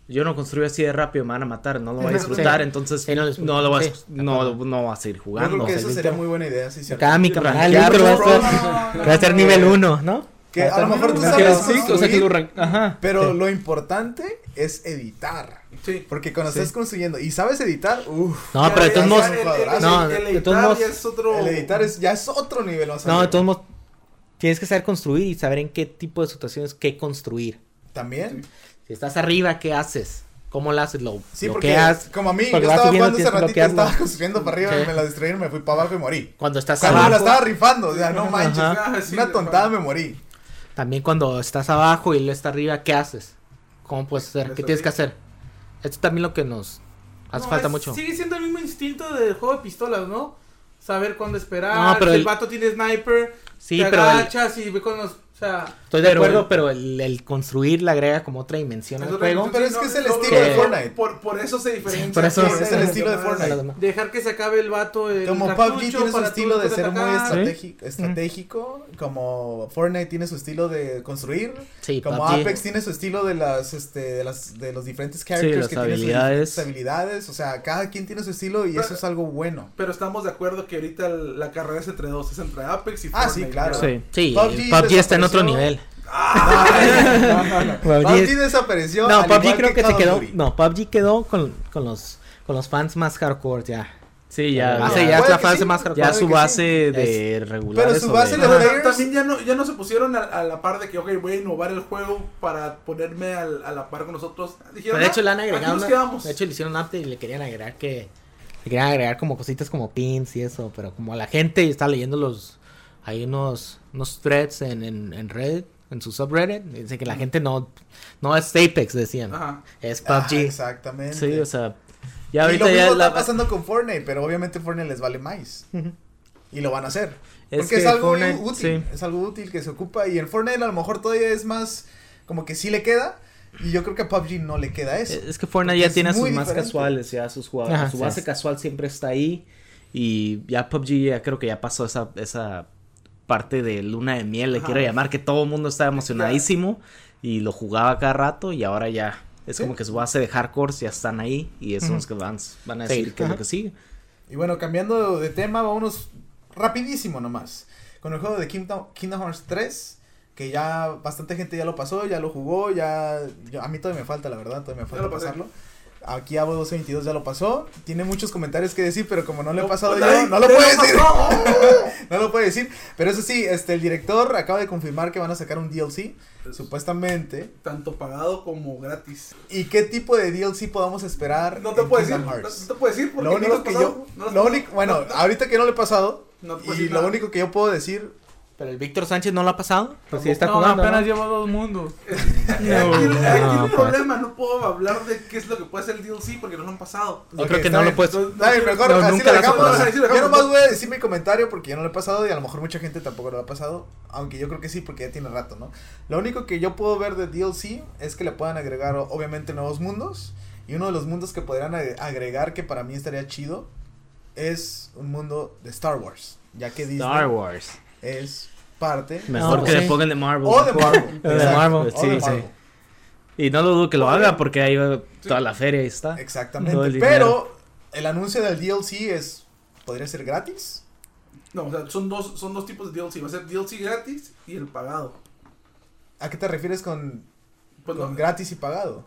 Speaker 2: Yo no construyo así de rápido, me van a matar, no lo voy a disfrutar,
Speaker 3: Sí.
Speaker 2: entonces
Speaker 3: Sí, no lo disfruto.
Speaker 2: no lo vas,
Speaker 3: Sí,
Speaker 2: no, no vas a seguir
Speaker 1: Yo creo
Speaker 2: jugando.
Speaker 1: que eso
Speaker 2: Sí.
Speaker 1: sería muy buena idea, sí, cierto.
Speaker 3: Cada mi canal
Speaker 2: Rankear,
Speaker 3: va a
Speaker 1: bro.
Speaker 3: ser-
Speaker 5: No, no,
Speaker 3: va a ser
Speaker 5: no.
Speaker 3: nivel 1, ¿no?
Speaker 1: Que a lo mejor tú
Speaker 6: no,
Speaker 1: sabes
Speaker 6: sí,
Speaker 1: construir,
Speaker 2: o sea, que lo ran- Ajá.
Speaker 1: pero lo importante es editar.
Speaker 6: Sí.
Speaker 1: Porque cuando estás construyendo y sabes editar, uff.
Speaker 3: No, Ah, pero de todos
Speaker 1: ya
Speaker 3: modos.
Speaker 1: sabes.
Speaker 3: no,
Speaker 6: No, el,
Speaker 3: de
Speaker 6: editar
Speaker 3: todos modos-
Speaker 6: ya es otro.
Speaker 1: El editar es, ya es otro nivel más
Speaker 3: No,
Speaker 1: arriba.
Speaker 3: de todos modos. Tienes que saber construir y saber en qué tipo de situaciones qué construir.
Speaker 1: También.
Speaker 3: Si estás arriba, ¿qué haces? cómo lo haces, lo
Speaker 1: Sí, porque
Speaker 3: bloqueas.
Speaker 1: como a mí, yo
Speaker 3: porque vas
Speaker 1: estaba
Speaker 3: subiendo,
Speaker 1: jugando ese
Speaker 3: tienes que
Speaker 1: ratito, estaba
Speaker 3: bloquearlo.
Speaker 1: construyendo para arriba,
Speaker 3: Sí.
Speaker 1: me la distrajeron, me fui para abajo y morí.
Speaker 3: Cuando estás
Speaker 1: Cuando me la
Speaker 3: abajo,
Speaker 1: estaba rifando, o sea, no manches,
Speaker 3: Ajá.
Speaker 4: Ah,
Speaker 6: ah,
Speaker 1: una- una tontada me morí.
Speaker 3: también cuando estás abajo y él está arriba, ¿qué haces? ¿Cómo puedes hacer? ¿Qué tienes que hacer? Esto también lo que nos hace
Speaker 4: No,
Speaker 3: falta
Speaker 4: es-
Speaker 3: mucho.
Speaker 4: Sigue siendo el mismo instinto del juego de pistolas, ¿no? Saber cuándo esperar.
Speaker 3: No, pero
Speaker 4: si el...
Speaker 3: el-
Speaker 4: vato tiene sniper.
Speaker 3: Sí,
Speaker 4: te
Speaker 3: pero el-
Speaker 4: agachas y ve con los. O sea,
Speaker 3: Estoy de
Speaker 2: Pero
Speaker 3: acuerdo,
Speaker 2: el-
Speaker 3: pero el, el construir le agrega como otra dimensión al
Speaker 5: otra
Speaker 3: juego.
Speaker 5: dimensión,
Speaker 1: Pero es que es el estilo de
Speaker 3: que-
Speaker 1: Fortnite.
Speaker 5: Por, por eso se diferencia.
Speaker 3: por eso-
Speaker 5: que
Speaker 1: Es el estilo de
Speaker 3: a
Speaker 5: demás.
Speaker 3: los
Speaker 1: Fortnite.
Speaker 3: demás.
Speaker 4: dejar que se acabe el vato. El
Speaker 1: Como
Speaker 4: cartucho
Speaker 1: PUBG tiene su
Speaker 4: para tú
Speaker 1: estilo de
Speaker 4: poder
Speaker 1: ser muy
Speaker 4: atacar.
Speaker 1: estratégico, estratégico, como Fortnite tiene su estilo de construir,
Speaker 3: Sí,
Speaker 1: como
Speaker 3: PUBG.
Speaker 1: Apex tiene su estilo de las este de las de los diferentes characters
Speaker 2: las
Speaker 1: que tienen sus
Speaker 2: habilidades.
Speaker 1: diferentes habilidades, o sea, cada quien tiene su estilo y eso es algo bueno.
Speaker 5: Pero estamos de acuerdo que ahorita el- la carrera es entre dos, es entre Apex y
Speaker 1: Ah,
Speaker 5: Fortnite.
Speaker 1: sí, claro.
Speaker 2: Sí.
Speaker 3: Sí,
Speaker 1: PUBG
Speaker 3: PUBG, está en otro
Speaker 1: desapareció. Ah,
Speaker 3: nivel.
Speaker 1: No, no, no.
Speaker 3: PUBG
Speaker 1: PUBG desapareció.
Speaker 3: No,
Speaker 1: al
Speaker 3: PUBG
Speaker 1: igual
Speaker 3: creo que,
Speaker 1: Call
Speaker 3: se
Speaker 1: of
Speaker 3: quedó.
Speaker 1: Duty.
Speaker 3: No, PUBG quedó con, con los con los fans más hardcore ya.
Speaker 2: Sí,
Speaker 3: La
Speaker 2: ya.
Speaker 3: base
Speaker 2: ya,
Speaker 3: Ah, ya es
Speaker 1: Puede
Speaker 3: la
Speaker 1: que
Speaker 3: fase
Speaker 1: sí,
Speaker 3: más
Speaker 1: puede
Speaker 3: hardcore.
Speaker 2: ya su
Speaker 1: que
Speaker 2: base de regulares.
Speaker 1: Pero su
Speaker 2: o
Speaker 1: base
Speaker 2: de-
Speaker 1: de-
Speaker 5: Pero
Speaker 1: Players-
Speaker 5: también ya no, ya no se pusieron a, a la par de que, ok, voy a innovar el juego para ponerme al- a la par con nosotros.
Speaker 3: Pero
Speaker 5: Dijeron,
Speaker 3: de hecho
Speaker 5: "No,
Speaker 3: le han
Speaker 5: aquí
Speaker 3: agregado.
Speaker 5: nos
Speaker 3: una-
Speaker 5: quedamos.
Speaker 3: de hecho le hicieron un update y le querían agregar que le querían agregar como cositas como pins y eso, pero como la gente está leyendo los hay unos unos threads en en, en Reddit, en su subreddit, dice que la gente no no es Apex decían,
Speaker 5: Ajá.
Speaker 3: es
Speaker 1: Ah,
Speaker 3: PUBG.
Speaker 1: exactamente.
Speaker 2: Sí, o sea.
Speaker 1: Y
Speaker 2: Ya ahorita
Speaker 1: lo
Speaker 2: ya
Speaker 1: mismo
Speaker 2: la
Speaker 1: está pasando con Fortnite, pero obviamente Fortnite les vale más. Y lo van a hacer.
Speaker 2: Es
Speaker 1: porque es
Speaker 2: que
Speaker 1: algo
Speaker 2: Fortnite,
Speaker 1: útil. Es algo útil que se ocupa. Y en Fortnite a lo mejor todavía es más. Como que sí le queda. Y yo creo que a PUBG no le queda eso.
Speaker 2: Es que Fortnite
Speaker 1: Porque
Speaker 2: ya
Speaker 1: es
Speaker 2: tiene a sus
Speaker 1: muy
Speaker 2: más
Speaker 1: diferente.
Speaker 2: casuales, ya sus jugadores.
Speaker 3: Ajá,
Speaker 2: su
Speaker 3: sí.
Speaker 2: base casual siempre está ahí. Y ya PUBG ya creo que ya pasó esa, esa parte de luna de miel, le quiero llamar, que todo el mundo estaba emocionadísimo y lo jugaba cada rato y ahora ya es como que su base de hardcore ya están ahí y esos son los que van, van a
Speaker 3: Sí.
Speaker 2: decir que es lo
Speaker 3: Ajá.
Speaker 2: que sigue.
Speaker 1: Y bueno, cambiando de tema, vámonos rapidísimo nomás. Con el juego de Kingdom, Kingdom Hearts 3. Que ya bastante gente ya lo pasó, ya lo jugó, ya... yo- a mí todavía me falta, la verdad, todavía me falta
Speaker 5: lo pasé.
Speaker 1: pasarlo. Aquí Abo 1222 ya lo pasó. Tiene muchos comentarios que decir, pero como no lo he
Speaker 5: No,
Speaker 1: pasado
Speaker 5: ay,
Speaker 1: yo, no lo
Speaker 5: te
Speaker 1: puedo
Speaker 5: lo
Speaker 1: decir.
Speaker 5: pasó.
Speaker 1: no lo puede decir. Pero eso sí, este, el director acaba de confirmar que van a sacar un DLC,
Speaker 5: Pues-
Speaker 1: supuestamente.
Speaker 5: Tanto pagado como gratis.
Speaker 1: ¿Y qué tipo de DLC podamos esperar?
Speaker 5: No te
Speaker 1: en
Speaker 5: puedo decir.
Speaker 1: Kingdom
Speaker 5: No,
Speaker 1: Hearts?
Speaker 5: no te puedo decir porque
Speaker 1: Lo
Speaker 5: no lo
Speaker 1: único
Speaker 5: has
Speaker 1: que
Speaker 5: pasado,
Speaker 1: yo,
Speaker 5: no lo has
Speaker 1: lo
Speaker 5: pasado.
Speaker 1: único, bueno, ahorita que no lo he pasado
Speaker 5: No te puedo
Speaker 1: y
Speaker 5: decir
Speaker 1: lo
Speaker 5: nada.
Speaker 1: único que yo puedo decir,
Speaker 3: Pero el Víctor Sánchez no lo ha pasado, pues sí está
Speaker 4: No,
Speaker 3: jugando.
Speaker 4: apenas
Speaker 3: ¿no?
Speaker 4: llevo dos mundos.
Speaker 5: Aquí, aquí
Speaker 3: No,
Speaker 5: el
Speaker 3: pues.
Speaker 5: problema, no puedo hablar de qué es lo que puede ser el DLC porque no lo han pasado.
Speaker 3: Yo
Speaker 1: Ok,
Speaker 3: creo que
Speaker 1: está
Speaker 3: no
Speaker 1: bien.
Speaker 3: lo puedes.
Speaker 5: Entonces,
Speaker 1: está bien, mejor
Speaker 3: No,
Speaker 1: así
Speaker 3: nunca
Speaker 1: lo
Speaker 3: las
Speaker 1: dejamos.
Speaker 5: he pasado, así lo
Speaker 1: Yo
Speaker 5: dejamos.
Speaker 1: nomás voy a decir mi comentario porque yo no lo he pasado y a lo mejor mucha gente tampoco lo ha pasado, aunque yo creo que sí porque ya tiene rato, ¿no? Lo único que yo puedo ver de DLC es que le puedan agregar o- obviamente nuevos mundos y uno de los mundos que podrían ag- agregar que para mí estaría chido es un mundo de Star Wars, ya que Disney
Speaker 2: Star Wars.
Speaker 1: es parte
Speaker 2: Mejor
Speaker 3: pues
Speaker 2: que le
Speaker 3: sí.
Speaker 2: pongan de Marvel.
Speaker 1: o de Marvel.
Speaker 3: De
Speaker 1: exacto,
Speaker 3: Marvel,
Speaker 1: o
Speaker 2: sí,
Speaker 1: de
Speaker 2: sí. Y no lo dudo que lo haga porque ahí va toda la feria ahí está. Todo
Speaker 1: Exactamente.
Speaker 2: el
Speaker 1: Pero el anuncio del DLC es. ¿Podría ser gratis?
Speaker 5: No, o sea, son dos, son dos tipos de DLC. Va a ser DLC gratis y el pagado.
Speaker 1: ¿A qué te refieres con,
Speaker 5: Pues
Speaker 1: con
Speaker 5: no,
Speaker 1: gratis y pagado?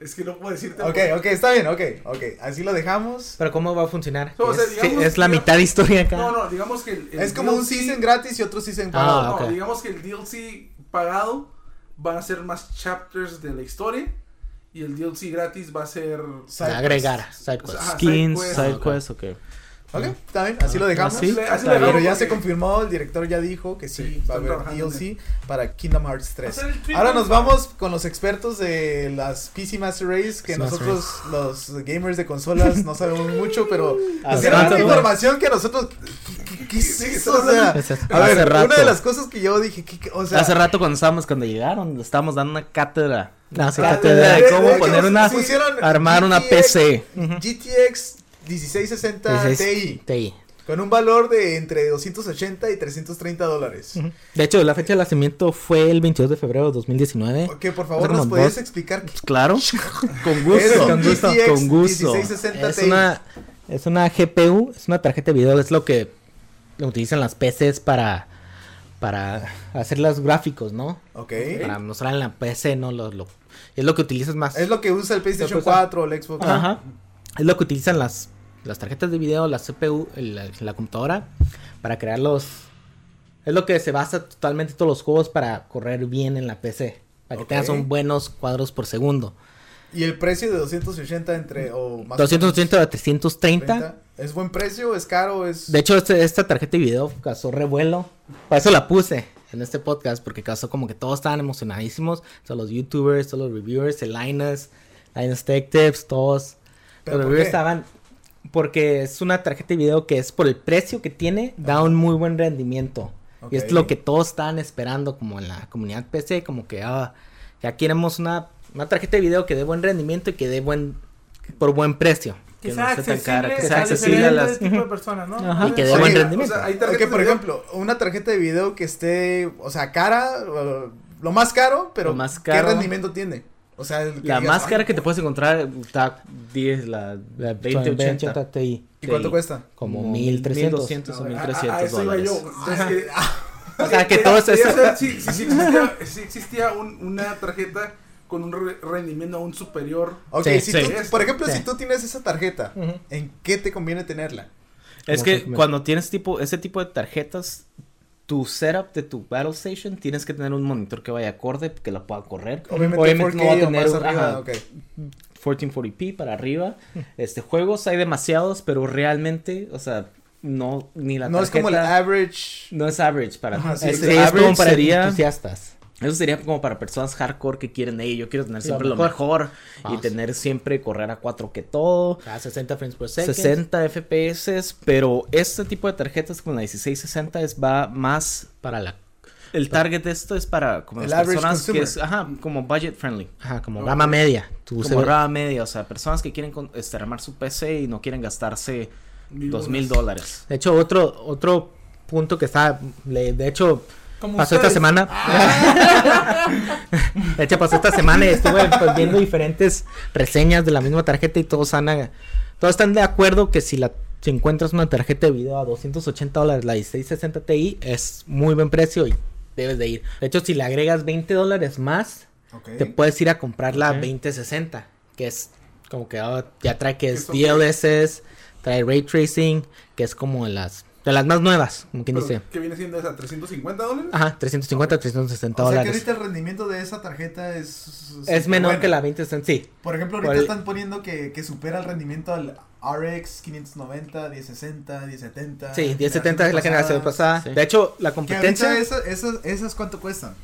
Speaker 5: es que no puedo decirte.
Speaker 1: Ok, ok, está bien, ok, ok. Así lo dejamos.
Speaker 3: Pero cómo va a funcionar?
Speaker 5: O sea,
Speaker 3: es, sí,
Speaker 5: digamos-
Speaker 3: es la mitad de historia acá.
Speaker 5: No, no, digamos que el, el
Speaker 1: Es como un
Speaker 5: DLC
Speaker 1: season gratis y otro season
Speaker 3: Ah,
Speaker 1: pagado.
Speaker 5: No,
Speaker 3: ok.
Speaker 5: digamos que el DLC pagado van a ser más chapters de la historia y el DLC gratis va a ser...
Speaker 2: Ah,
Speaker 1: Side quest.
Speaker 3: agregar, side quest.
Speaker 5: Ajá,
Speaker 2: Skins,
Speaker 5: side quest.
Speaker 2: side quest, ok.
Speaker 1: Ok, está bien, así lo dejamos.
Speaker 2: así,
Speaker 5: Así
Speaker 2: Ah, está
Speaker 5: le
Speaker 2: bien.
Speaker 1: Pero ya
Speaker 5: Porque-
Speaker 1: se confirmó, el director ya dijo que sí,
Speaker 5: Sí,
Speaker 1: va a
Speaker 5: están
Speaker 1: haber
Speaker 5: trabajando
Speaker 1: DLC
Speaker 5: en
Speaker 1: para Kingdom Hearts 3.
Speaker 4: Hacer el tweet,
Speaker 1: Ahora
Speaker 4: ¿no?
Speaker 1: nos vamos con los expertos de las PC Master Race, que
Speaker 3: PC Master
Speaker 1: nosotros los gamers de consolas no sabemos mucho, pero
Speaker 2: Hace
Speaker 1: nos dieron
Speaker 2: rato,
Speaker 1: una
Speaker 2: güey.
Speaker 1: información que nosotros... ¿Qué, qué- qué es eso? O sea,
Speaker 3: Es eso.
Speaker 1: a
Speaker 2: Hace
Speaker 1: ver,
Speaker 2: rato.
Speaker 1: una de las cosas que yo dije, que, que- o sea...
Speaker 2: Hace rato cuando estábamos, cuando llegaron, le estábamos dando una cátedra.
Speaker 3: No, sí,
Speaker 1: Ah,
Speaker 3: te-
Speaker 2: de-
Speaker 1: de-
Speaker 2: cómo
Speaker 1: de hecho,
Speaker 2: poner una-
Speaker 1: pusieron
Speaker 2: Armar una
Speaker 1: GTX
Speaker 2: PC.
Speaker 1: GTX 1660
Speaker 3: Dices,
Speaker 1: Ti
Speaker 3: TI.
Speaker 1: con un valor de entre 280 y 330 dólares.
Speaker 3: De hecho, la fecha de nacimiento fue el 22 de febrero de 2019.
Speaker 1: Ok, por favor,
Speaker 3: Otro
Speaker 1: ¿nos
Speaker 3: con
Speaker 1: podías
Speaker 3: dos.
Speaker 1: explicar qué
Speaker 2: Claro. Con
Speaker 1: es
Speaker 2: gusto.
Speaker 1: un
Speaker 2: Con gusto.
Speaker 1: GTX
Speaker 2: Con gusto.
Speaker 1: 1660
Speaker 3: Es
Speaker 1: Ti?
Speaker 3: una, es una GPU, es una tarjeta de video, es lo que utilizan las PCs para, para hacer los gráficos, ¿no?
Speaker 1: Ok.
Speaker 3: Para mostrar en la PC, ¿no? Lo, lo- es lo que utilizas más.
Speaker 1: Es lo que usa el PlayStation
Speaker 3: Lo que usa.
Speaker 1: 4 o el Xbox.
Speaker 3: Ajá. Es lo que utilizan las, las tarjetas de video, la CPU, el- la, la computadora, para crear los... Es lo que se basa totalmente todos los juegos para correr bien en la PC. Para que
Speaker 1: Ok.
Speaker 3: tengas un buenos cuadros por segundo.
Speaker 1: Y el precio de 280 entre o más o menos
Speaker 3: 280 a 330.
Speaker 1: 30, ¿Es buen precio? ¿Es caro? ¿Es
Speaker 3: De hecho, este- esta tarjeta de video causó revuelo. Para eso la puse en este podcast, porque causó como que todos estaban emocionadísimos. Todos los youtubers, todos los reviewers, el Linus, Linus Tech Tips, todos.
Speaker 1: ¿Pero
Speaker 3: Los
Speaker 1: por
Speaker 3: reviewers
Speaker 1: qué?
Speaker 3: estaban... Porque es una tarjeta de video que es por el precio que tiene, da un muy buen rendimiento. Y es
Speaker 1: Ok.
Speaker 3: lo que todos estaban esperando, como en la comunidad PC, como que ah, ya queremos una, una tarjeta de video que dé buen rendimiento y que dé buen por buen precio.
Speaker 2: Que
Speaker 4: Que
Speaker 2: no
Speaker 4: sea
Speaker 2: esté tan cara, que
Speaker 4: accesible, que
Speaker 2: sea
Speaker 4: sea
Speaker 2: accesible a las-
Speaker 4: tipo de personas, ¿no?
Speaker 3: Ajá. Y que de
Speaker 1: Oye,
Speaker 3: buen
Speaker 1: o
Speaker 5: O
Speaker 3: rendimiento.
Speaker 5: sea, hay tarjetas
Speaker 1: que por
Speaker 5: de video-
Speaker 1: ejemplo, una tarjeta de video que esté, o sea, cara, o- lo más caro, pero
Speaker 2: Lo más
Speaker 1: ¿qué
Speaker 2: caro.
Speaker 1: rendimiento tiene? O sea, el que
Speaker 2: La
Speaker 1: digas,
Speaker 2: máscara
Speaker 1: "Ay,
Speaker 2: que te puedes encontrar está 10, la,
Speaker 3: La
Speaker 2: 2080.
Speaker 3: 2080 Ti.
Speaker 1: ¿Y cuánto
Speaker 2: Sí.
Speaker 1: cuesta?
Speaker 3: Como
Speaker 2: Como
Speaker 3: 1300.
Speaker 2: 1200 o
Speaker 5: A- Ah, a-
Speaker 2: 1300
Speaker 5: A,
Speaker 2: dólares.
Speaker 5: eso iba yo. Entonces, que-
Speaker 3: O sea, que todo
Speaker 5: Quería
Speaker 3: eso.
Speaker 5: saber Si, si- si existía, si existía un- una tarjeta con un re- rendimiento aún superior.
Speaker 1: Ok,
Speaker 2: Sí,
Speaker 1: si
Speaker 2: sí.
Speaker 1: tú- por ejemplo,
Speaker 3: Sí.
Speaker 1: si tú tienes esa tarjeta, ¿en qué te conviene tenerla?
Speaker 2: Es
Speaker 3: Como
Speaker 2: que
Speaker 3: segmento.
Speaker 2: cuando tienes tipo ese tipo de tarjetas, tu setup de tu Battle Station tienes que tener un monitor que vaya acorde, que la pueda correr.
Speaker 1: Obviamente, 4K
Speaker 2: no va a
Speaker 1: o
Speaker 2: tener
Speaker 1: más
Speaker 2: un-
Speaker 1: arriba,
Speaker 2: ajá,
Speaker 1: ok. Hmm.
Speaker 2: 1440p para arriba. Este juegos hay demasiados, pero realmente, o sea, no ni la
Speaker 1: No es como el
Speaker 2: tarjeta-
Speaker 1: average.
Speaker 2: no es average para este,
Speaker 1: Ajá, sí,
Speaker 2: ese
Speaker 3: Sí, es
Speaker 2: average
Speaker 3: como para
Speaker 2: sería-
Speaker 3: entusiastas.
Speaker 2: eso sería como para personas hardcore que quieren, hey, yo quiero tener
Speaker 3: Lo
Speaker 2: siempre lo
Speaker 3: mejor".
Speaker 2: mejor, y
Speaker 3: Vamos.
Speaker 2: tener siempre correr a 4 que todo.
Speaker 3: A 60 frames por
Speaker 2: 60 FPS, pero este tipo de tarjetas como la 1660 es va más
Speaker 3: Para la.
Speaker 2: el target de esto es para como
Speaker 1: El
Speaker 2: las
Speaker 1: average
Speaker 2: personas
Speaker 1: consumer.
Speaker 2: que es ajá, como budget friendly.
Speaker 3: Ajá, como gama media. Tu
Speaker 2: Como
Speaker 3: celular-
Speaker 2: rama media, o sea, personas que quieren con- este, armar su PC y no quieren gastarse
Speaker 5: Mil
Speaker 2: dos mil dólares.
Speaker 3: De hecho, otro, otro punto que está. le- de hecho,
Speaker 4: Como
Speaker 3: pasó
Speaker 4: ustedes.
Speaker 3: esta semana. de hecho, pasó esta semana y estuve pues, viendo diferentes reseñas de la misma tarjeta y todos han, a- todos están de acuerdo que si la si encuentras una tarjeta de video a 280 dólares, la 1660 Ti es muy buen precio y debes de ir. De hecho, si le agregas 20 dólares más,
Speaker 1: ok.
Speaker 3: te puedes ir a comprar la
Speaker 2: Ok.
Speaker 3: 2060, que es como que ah, ya trae que es
Speaker 5: Eso,
Speaker 3: DLSS, trae ray tracing, que es como de las de las más nuevas, como quien
Speaker 5: Pero,
Speaker 3: dice. Ah,
Speaker 5: ¿Qué viene siendo esa? ¿350 dólares?
Speaker 3: Ajá, 350, 360
Speaker 1: O sea, que
Speaker 3: dólares.
Speaker 1: ahorita el rendimiento de esa tarjeta es.
Speaker 3: Es menor
Speaker 1: bueno.
Speaker 3: que la 2060, sí.
Speaker 1: Por ejemplo, ahorita
Speaker 3: ¿Cuál?
Speaker 1: están poniendo que, que supera el rendimiento al RX 590, 1060, 1070.
Speaker 3: Sí, 1070 es la generación pasada.
Speaker 2: Sí.
Speaker 3: De hecho, la
Speaker 1: Que ahorita
Speaker 3: competencia,
Speaker 1: esas, esas, esas cuánto cuestan.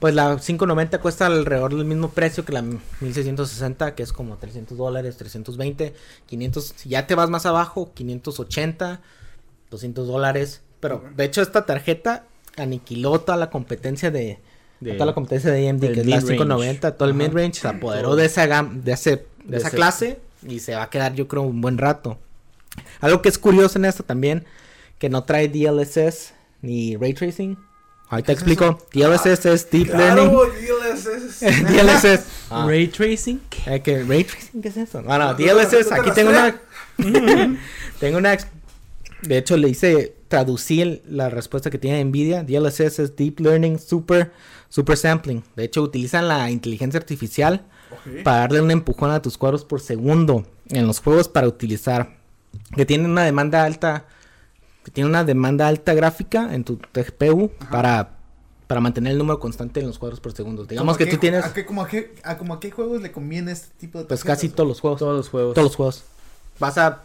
Speaker 3: pues la 590 cuesta alrededor del mismo precio que la 1660, que es como 300 dólares, 320, 500, si ya te vas más abajo, 580, 200 dólares. Pero de hecho, esta tarjeta aniquiló toda la competencia de,
Speaker 2: De-
Speaker 3: toda la competencia de AMD,
Speaker 2: del
Speaker 3: que es la
Speaker 2: mid-range.
Speaker 3: 590, todo el
Speaker 2: Ajá.
Speaker 3: midrange, se apoderó
Speaker 2: Todo.
Speaker 3: de esa, gam- de, ese- de
Speaker 2: De
Speaker 3: esa
Speaker 2: ese-
Speaker 3: clase y se va a quedar, yo creo, un buen rato. Algo que es curioso en esta también, que no trae DLSS ni ray tracing. Ahí te explico. DLSS es Deep
Speaker 5: Claro, DLSS.
Speaker 3: Learning. DLSS.
Speaker 2: Ray tracing.
Speaker 3: Eh, ¿qué? ¿Ray tracing? ¿Qué es eso? No, no,
Speaker 5: No, no, no, no
Speaker 3: DLSS.
Speaker 5: te
Speaker 3: Aquí
Speaker 5: las
Speaker 3: tengo
Speaker 5: creas.
Speaker 3: una. tengo una. ex- De hecho, le hice. Traducí el- la respuesta que tiene NVIDIA. DLSS es Deep Learning Super, super Sampling. De hecho, utilizan la inteligencia artificial
Speaker 5: Ok.
Speaker 3: para darle un empujón a tus cuadros por segundo en los juegos para utilizar. Que tiene una demanda alta, que tiene una demanda alta gráfica en tu GPU para, para mantener el número constante en los cuadros por segundo. Digamos
Speaker 1: ¿Como
Speaker 3: que
Speaker 1: a
Speaker 3: tú
Speaker 1: qué-
Speaker 3: tienes
Speaker 1: A qué, como, a qué, a como a qué juegos le conviene este tipo de
Speaker 3: pues
Speaker 1: tarjetas,
Speaker 3: casi
Speaker 1: güey?
Speaker 3: todos los juegos.
Speaker 2: Todos los juegos.
Speaker 3: Todos los juegos. Vas a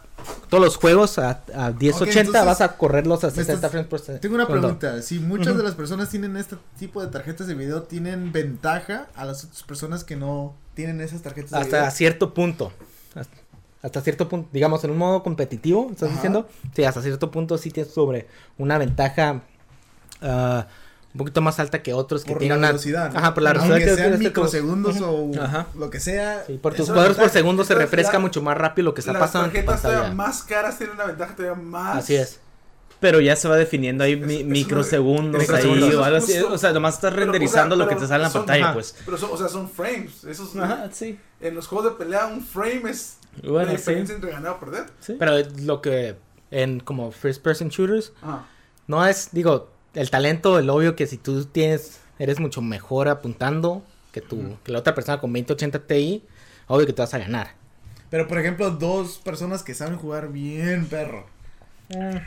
Speaker 3: todos los juegos a, a 1080
Speaker 1: entonces,
Speaker 3: vas a correrlos a 60
Speaker 1: estás-
Speaker 3: frames por segundo.
Speaker 1: Tengo una pregunta. Si muchas de las personas tienen este tipo de tarjetas de video, ¿tienen ventaja a las otras personas que no tienen esas tarjetas de
Speaker 3: hasta
Speaker 1: video?
Speaker 3: cierto punto. Hasta, hasta cierto punto, digamos, en un modo competitivo, ¿estás
Speaker 1: Ajá.
Speaker 3: diciendo? Sí, hasta cierto punto sí tienes sobre una ventaja ah, un poquito más alta que otros que
Speaker 1: Por
Speaker 3: tienen
Speaker 1: la
Speaker 3: una...
Speaker 1: velocidad. ¿no?
Speaker 3: Ajá, por la velocidad
Speaker 1: Aunque
Speaker 3: que este
Speaker 1: sean
Speaker 3: tienes que-
Speaker 1: microsegundos o
Speaker 2: Ajá.
Speaker 1: lo que sea.
Speaker 3: Sí, por
Speaker 1: eso
Speaker 3: tus
Speaker 1: es
Speaker 3: cuadros por
Speaker 1: ventaja.
Speaker 3: segundo se
Speaker 5: Entonces,
Speaker 3: refresca
Speaker 5: la-
Speaker 3: mucho más rápido lo que está
Speaker 5: Las
Speaker 3: pasando en tu
Speaker 5: tarjetas todavía
Speaker 3: pantalla.
Speaker 5: más caras tienen una ventaja todavía más.
Speaker 3: Así es.
Speaker 2: Pero ya se va definiendo ahí mi-
Speaker 5: es una-
Speaker 2: microsegundos
Speaker 5: es
Speaker 2: ahí
Speaker 5: microsegundos,
Speaker 2: o algo
Speaker 5: es
Speaker 2: así.
Speaker 5: justo.
Speaker 2: O sea, nomás estás
Speaker 5: Pero,
Speaker 2: renderizando
Speaker 5: o sea,
Speaker 2: lo que
Speaker 5: pero
Speaker 2: te sale en la
Speaker 5: son-
Speaker 2: pantalla,
Speaker 5: ajá.
Speaker 2: pues.
Speaker 5: Pero son, o sea, son frames. Esos,
Speaker 4: Ah,
Speaker 2: Ajá, sí.
Speaker 5: En los juegos de pelea, un frame es la
Speaker 2: Bueno, sí.
Speaker 5: diferencia entre ganar o perder.
Speaker 2: sí.
Speaker 3: Pero lo que en como first person shooters
Speaker 5: Ajá.
Speaker 3: No es, digo, el talento, el obvio que si tú tienes, eres mucho mejor apuntando que tú, que la otra persona con 2080 Ti, obvio que te vas a ganar.
Speaker 1: Pero por ejemplo, dos personas que saben jugar bien, perro.
Speaker 3: La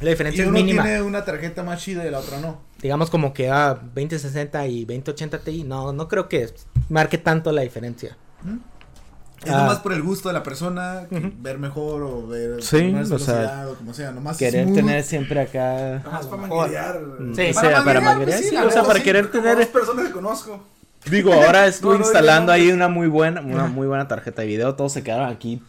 Speaker 1: Y
Speaker 3: diferencia es
Speaker 1: uno
Speaker 3: mínima.
Speaker 1: tiene una tarjeta más chida y la otra no.
Speaker 3: Digamos como que a 2060 y 2080 Ti, no, no creo que marque tanto la diferencia.
Speaker 1: Es
Speaker 3: Ah.
Speaker 1: nomás por el gusto de la persona, que- ver mejor o ver
Speaker 2: Sí,
Speaker 1: tener más
Speaker 2: o sea,
Speaker 1: velocidad o como sea, nomás
Speaker 2: Querer
Speaker 1: smooth.
Speaker 2: tener siempre acá.
Speaker 6: Más para manguear.
Speaker 2: Sí,
Speaker 3: Sí.
Speaker 2: sea, para manguear, Ah, Mm. sí, o sea, para querer tener.
Speaker 6: Dos personas que conozco.
Speaker 2: Digo, ahora estuve
Speaker 6: No, no,
Speaker 2: instalando
Speaker 6: no, no.
Speaker 2: ahí una muy buena, una muy buena tarjeta de video. Todos se quedaron aquí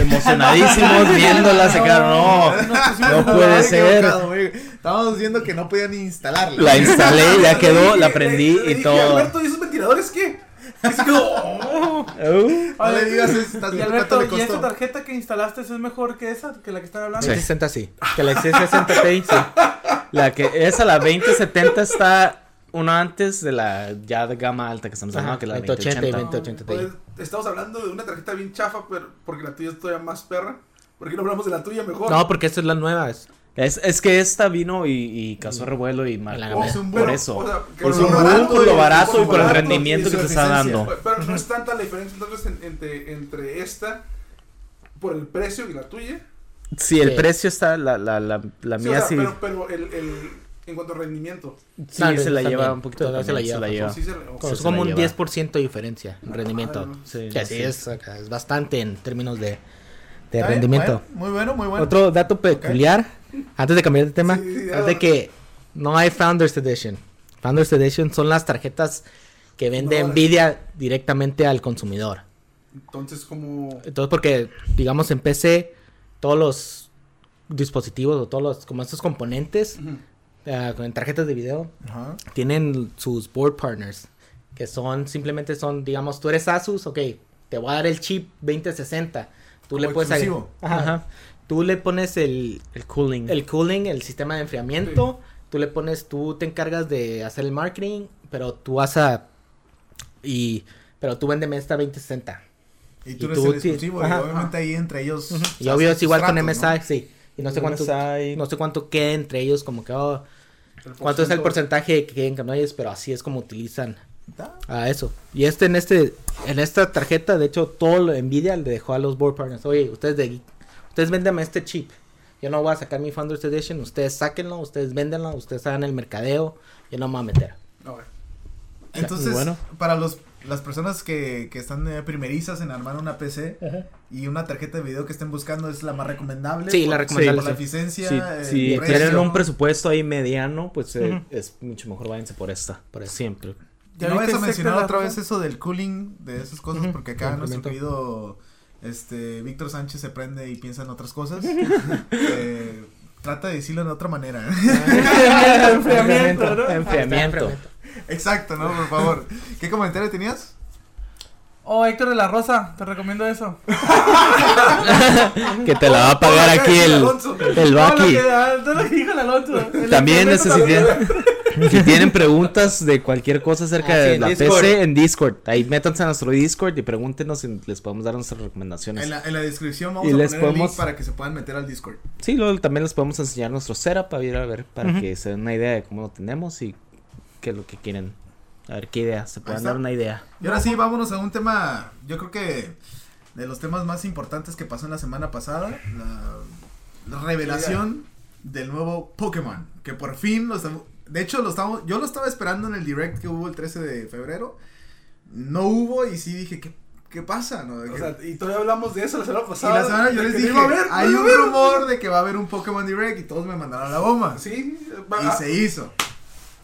Speaker 2: emocionadísimos viéndola. Se quedaron, no,
Speaker 4: pues
Speaker 2: no puede
Speaker 1: Ay, qué
Speaker 2: ser.
Speaker 1: bocado, güey. Estábamos viendo que no podían ni instalarla.
Speaker 2: La instalé, ya quedó, la prendí
Speaker 6: Le- le
Speaker 2: y
Speaker 6: dije,
Speaker 2: todo.
Speaker 6: Alberto, ¿y esos ventiladores qué? Y se quedó, "Oh".
Speaker 2: Uh,
Speaker 1: No le digas, es- estás
Speaker 4: Y
Speaker 1: viendo cuánto
Speaker 4: Alberto,
Speaker 1: le
Speaker 4: ¿y esta
Speaker 1: costó.
Speaker 4: tarjeta que instalaste es mejor que esa, que la que están hablando?
Speaker 2: Sí.
Speaker 3: 60 sí. Que la C60 Ti sí.
Speaker 2: La que esa, la 2070 está uno antes de la ya de gama alta que estamos hablando,
Speaker 3: Ajá,
Speaker 2: que la
Speaker 3: 2080 y
Speaker 2: 2080.
Speaker 3: 2080
Speaker 6: Pues,
Speaker 3: Ti.
Speaker 6: Estamos hablando de una tarjeta bien chafa, pero porque la tuya es todavía más perra. ¿Por qué no hablamos de la tuya mejor?
Speaker 3: No, porque esta es la nueva. es-
Speaker 2: Es, es que esta vino y, y causó revuelo y marcó
Speaker 3: Mm, gama. Es
Speaker 1: un
Speaker 2: por
Speaker 6: boom.
Speaker 2: eso.
Speaker 6: O sea, que
Speaker 2: por
Speaker 6: es
Speaker 2: su
Speaker 6: un
Speaker 2: boom,
Speaker 6: barato,
Speaker 2: por
Speaker 6: es
Speaker 2: lo
Speaker 6: un
Speaker 2: barato y por el
Speaker 6: barato,
Speaker 2: rendimiento
Speaker 1: sí,
Speaker 2: que te
Speaker 1: su
Speaker 2: está
Speaker 1: eficiencia.
Speaker 2: dando.
Speaker 6: Pero no es tanta la diferencia entonces en- entre, entre esta por el precio y la tuya.
Speaker 2: Sí, el
Speaker 3: Sí.
Speaker 2: precio está, la, la, la, la
Speaker 6: Sí, o
Speaker 2: mía
Speaker 6: sea,
Speaker 2: sí,
Speaker 6: Pero, pero el, el- en cuanto a rendimiento,
Speaker 2: sí
Speaker 3: Tal vez
Speaker 2: se la
Speaker 3: también,
Speaker 2: lleva un poquito.
Speaker 3: todavía se la
Speaker 2: también,
Speaker 3: lleva,
Speaker 6: sí se re-
Speaker 3: Como,
Speaker 2: se
Speaker 3: como
Speaker 2: la
Speaker 3: un
Speaker 2: lleva.
Speaker 3: 10% de diferencia en rendimiento.
Speaker 6: madre, ¿no?
Speaker 2: Sí,
Speaker 3: Que así
Speaker 2: sí.
Speaker 3: es, acá, es bastante en términos de, de
Speaker 1: Está bien,
Speaker 3: rendimiento.
Speaker 1: bueno, muy bueno, muy bueno.
Speaker 3: Otro dato peculiar, antes de cambiar de tema,
Speaker 6: Sí, sí,
Speaker 3: es de
Speaker 6: ya.
Speaker 3: que no hay Founders Edition. Founders Edition son las tarjetas que vende
Speaker 6: No, vale.
Speaker 3: Nvidia directamente al consumidor.
Speaker 6: Entonces, como.
Speaker 3: Entonces, porque, digamos, en PC, todos los dispositivos o todos los, como estos componentes,
Speaker 6: Ujú.
Speaker 3: ah, en tarjetas de video,
Speaker 1: Ajá.
Speaker 3: tienen sus board partners, que son simplemente son, digamos, tú eres Asus, ok, te voy a dar el chip 2060. Tú
Speaker 1: Como
Speaker 3: le puedes agre-
Speaker 1: exclusivo.
Speaker 3: Ajá. Tú le pones el,
Speaker 2: El cooling.
Speaker 3: el cooling, el sistema de enfriamiento, tú le pones, tú te encargas de hacer el marketing, pero tú vas a y pero tú véndeme esta 2060.
Speaker 1: Y tú
Speaker 3: Y
Speaker 1: eres
Speaker 3: tú
Speaker 1: el
Speaker 3: sí,
Speaker 1: exclusivo, y
Speaker 3: ajá.
Speaker 1: obviamente ahí entre ellos.
Speaker 3: Y obvio es igual con MSI,
Speaker 1: MSI
Speaker 3: sí. Y no sé cuánto
Speaker 2: MSI.
Speaker 3: no sé cuánto queda entre ellos como que oh,
Speaker 6: el
Speaker 3: cuánto es el
Speaker 6: porcentaje.
Speaker 3: porcentaje que queden con ellos, pero así es como utilizan a eso. Y este en este en esta tarjeta, de hecho, todo lo Nvidia le dejó a los board partners. Oye, ustedes de ustedes véndanme este chip. Yo no voy a sacar mi Founders Edition, ustedes sáquenlo, ustedes véndanlo, ustedes hagan el mercadeo, yo no me voy a meter.
Speaker 6: Ok.
Speaker 1: Entonces,
Speaker 3: muy bueno.
Speaker 1: para los, las personas que, que están eh, primerizas en armar una PC y una tarjeta de video que estén buscando, es la más recomendable.
Speaker 3: Sí, la
Speaker 1: por-
Speaker 3: recomendable,
Speaker 1: Por la
Speaker 3: sí.
Speaker 1: eficiencia. eh,
Speaker 2: si
Speaker 1: el
Speaker 4: eh,
Speaker 2: si
Speaker 1: precio.
Speaker 2: tienen un presupuesto ahí mediano, pues eh, es mucho mejor váyanse por esta, por siempre.
Speaker 1: Ya no
Speaker 4: ¿Ya
Speaker 1: vayas
Speaker 4: viste
Speaker 1: a
Speaker 4: el
Speaker 1: mencionar
Speaker 4: sector
Speaker 1: otra
Speaker 4: de la
Speaker 1: vez eso del cooling, de esas cosas,
Speaker 3: Ujú,
Speaker 1: porque acá nuestro
Speaker 3: complemento.
Speaker 1: querido este, Víctor Sánchez se prende y piensa en otras cosas. Eh, trata de decirlo de otra manera.
Speaker 4: enfriamiento, ¿no?
Speaker 2: Enfriamiento.
Speaker 1: Exacto, ¿no? Por favor. ¿Qué comentario tenías?
Speaker 4: Oh, Héctor de la Rosa, te recomiendo eso.
Speaker 2: Que te la va a pagar aquí el, el
Speaker 4: Todo lo
Speaker 2: Baki.
Speaker 4: que- ah, todo lo que dijo el Alonso. El
Speaker 2: También
Speaker 4: experimento
Speaker 2: este, si tienen, si tienen preguntas de cualquier cosa acerca
Speaker 3: Ah, sí,
Speaker 2: de
Speaker 3: en
Speaker 2: la
Speaker 3: Discord.
Speaker 2: PC en Discord, ahí métanse a nuestro Discord y pregúntenos si les podemos dar nuestras recomendaciones.
Speaker 1: En la, en la descripción vamos
Speaker 2: Y
Speaker 1: a poner
Speaker 2: les
Speaker 1: el link
Speaker 2: podemos-
Speaker 1: para que se puedan meter al Discord.
Speaker 2: Sí, luego también les podemos enseñar nuestro setup para ir a ver, para que se den una idea de cómo lo tenemos y qué es lo que quieren. A ver qué idea, se puedan
Speaker 1: está.
Speaker 2: dar una idea.
Speaker 1: Y ahora sí, vámonos a un tema, yo creo que de los temas más importantes que pasó en la semana pasada, la, la revelación del nuevo Pokémon, que por fin lo estamos, de hecho lo estamos, yo lo estaba esperando en el direct que hubo el 13 de febrero, no hubo y sí dije, ¿qué, qué pasa? No, de
Speaker 6: O
Speaker 1: que-
Speaker 6: sea, y todavía hablamos de eso la semana
Speaker 1: Eh, y
Speaker 6: pasada.
Speaker 1: la semana yo
Speaker 6: de
Speaker 1: les
Speaker 6: que
Speaker 1: dije,
Speaker 6: no iba a haber, no
Speaker 1: hay
Speaker 6: iba a
Speaker 1: un
Speaker 6: haber".
Speaker 1: rumor de que va a haber un Pokémon Direct y todos me mandaron la bomba.
Speaker 6: Sí,
Speaker 1: Y
Speaker 6: va-
Speaker 1: se hizo.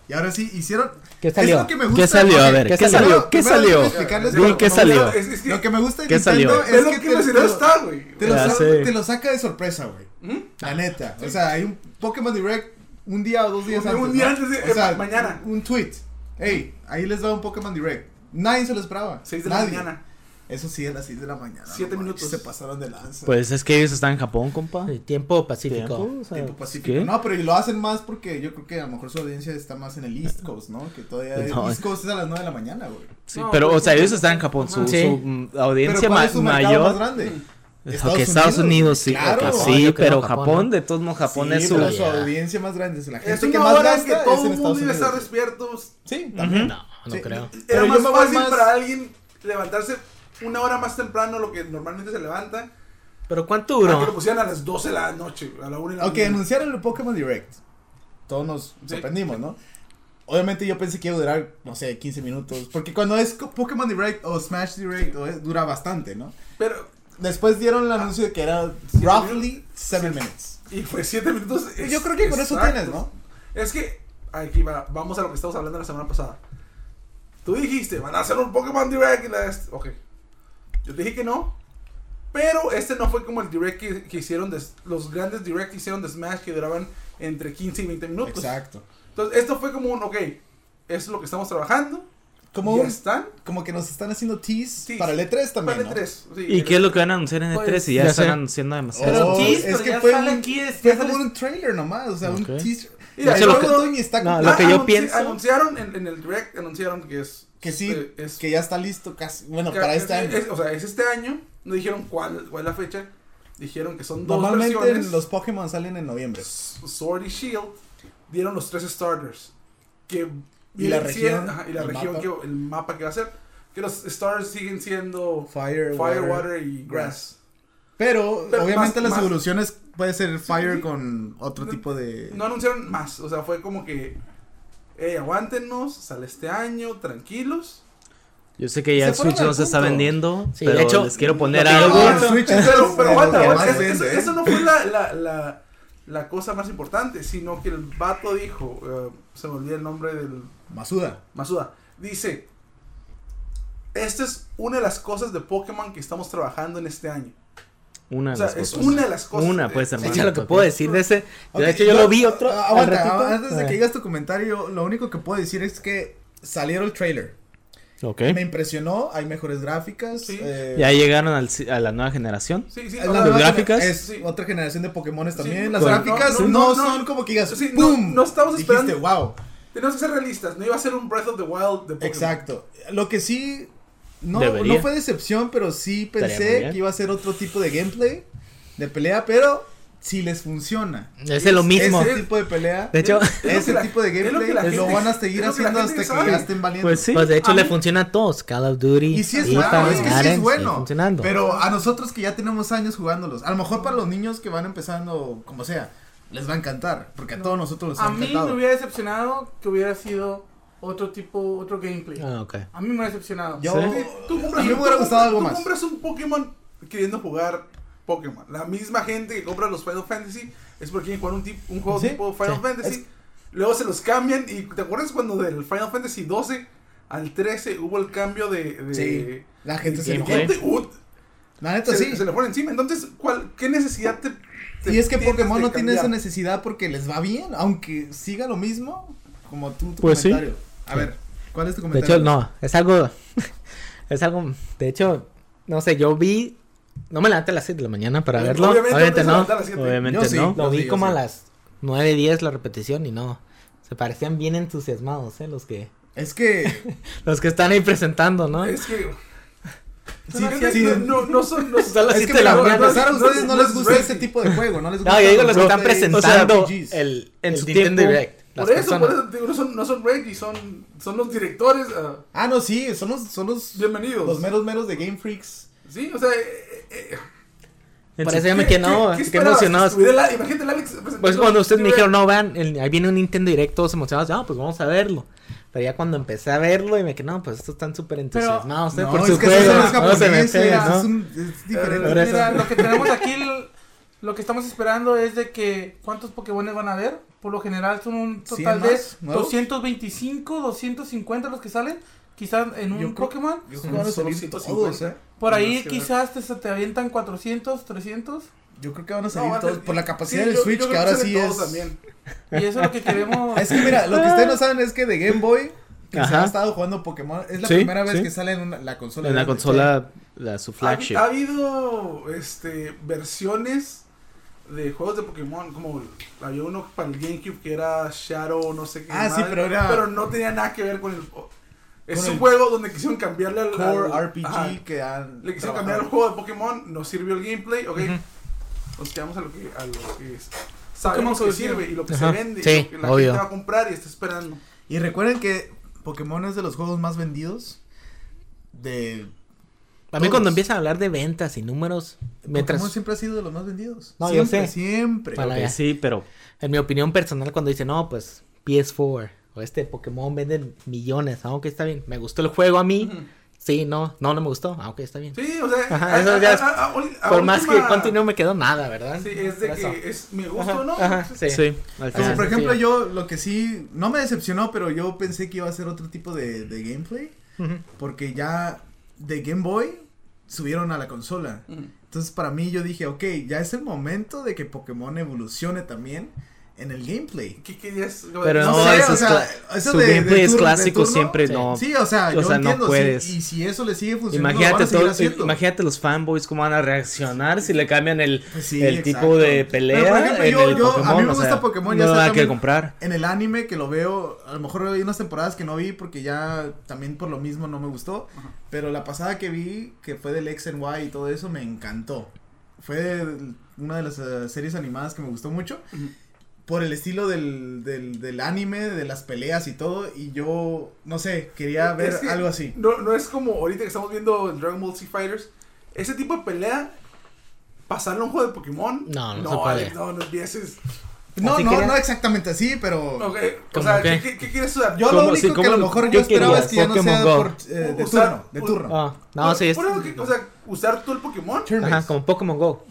Speaker 1: Y ahora sí, hicieron...
Speaker 3: ¿Qué
Speaker 1: es
Speaker 3: salió?
Speaker 1: lo que me gusta
Speaker 2: ¿Qué
Speaker 1: de
Speaker 2: salió? A
Speaker 1: Pokémon.
Speaker 2: ver,
Speaker 3: ¿qué
Speaker 2: ¿qué
Speaker 3: salió?
Speaker 2: salió?
Speaker 1: Primero-
Speaker 2: ¿qué
Speaker 1: primero
Speaker 2: salió?
Speaker 1: quiero explicarles
Speaker 2: Di,
Speaker 1: cómo-
Speaker 2: ¿qué
Speaker 1: cómo-
Speaker 2: salió?
Speaker 6: Es, es que
Speaker 1: Lo que me gusta de
Speaker 2: ¿Qué
Speaker 1: Nintendo
Speaker 2: salió?
Speaker 1: es,
Speaker 6: es lo
Speaker 1: que,
Speaker 6: que,
Speaker 1: te,
Speaker 6: la
Speaker 1: te
Speaker 6: ciudad
Speaker 1: lo,
Speaker 6: está, güey.
Speaker 1: te lo
Speaker 2: Ya
Speaker 1: sa-
Speaker 2: sé.
Speaker 1: te lo saca de sorpresa, güey.
Speaker 6: ¿Mm?
Speaker 1: La neta. O sea, hay un Pokémon Direct un día o dos días
Speaker 6: Un-
Speaker 1: antes.
Speaker 6: un día
Speaker 1: ¿no?
Speaker 6: antes de-
Speaker 1: O sea,
Speaker 6: eh, mañana.
Speaker 1: Un tweet. Hey, ahí les va un Pokémon Direct. Nadie se lo esperaba.
Speaker 6: 6 de la
Speaker 1: Nadie.
Speaker 6: mañana.
Speaker 1: Eso sí, a las 6 de la mañana.
Speaker 6: Siete
Speaker 1: no
Speaker 6: minutos.
Speaker 1: manches, Se pasaron de lanza.
Speaker 2: Pues es que ellos están en Japón, compa.
Speaker 3: El tiempo pacífico.
Speaker 2: Tiempo, o sea,
Speaker 1: Tiempo pacífico.
Speaker 2: ¿qué?
Speaker 1: No, pero y lo hacen más porque yo creo que a lo mejor su audiencia está más en el East Coast, ¿no? Que todavía el
Speaker 2: No.
Speaker 1: East Coast es a las 9 de la mañana, güey.
Speaker 2: Sí,
Speaker 4: No,
Speaker 2: pero, o
Speaker 4: pues,
Speaker 2: sea,
Speaker 4: sí.
Speaker 2: ellos están en Japón. Su,
Speaker 3: Ajá. Sí.
Speaker 2: su, mm, audiencia
Speaker 1: pero ¿cuál
Speaker 2: ma-
Speaker 1: es su mercado más
Speaker 2: mayor.
Speaker 1: grande?
Speaker 2: Ok, Estados Unidos, sí.
Speaker 1: Claro.
Speaker 2: ok,
Speaker 3: Ah, yo
Speaker 2: sí,
Speaker 3: creo
Speaker 2: pero
Speaker 3: Japón,
Speaker 2: Japón,
Speaker 3: ¿no?
Speaker 2: de todos modos, Japón
Speaker 1: Sí,
Speaker 2: es su.
Speaker 1: pero
Speaker 3: su-
Speaker 1: audiencia más grande es la
Speaker 6: Es
Speaker 1: gente que
Speaker 6: una
Speaker 1: más
Speaker 6: hora en que
Speaker 1: gasta es
Speaker 6: todo
Speaker 1: en
Speaker 6: el mundo
Speaker 1: Estados
Speaker 6: iba a estar
Speaker 1: Unidos.
Speaker 6: despierto.
Speaker 1: Sí, también.
Speaker 3: No, no
Speaker 1: Sí.
Speaker 3: creo.
Speaker 1: Pero
Speaker 6: Era
Speaker 1: yo
Speaker 6: más
Speaker 1: me voy
Speaker 6: fácil
Speaker 1: más-
Speaker 6: para alguien levantarse una hora más temprano lo que normalmente se levanta.
Speaker 3: Pero ¿cuánto
Speaker 6: Para que lo
Speaker 3: duró?
Speaker 6: pusieran a las 12 de la noche, a la 1 de la
Speaker 1: Ok,
Speaker 6: mañana.
Speaker 1: anunciaron el Pokémon Direct. Todos nos sorprendimos, ¿no? Obviamente yo pensé que iba a durar, no sé, 15 minutos. Porque cuando es co- Pokémon Direct o Smash Direct, o es- dura bastante, ¿no?
Speaker 5: Pero,
Speaker 1: Después dieron
Speaker 6: Ah.
Speaker 1: el anuncio de que era roughly 7 minutes.
Speaker 5: y fue 7 minutos.
Speaker 6: Pues,
Speaker 5: es-
Speaker 1: Pues Yo creo que con eso
Speaker 5: exactos.
Speaker 1: tienes, ¿no?
Speaker 5: Es que, aquí va, vamos a lo que estamos hablando la semana pasada. Tú dijiste, van a hacer un Pokémon Direct y la est- Ok. Yo te dije que no. Pero este no fue como el Direct que, que hicieron, de- los grandes Direct que hicieron de Smash que duraban entre 15 y 20
Speaker 6: pues.
Speaker 5: minutos.
Speaker 1: Exacto.
Speaker 5: Entonces, esto fue como un, ok, es lo que estamos trabajando.
Speaker 1: Como,
Speaker 5: ya
Speaker 1: un-
Speaker 5: están.
Speaker 1: como que nos están haciendo teas
Speaker 5: Teas.
Speaker 1: para el E3 también,
Speaker 5: Vale,
Speaker 6: E
Speaker 1: ¿no?
Speaker 5: tres. Sí,
Speaker 2: ¿Y
Speaker 5: el-
Speaker 2: qué es lo que van a anunciar en el
Speaker 4: Pues,
Speaker 2: 3? Y ya,
Speaker 3: ya
Speaker 2: están
Speaker 3: sé.
Speaker 2: anunciando demasiado.
Speaker 4: Pero
Speaker 1: Oh,
Speaker 4: teas,
Speaker 1: es
Speaker 4: pero
Speaker 1: que
Speaker 4: ya
Speaker 1: fue,
Speaker 4: sale
Speaker 1: un,
Speaker 4: aquí, es-
Speaker 1: fue
Speaker 4: ya
Speaker 1: como
Speaker 4: sale-
Speaker 1: un trailer nomás, o sea,
Speaker 2: Ok.
Speaker 1: un teaser.
Speaker 5: Mira,
Speaker 1: el
Speaker 5: yo lo
Speaker 1: juego
Speaker 5: que-
Speaker 1: todavía está
Speaker 3: no,
Speaker 1: completo,
Speaker 3: lo que yo
Speaker 5: anunci-
Speaker 3: pienso-
Speaker 5: Anunciaron en, en el Direct, anunciaron que es...
Speaker 1: que sí,
Speaker 5: eh, es
Speaker 1: que ya está listo casi, bueno,
Speaker 5: Ca-
Speaker 1: para este
Speaker 5: es-
Speaker 1: año.
Speaker 5: es- o sea, es este año. No dijeron cuál, cuál es la fecha. Dijeron que son dos
Speaker 1: Normalmente
Speaker 5: versiones.
Speaker 1: los Pokémon salen en noviembre.
Speaker 5: S- Sword y Shield dieron los tres starters. Que
Speaker 1: Y la
Speaker 5: vienen siendo-
Speaker 1: región,
Speaker 5: ajá, y la
Speaker 1: el
Speaker 5: región
Speaker 1: mapa.
Speaker 5: que el mapa que va a ser. Que los starters siguen siendo
Speaker 1: Fire, Water.
Speaker 5: Fire, Water, y Grass.
Speaker 1: Pero,
Speaker 5: Pero
Speaker 1: obviamente
Speaker 5: más-
Speaker 1: las
Speaker 5: más-
Speaker 1: evoluciones puede ser Fire
Speaker 5: sí.
Speaker 1: con otro
Speaker 5: No-
Speaker 1: tipo de...
Speaker 5: No anunciaron más. O sea, fue como que. Hey, aguántenos. Sale este año. Tranquilos.
Speaker 2: Yo sé que ya
Speaker 1: Se
Speaker 2: el
Speaker 1: fueron
Speaker 2: Switch no
Speaker 1: al
Speaker 2: se está
Speaker 1: punto.
Speaker 2: vendiendo,
Speaker 3: Sí,
Speaker 2: pero
Speaker 3: de hecho,
Speaker 2: les quiero poner
Speaker 1: lo
Speaker 5: Ah,
Speaker 1: que yo
Speaker 2: algo.
Speaker 1: voy a-
Speaker 5: Pero-
Speaker 1: Switch es-
Speaker 5: pero, pero
Speaker 1: es lo
Speaker 5: aguanta,
Speaker 1: que
Speaker 5: aguanta,
Speaker 1: más
Speaker 5: es- eso,
Speaker 1: vende, ¿eh?
Speaker 5: eso no fue la, la, la, la cosa más importante, sino que el vato dijo, eh, se me olvida el nombre del
Speaker 1: Masuda.
Speaker 5: Masuda, dice, esta es una de las cosas de Pokémon que estamos trabajando en este año.
Speaker 2: Una
Speaker 5: O
Speaker 2: de
Speaker 5: sea,
Speaker 2: las
Speaker 5: es
Speaker 2: cosas.
Speaker 5: una de las cosas.
Speaker 2: Una, pues,
Speaker 5: Eh,
Speaker 2: hermano.
Speaker 3: Es lo que
Speaker 2: ok.
Speaker 3: puedo decir de ese.
Speaker 1: Ok,
Speaker 3: de hecho, yo lo vi otro.
Speaker 1: ah,
Speaker 3: al
Speaker 1: Aguanta,
Speaker 3: ratito.
Speaker 1: antes de
Speaker 3: Ah,
Speaker 1: que digas tu comentario, lo único que puedo decir es que salieron el trailer.
Speaker 2: Ok.
Speaker 1: Me impresionó, hay mejores gráficas.
Speaker 5: Sí.
Speaker 1: eh,
Speaker 2: Ya llegaron al ci- a la nueva generación.
Speaker 5: Sí, sí,
Speaker 1: la
Speaker 5: o
Speaker 1: nueva
Speaker 5: sea,
Speaker 1: gener-
Speaker 2: gráficas?
Speaker 1: Es
Speaker 5: Sí.
Speaker 1: otra generación de Pokémon también.
Speaker 5: Sí,
Speaker 1: Las
Speaker 2: con-
Speaker 1: gráficas no,
Speaker 5: no, no, no.
Speaker 1: son como que digas
Speaker 5: Sí, no,
Speaker 1: ¡pum!
Speaker 5: no estamos
Speaker 1: Dijiste,
Speaker 5: esperando-
Speaker 1: wow.
Speaker 5: tenemos que ser realistas, no iba a ser un Breath of the Wild de Pokémon.
Speaker 1: Exacto. Lo que sí. No,
Speaker 2: Debería.
Speaker 1: no fue decepción, pero sí
Speaker 2: Estaría muy
Speaker 1: pensé
Speaker 2: bien.
Speaker 1: que iba a ser otro tipo de gameplay de pelea, pero si les funciona.
Speaker 3: Ese es lo mismo.
Speaker 1: Ese tipo de pelea,
Speaker 3: De hecho,
Speaker 5: lo que
Speaker 1: ese
Speaker 5: la-
Speaker 1: tipo de
Speaker 5: es lo que
Speaker 1: gameplay,
Speaker 5: la
Speaker 1: lo,
Speaker 5: gente-
Speaker 1: van a seguir
Speaker 5: es lo que la
Speaker 1: haciendo
Speaker 5: gente
Speaker 1: hasta que
Speaker 5: sabe.
Speaker 1: ya estén valiendo.
Speaker 2: Pues sí.
Speaker 3: pues de hecho
Speaker 5: a
Speaker 3: le
Speaker 5: mí-
Speaker 3: funciona a todos. Call of Duty.
Speaker 1: Y sí es
Speaker 3: FIFA,
Speaker 1: bueno, es que sí es
Speaker 3: Madden, sigue
Speaker 1: bueno.
Speaker 3: funcionando.
Speaker 1: Pero a nosotros que ya tenemos años jugándolos, a lo mejor para los niños que van empezando, como sea, les va a encantar, porque a todos nosotros les ha
Speaker 4: A mí
Speaker 1: encantado.
Speaker 4: me hubiera decepcionado que hubiera sido otro tipo, otro gameplay.
Speaker 3: Ah, ok.
Speaker 4: A mí me ha decepcionado.
Speaker 1: Yo-
Speaker 5: Sí, tú compras
Speaker 1: A mí me
Speaker 5: un-
Speaker 1: hubiera
Speaker 5: tú
Speaker 1: gustado
Speaker 5: compras-
Speaker 1: algo
Speaker 5: tú
Speaker 1: más.
Speaker 5: compras un Pokémon queriendo jugar Pokémon. La misma gente que compra los Final Fantasy es porque quieren jugar un, tip- un juego
Speaker 1: Sí,
Speaker 5: tipo Final
Speaker 3: sí.
Speaker 5: Fantasy. Luego se los cambian. ¿Y te acuerdas cuando del Final Fantasy 12 al 13 hubo el cambio de. de-
Speaker 1: Sí, la gente
Speaker 5: de
Speaker 1: se le
Speaker 2: gameplay.
Speaker 1: pone.
Speaker 5: gente? Uh,
Speaker 1: La neta
Speaker 5: se,
Speaker 1: sí.
Speaker 5: se le pone encima. Entonces, ¿cuál, ¿qué necesidad te.? te
Speaker 1: Y es que
Speaker 5: tienes
Speaker 1: Pokémon
Speaker 5: de
Speaker 1: no tiene esa
Speaker 5: cambiar?
Speaker 1: necesidad porque les va bien, aunque siga lo mismo, como tú tu
Speaker 2: Pues sí.
Speaker 1: comentario. A ver, ¿cuál es tu
Speaker 3: De
Speaker 1: comentario?
Speaker 3: hecho, no, es algo, es algo, de hecho, no sé, yo vi, no me levanté a las 6 de la mañana para verlo,
Speaker 5: Eh, Obviamente,
Speaker 3: obviamente,
Speaker 5: antes de
Speaker 3: no,
Speaker 5: levantar a las siete.
Speaker 2: Obviamente
Speaker 1: Yo sí.
Speaker 2: no.
Speaker 3: lo
Speaker 1: Sí,
Speaker 3: vi
Speaker 1: yo
Speaker 3: como
Speaker 1: sí.
Speaker 3: a las 9, 10 la repetición y no, se parecían bien entusiasmados, eh, los que,
Speaker 1: Es que
Speaker 3: los que están ahí presentando, ¿no?
Speaker 5: Es que.
Speaker 1: Sí,
Speaker 5: no,
Speaker 1: sí,
Speaker 5: no,
Speaker 1: sí.
Speaker 5: no, no son. No,
Speaker 3: Son las
Speaker 1: Es que
Speaker 3: 7 de
Speaker 1: mira,
Speaker 3: la
Speaker 1: para
Speaker 3: mañana.
Speaker 1: empezar a
Speaker 5: no,
Speaker 1: ustedes no,
Speaker 5: no
Speaker 1: les
Speaker 5: es
Speaker 1: gusta
Speaker 5: ready.
Speaker 1: este tipo de juego, no les gusta.
Speaker 3: No, yo digo los que están
Speaker 5: eh,
Speaker 1: roleplay,
Speaker 3: presentando
Speaker 1: RPGs.
Speaker 3: el,
Speaker 2: en
Speaker 3: el
Speaker 2: su
Speaker 3: Nintendo
Speaker 2: tiempo.
Speaker 3: Direct, las
Speaker 5: por eso,
Speaker 3: personas.
Speaker 5: por eso te digo, no son, no son Reggie, son, son los directores. ah,
Speaker 1: Ah, no, sí, son los, son los,
Speaker 5: bienvenidos.
Speaker 1: los meros meros de Game Freaks.
Speaker 5: Sí, o sea, eh, eh,
Speaker 3: Por
Speaker 2: En su-
Speaker 3: eso yo me
Speaker 5: ¿qué-
Speaker 3: quedé, no,
Speaker 5: qué- qué
Speaker 3: qué,
Speaker 5: esperabas?
Speaker 3: emocionados.
Speaker 5: Estuviera el Alex- imagínate el Alex.
Speaker 3: Pues cuando ustedes me dijeron, no, vean, el- ahí viene un Nintendo Direct, todos emocionados, ah, pues vamos a verlo. Pero ya cuando empecé a verlo y me quedé, no, pues estos están súper entusiasmados, eh,
Speaker 1: no,
Speaker 3: por
Speaker 1: es
Speaker 3: su
Speaker 1: que esos
Speaker 3: juego,
Speaker 1: son los
Speaker 3: no se me
Speaker 1: japoneses,
Speaker 3: pegan, ¿no?
Speaker 1: es, un- es diferente.
Speaker 3: Por eso.
Speaker 4: Mira, lo que tenemos aquí, l- lo que estamos esperando es de que cuántos Pokémones van a haber. Por lo general son un total
Speaker 1: ¿Cien
Speaker 4: de
Speaker 1: más? ¿Nuevos?
Speaker 4: 225, 250 los que salen. Quizás en un
Speaker 1: Yo creo-
Speaker 4: Pokémon.
Speaker 1: Yo
Speaker 5: Son
Speaker 1: creo que van a
Speaker 5: solo
Speaker 1: salir
Speaker 5: 150.
Speaker 1: todos, ¿eh?
Speaker 4: Por ahí
Speaker 5: Más que
Speaker 4: quizás te, se te avientan 400, 300.
Speaker 1: Yo creo que van a
Speaker 5: No,
Speaker 1: salir
Speaker 5: van a
Speaker 1: todos
Speaker 5: salir-
Speaker 1: pues, por la capacidad
Speaker 5: sí,
Speaker 1: del
Speaker 5: yo-
Speaker 1: Switch,
Speaker 5: yo creo
Speaker 1: que ahora
Speaker 5: salen
Speaker 1: sí
Speaker 5: todos
Speaker 1: es.
Speaker 5: También.
Speaker 4: Y eso es lo que queremos.
Speaker 1: Es que mira, lo que ustedes
Speaker 3: Ah.
Speaker 1: no saben es que de Game Boy que se
Speaker 2: Ajá.
Speaker 1: ha estado jugando Pokémon. Es la
Speaker 2: Sí,
Speaker 1: primera vez
Speaker 2: sí.
Speaker 1: que sale en una- la consola.
Speaker 2: En la
Speaker 1: grande.
Speaker 2: consola, la, su
Speaker 5: Ha,
Speaker 2: flagship.
Speaker 5: ha habido este, versiones de juegos de Pokémon, como había uno para el GameCube que era Shadow, no sé qué.
Speaker 1: Ah, sí,
Speaker 5: madre,
Speaker 1: pero era-
Speaker 5: Pero no tenía nada que ver con el. Es
Speaker 1: Con
Speaker 5: un
Speaker 1: el-
Speaker 5: juego donde quisieron cambiarle al.
Speaker 1: Core
Speaker 5: al-
Speaker 1: RPG
Speaker 5: ajá,
Speaker 1: que han.
Speaker 5: Ah, Le
Speaker 1: trabajado.
Speaker 5: quisieron cambiar el juego de Pokémon, nos sirvió el gameplay, ok. Nos quedamos a lo que, a lo que es. Sabemos
Speaker 4: Pokémon
Speaker 5: que sirve y lo que
Speaker 3: Ajá,
Speaker 5: se vende y
Speaker 3: sí,
Speaker 5: lo que la
Speaker 3: obvio.
Speaker 5: gente va a comprar y está esperando.
Speaker 1: Y recuerden que Pokémon es de los juegos más vendidos. De.
Speaker 3: A mí cuando
Speaker 1: Todos.
Speaker 3: empiezan a hablar de ventas y números, mientras,
Speaker 1: Pokémon siempre ha sido de los más vendidos.
Speaker 3: No, yo
Speaker 1: siempre,
Speaker 3: sé.
Speaker 1: Siempre.
Speaker 3: Para-
Speaker 2: Ok, sí, pero
Speaker 3: en mi opinión personal, cuando dicen, no, pues PS4 o este Pokémon venden millones, aunque está bien, me gustó el juego a mí. Sí, no, no, no me gustó, aunque está bien.
Speaker 5: Sí, o sea,
Speaker 3: Ajá,
Speaker 5: a-
Speaker 3: eso
Speaker 5: a-
Speaker 3: ya
Speaker 5: a-
Speaker 3: es-
Speaker 5: a- a- a
Speaker 3: Por más que
Speaker 5: última-
Speaker 3: Conti no me quedó nada, ¿verdad?
Speaker 5: Sí, es de
Speaker 3: Eso.
Speaker 5: que es me gusta, ¿no?
Speaker 3: Ajá, sí.
Speaker 2: Sí, al
Speaker 1: Como
Speaker 3: Ah,
Speaker 2: final.
Speaker 1: por
Speaker 3: sí,
Speaker 1: ejemplo,
Speaker 3: sí.
Speaker 1: yo lo que sí, no me decepcionó, pero yo pensé que iba a ser otro tipo de, de gameplay.
Speaker 3: Ujú.
Speaker 1: Porque ya de Game Boy subieron a la consola.
Speaker 5: Ujú.
Speaker 1: Entonces para mí yo dije, ok, ya es el momento de que Pokémon evolucione también en el gameplay.
Speaker 5: ¿Qué querías?
Speaker 2: Pero
Speaker 1: No
Speaker 2: no,
Speaker 1: sé,
Speaker 2: eso
Speaker 1: o
Speaker 2: es
Speaker 1: sea,
Speaker 2: cla-
Speaker 1: eso
Speaker 2: su
Speaker 1: de- de
Speaker 2: gameplay es
Speaker 1: turno- de
Speaker 2: clásico
Speaker 1: turno,
Speaker 2: siempre,
Speaker 3: sí.
Speaker 2: no.
Speaker 1: Sí, o sea,
Speaker 2: O
Speaker 1: yo
Speaker 2: sea, no
Speaker 1: entiendo. sí,
Speaker 2: puedes.
Speaker 1: y si eso le sigue funcionando, lo van
Speaker 2: Imagínate,
Speaker 1: a seguir
Speaker 2: todo-
Speaker 1: haciendo.
Speaker 2: imagínate los fanboys cómo van a reaccionar si le cambian el,
Speaker 1: Pues sí,
Speaker 2: el
Speaker 1: exacto.
Speaker 2: tipo de
Speaker 1: Pero, por
Speaker 2: pelea.
Speaker 1: ejemplo,
Speaker 2: en
Speaker 1: yo-
Speaker 2: el
Speaker 1: yo- a mí
Speaker 2: Pokémon,
Speaker 1: me
Speaker 2: o
Speaker 1: gusta
Speaker 2: sea,
Speaker 1: Pokémon, ya
Speaker 2: no
Speaker 1: sé
Speaker 2: nada
Speaker 1: también-
Speaker 2: que comprar.
Speaker 1: En el anime que lo veo, a lo mejor hay unas temporadas que no vi porque ya también por lo mismo no me gustó. Pero la pasada que vi, que fue del X and Y y todo eso, me encantó. Fue el- una de las eh, series animadas que me gustó mucho. Por el estilo del, del, del anime, de las peleas y todo. Y yo, no sé, quería ver
Speaker 5: Es que
Speaker 1: algo así.
Speaker 5: No, no es como ahorita que estamos viendo el Dragon Ball Z Fighters. Ese tipo de pelea, pasarlo a un juego de Pokémon.
Speaker 3: No, no
Speaker 5: no
Speaker 3: se puede.
Speaker 5: Alex, no, no empieces.
Speaker 1: No,
Speaker 3: Así
Speaker 1: no,
Speaker 3: quería-
Speaker 1: no exactamente así, pero...
Speaker 5: Ok, o
Speaker 3: ¿Cómo
Speaker 5: sea,
Speaker 3: qué?
Speaker 5: ¿qué, qué, qué quieres usar?
Speaker 1: Yo
Speaker 2: ¿Cómo-
Speaker 1: lo único
Speaker 2: sí,
Speaker 1: que
Speaker 2: cómo
Speaker 1: a lo
Speaker 2: lo-
Speaker 1: mejor
Speaker 2: qué
Speaker 1: yo esperaba
Speaker 2: querías?
Speaker 1: es que ya no sea
Speaker 3: Pokémon
Speaker 1: de
Speaker 3: Go.
Speaker 1: por- eh, de
Speaker 5: Usar-
Speaker 1: turno, de
Speaker 5: u-
Speaker 1: turno.
Speaker 3: Ah, no, sí, es,
Speaker 5: Por algo que- o sea, usar tú el Pokémon.
Speaker 3: ajá, como Pokémon Go.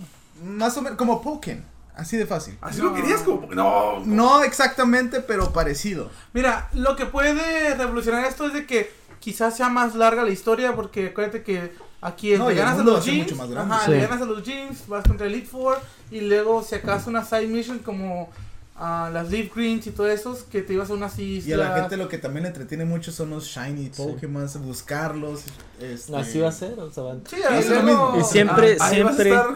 Speaker 1: Más o menos, como Pokémon, así de fácil.
Speaker 5: Así lo querías como Pokémon. No,
Speaker 1: No exactamente, pero parecido.
Speaker 4: Mira, lo que puede revolucionar esto es de que quizás sea más larga la historia, porque acuérdate que aquí es
Speaker 1: No,
Speaker 4: le
Speaker 1: y el
Speaker 4: ganas a
Speaker 1: mundo va a
Speaker 4: los
Speaker 1: ser
Speaker 4: jeans,
Speaker 1: mucho más grande.
Speaker 4: ajá, le
Speaker 2: Sí.
Speaker 4: ganas a los jeans, vas contra el Elite Four, y luego si acaso una side mission como ah, las Leaf Greens y todo esos, que te ibas a unas islas.
Speaker 1: Y a la gente lo que también le entretiene mucho son los shiny Pokémon, buscarlos. este-
Speaker 3: Así va a ser, o sea, va-
Speaker 4: Sí, a
Speaker 1: Y es lo
Speaker 4: luego-
Speaker 1: mismo.
Speaker 2: Y siempre,
Speaker 5: "Ah, ahí vas a
Speaker 2: siempre.
Speaker 5: estar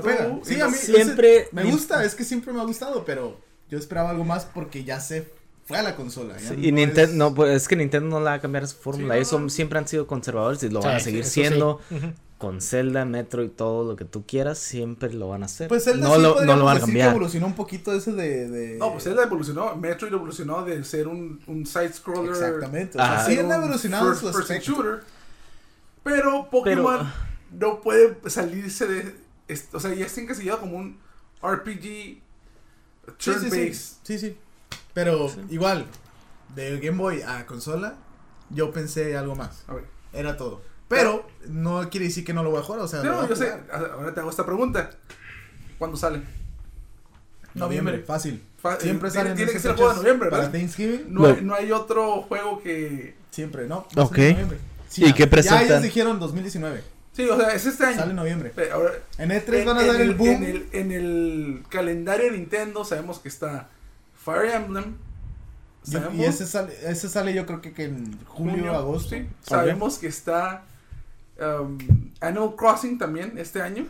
Speaker 1: Pero
Speaker 5: tú,
Speaker 1: pega.
Speaker 5: y
Speaker 1: Sí,
Speaker 5: no-
Speaker 1: a mí ese-
Speaker 2: siempre-
Speaker 1: me gusta, es que siempre me ha gustado, pero yo esperaba algo más porque ya se fue a la consola. ya
Speaker 2: Sí, y
Speaker 1: no
Speaker 2: Nintendo,
Speaker 1: es-
Speaker 2: no, pues es que Nintendo no la va a cambiar su fórmula. Ellos son- siempre han sido conservadores y lo van a
Speaker 3: Sí,
Speaker 2: seguir
Speaker 3: eso sí.
Speaker 2: siendo.
Speaker 3: Ujú.
Speaker 2: Con Zelda, Metro y todo lo que tú quieras, siempre lo van a hacer.
Speaker 1: Pues Zelda
Speaker 2: no,
Speaker 1: sí
Speaker 2: lo, no lo
Speaker 1: podríamos
Speaker 2: van a
Speaker 1: decir que
Speaker 2: cambiar.
Speaker 1: evolucionó un poquito ese de... de-
Speaker 5: No, pues él evolucionó. Metroid evolucionó de ser un, un side-scroller.
Speaker 1: Exactamente. o sea,
Speaker 2: Ajá.
Speaker 1: sí
Speaker 5: era
Speaker 1: han
Speaker 5: un
Speaker 1: evolucionado en
Speaker 5: first
Speaker 1: su
Speaker 5: person
Speaker 1: aspecto. ah.
Speaker 5: shooter, pero Pokémon no puede salirse de. es- o sea, ya está encasillado como un RPG
Speaker 1: Sí,
Speaker 5: turn-based.
Speaker 1: sí, sí. Sí, sí. Pero igual, de Game Boy a consola, yo pensé algo más.
Speaker 5: A ver.
Speaker 1: Era todo. Pero no quiere decir que no lo voy a jugar, o sea, lo voy
Speaker 5: No,
Speaker 1: a
Speaker 5: yo sé.
Speaker 1: jugar.
Speaker 5: Ahora te hago esta pregunta. ¿Cuándo sale?
Speaker 1: Noviembre, fácil.
Speaker 5: Fa-
Speaker 1: Siempre
Speaker 5: eh,
Speaker 1: sale en
Speaker 5: tiene que
Speaker 1: esas
Speaker 5: ser el juego de
Speaker 1: fechas
Speaker 5: noviembre,
Speaker 1: Para
Speaker 5: ¿verdad?
Speaker 1: Thanksgiving,
Speaker 5: No,
Speaker 2: No.
Speaker 5: Hay, no hay otro juego que.
Speaker 1: siempre, ¿no? Va a
Speaker 2: Ok.
Speaker 1: ser en noviembre.
Speaker 2: ¿Y
Speaker 1: ya.
Speaker 2: qué presentan?
Speaker 1: Ya ellos dijeron 2019.
Speaker 5: Sí, o sea, es este año.
Speaker 1: Sale en noviembre.
Speaker 5: Pero ahora,
Speaker 1: En E3
Speaker 5: en-
Speaker 1: van a
Speaker 5: en
Speaker 1: dar el, boom.
Speaker 5: En el, en el calendario de Nintendo sabemos que está Fire Emblem.
Speaker 1: Yo-
Speaker 5: sabemos-
Speaker 1: y ese sale, ese sale yo creo que, que en julio,
Speaker 5: junio,
Speaker 1: agosto.
Speaker 5: sí. Sabemos que está um, Animal Crossing también este año.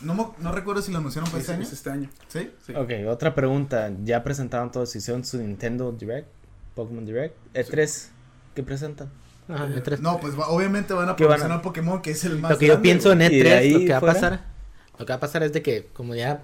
Speaker 1: No, mo- no recuerdo si lo anunciaron para
Speaker 5: Es-
Speaker 1: este año.
Speaker 5: es este año.
Speaker 1: Sí.
Speaker 2: Ok, otra pregunta. Ya presentaron todo, si hicieron su Nintendo Direct, Pokémon Direct, E3, ¿qué presentan?
Speaker 3: Ajá, entre-
Speaker 1: No, pues va- obviamente van a
Speaker 2: ¿Qué van a-
Speaker 1: promocionar Pokémon, que es el más
Speaker 3: Lo que yo
Speaker 1: grande,
Speaker 3: pienso
Speaker 1: güey.
Speaker 3: en
Speaker 2: Y de
Speaker 3: E3, lo
Speaker 2: ahí
Speaker 3: que va a
Speaker 2: fuera.
Speaker 3: pasar, lo que va a pasar es de que, como ya,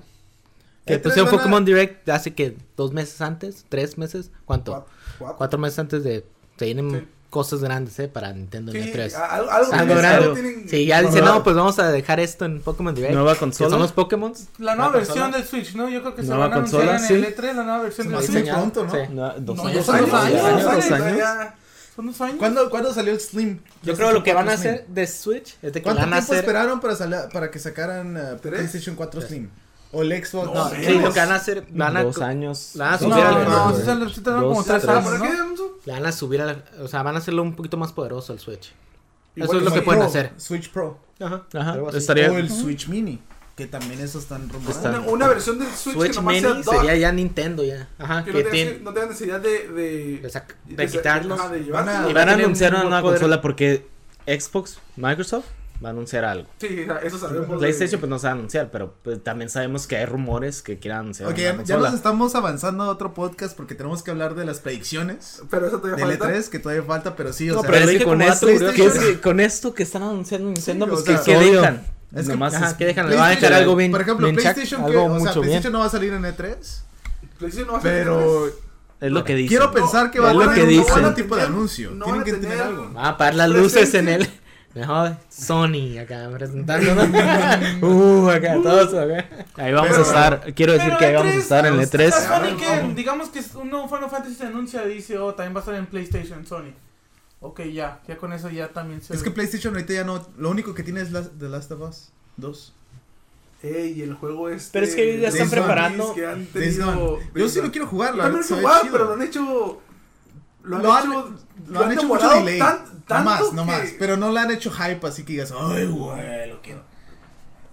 Speaker 3: que
Speaker 1: E3
Speaker 3: pusieron
Speaker 1: van a-
Speaker 3: Pokémon Direct hace que dos meses antes, tres meses, ¿cuánto?
Speaker 5: Cuatro. Cuatro.
Speaker 3: Cuatro meses antes de, se vienen
Speaker 5: Sí.
Speaker 3: cosas grandes, ¿eh? Para Nintendo en
Speaker 5: Sí,
Speaker 3: E3.
Speaker 5: a- algo, algo
Speaker 3: Algo
Speaker 5: tienen-
Speaker 3: grande.
Speaker 5: algo tienen-
Speaker 3: Ah, Sí, ya dice,
Speaker 2: Nueva-
Speaker 3: no, pues vamos a dejar esto en Pokémon Direct.
Speaker 2: Nueva
Speaker 3: ¿Eh? que
Speaker 2: consola.
Speaker 3: Son los Pokémon.
Speaker 4: La nueva
Speaker 3: Nueva
Speaker 4: versión
Speaker 3: consola.
Speaker 4: del Switch, ¿no? Yo creo que se
Speaker 2: Nueva
Speaker 4: van a anunciar
Speaker 2: consola,
Speaker 4: en
Speaker 2: sí.
Speaker 4: el E3 la nueva versión
Speaker 1: Se
Speaker 4: del
Speaker 1: me hace
Speaker 4: Switch.
Speaker 1: muy pronto, ¿no?
Speaker 3: Sí.
Speaker 2: No, dos
Speaker 4: No,
Speaker 2: años.
Speaker 4: ya son dos años,
Speaker 2: ya
Speaker 4: dos
Speaker 2: dos
Speaker 4: años.
Speaker 2: años.
Speaker 5: Ya-
Speaker 4: ¿Son dos años?
Speaker 1: ¿Cuándo, cuándo salió el Slim?
Speaker 3: Yo
Speaker 1: Ya
Speaker 3: creo
Speaker 1: salió
Speaker 3: lo que van a
Speaker 1: 4 Slim.
Speaker 3: hacer de Switch es de que
Speaker 1: ¿Cuánto
Speaker 3: van a
Speaker 1: tiempo
Speaker 3: hacer...
Speaker 1: esperaron para, sala- para que sacaran eh,
Speaker 5: ¿Tres?
Speaker 1: PlayStation 4 Slim? ¿O el Xbox?
Speaker 3: No,
Speaker 5: No,
Speaker 3: sí,
Speaker 5: menos.
Speaker 3: lo que van a hacer, van a...
Speaker 2: Dos años.
Speaker 3: la van a
Speaker 2: Dos
Speaker 4: No,
Speaker 3: subir
Speaker 2: años.
Speaker 3: al-
Speaker 4: no,
Speaker 2: güey.
Speaker 4: sí se lo- sí tardaron como
Speaker 2: Dos,
Speaker 4: tres
Speaker 2: tres.
Speaker 5: Ah,
Speaker 4: años,
Speaker 5: ¿para
Speaker 4: ¿no?
Speaker 5: qué, Amazon?
Speaker 3: Le van a subir al... O sea, van a hacerlo un poquito más poderoso al Switch.
Speaker 5: Igual
Speaker 3: Eso es
Speaker 5: que
Speaker 3: lo que
Speaker 5: Sony.
Speaker 3: pueden
Speaker 1: Pro,
Speaker 3: hacer.
Speaker 1: Switch Pro.
Speaker 3: Ajá.
Speaker 2: Ajá,
Speaker 3: Algo así.
Speaker 2: Ah, estaría.
Speaker 1: O el Switch Mini. Que también esos están
Speaker 5: Una,
Speaker 1: rumorando.
Speaker 5: una versión del Switch,
Speaker 3: Switch
Speaker 5: que nomás sea
Speaker 3: Mini
Speaker 5: dock,
Speaker 3: sería ya Nintendo ya. Ajá,
Speaker 5: que
Speaker 3: que
Speaker 5: no
Speaker 3: tiene-
Speaker 5: tengas no tengas necesidad de... De,
Speaker 3: de sac-
Speaker 5: de-
Speaker 3: de quitarlos.
Speaker 5: ajá, de llevarlo.
Speaker 1: Van
Speaker 2: Y van a
Speaker 3: Tienen
Speaker 2: anunciar una
Speaker 3: un
Speaker 2: nueva
Speaker 3: poder.
Speaker 2: consola porque Xbox, Microsoft va a anunciar algo.
Speaker 5: Sí, o sea, eso sabemos.
Speaker 2: PlayStation
Speaker 5: de-
Speaker 2: pues no se va a anunciar, pero pues, también sabemos que hay rumores que quieran anunciar
Speaker 1: Ok,
Speaker 2: una
Speaker 1: ya, ya
Speaker 2: consola.
Speaker 1: nos estamos avanzando a otro podcast porque tenemos que hablar de las
Speaker 3: pues.
Speaker 1: predicciones
Speaker 5: Pero eso todavía
Speaker 1: del
Speaker 5: falta.
Speaker 1: E3 que todavía falta, pero sí, o
Speaker 2: No,
Speaker 1: sea,
Speaker 2: pero es
Speaker 3: es
Speaker 2: que
Speaker 3: que
Speaker 2: con
Speaker 3: como
Speaker 1: dato
Speaker 2: esto, que es
Speaker 1: curioso-
Speaker 2: que con esto que están anunciando Nintendo,
Speaker 1: Sí,
Speaker 2: pues
Speaker 1: o
Speaker 2: que,
Speaker 1: sea,
Speaker 2: ¿qué
Speaker 3: obvio.
Speaker 2: dejan.
Speaker 1: Es que-
Speaker 2: Nomás
Speaker 3: Ajá,
Speaker 2: es-
Speaker 3: que dejan, le van a dejar algo bien.
Speaker 1: Por ejemplo,
Speaker 3: bien chac,
Speaker 1: PlayStation, que,
Speaker 3: algo
Speaker 1: o sea,
Speaker 3: mucho bien.
Speaker 1: PlayStation no va a salir en E3,
Speaker 5: PlayStation no va a ser
Speaker 1: pero
Speaker 2: es lo que dicen.
Speaker 1: quiero pensar que va
Speaker 2: es
Speaker 1: a
Speaker 2: lo
Speaker 1: haber
Speaker 2: que
Speaker 1: un-
Speaker 2: dicen.
Speaker 1: algún tipo de anuncio.
Speaker 5: No
Speaker 1: Tienen
Speaker 5: van a
Speaker 1: que tener
Speaker 5: tener-
Speaker 1: algo.
Speaker 3: Van a apagar las luces en el, Mejor Sony acá presentándonos. uh, acá todos acá.
Speaker 2: Ahí vamos a estar. Quiero decir
Speaker 4: Pero E
Speaker 2: que ahí
Speaker 4: E3,
Speaker 2: vamos a estar en E el E3.
Speaker 4: Está Sony que, digamos que es un nuevo Final Fantasy se anuncia y dice, oh, también va a estar en PlayStation, Sony. Ok, ya, ya con eso ya también se...
Speaker 1: Es que PlayStation ahorita ya no. Lo único que tiene es las The Last of Us 2.
Speaker 5: Ey, el juego es.
Speaker 2: Pero es que ellos ya están preparando.
Speaker 5: Que han
Speaker 1: Days
Speaker 5: tenido.
Speaker 1: Gone. Yo sí lo quiero jugar,
Speaker 5: Yo
Speaker 1: la
Speaker 5: también
Speaker 1: verdad, se
Speaker 5: lo
Speaker 1: ve
Speaker 5: igual,
Speaker 1: chido.
Speaker 5: pero lo han hecho. Lo han
Speaker 1: Lo han-
Speaker 5: hecho.
Speaker 1: Lo han hecho mucho
Speaker 5: demorado
Speaker 1: delay.
Speaker 5: tan-
Speaker 1: no
Speaker 5: tanto
Speaker 1: más, no
Speaker 5: que-
Speaker 1: más. Pero no le han hecho hype así que digas, ay, güey, lo quiero.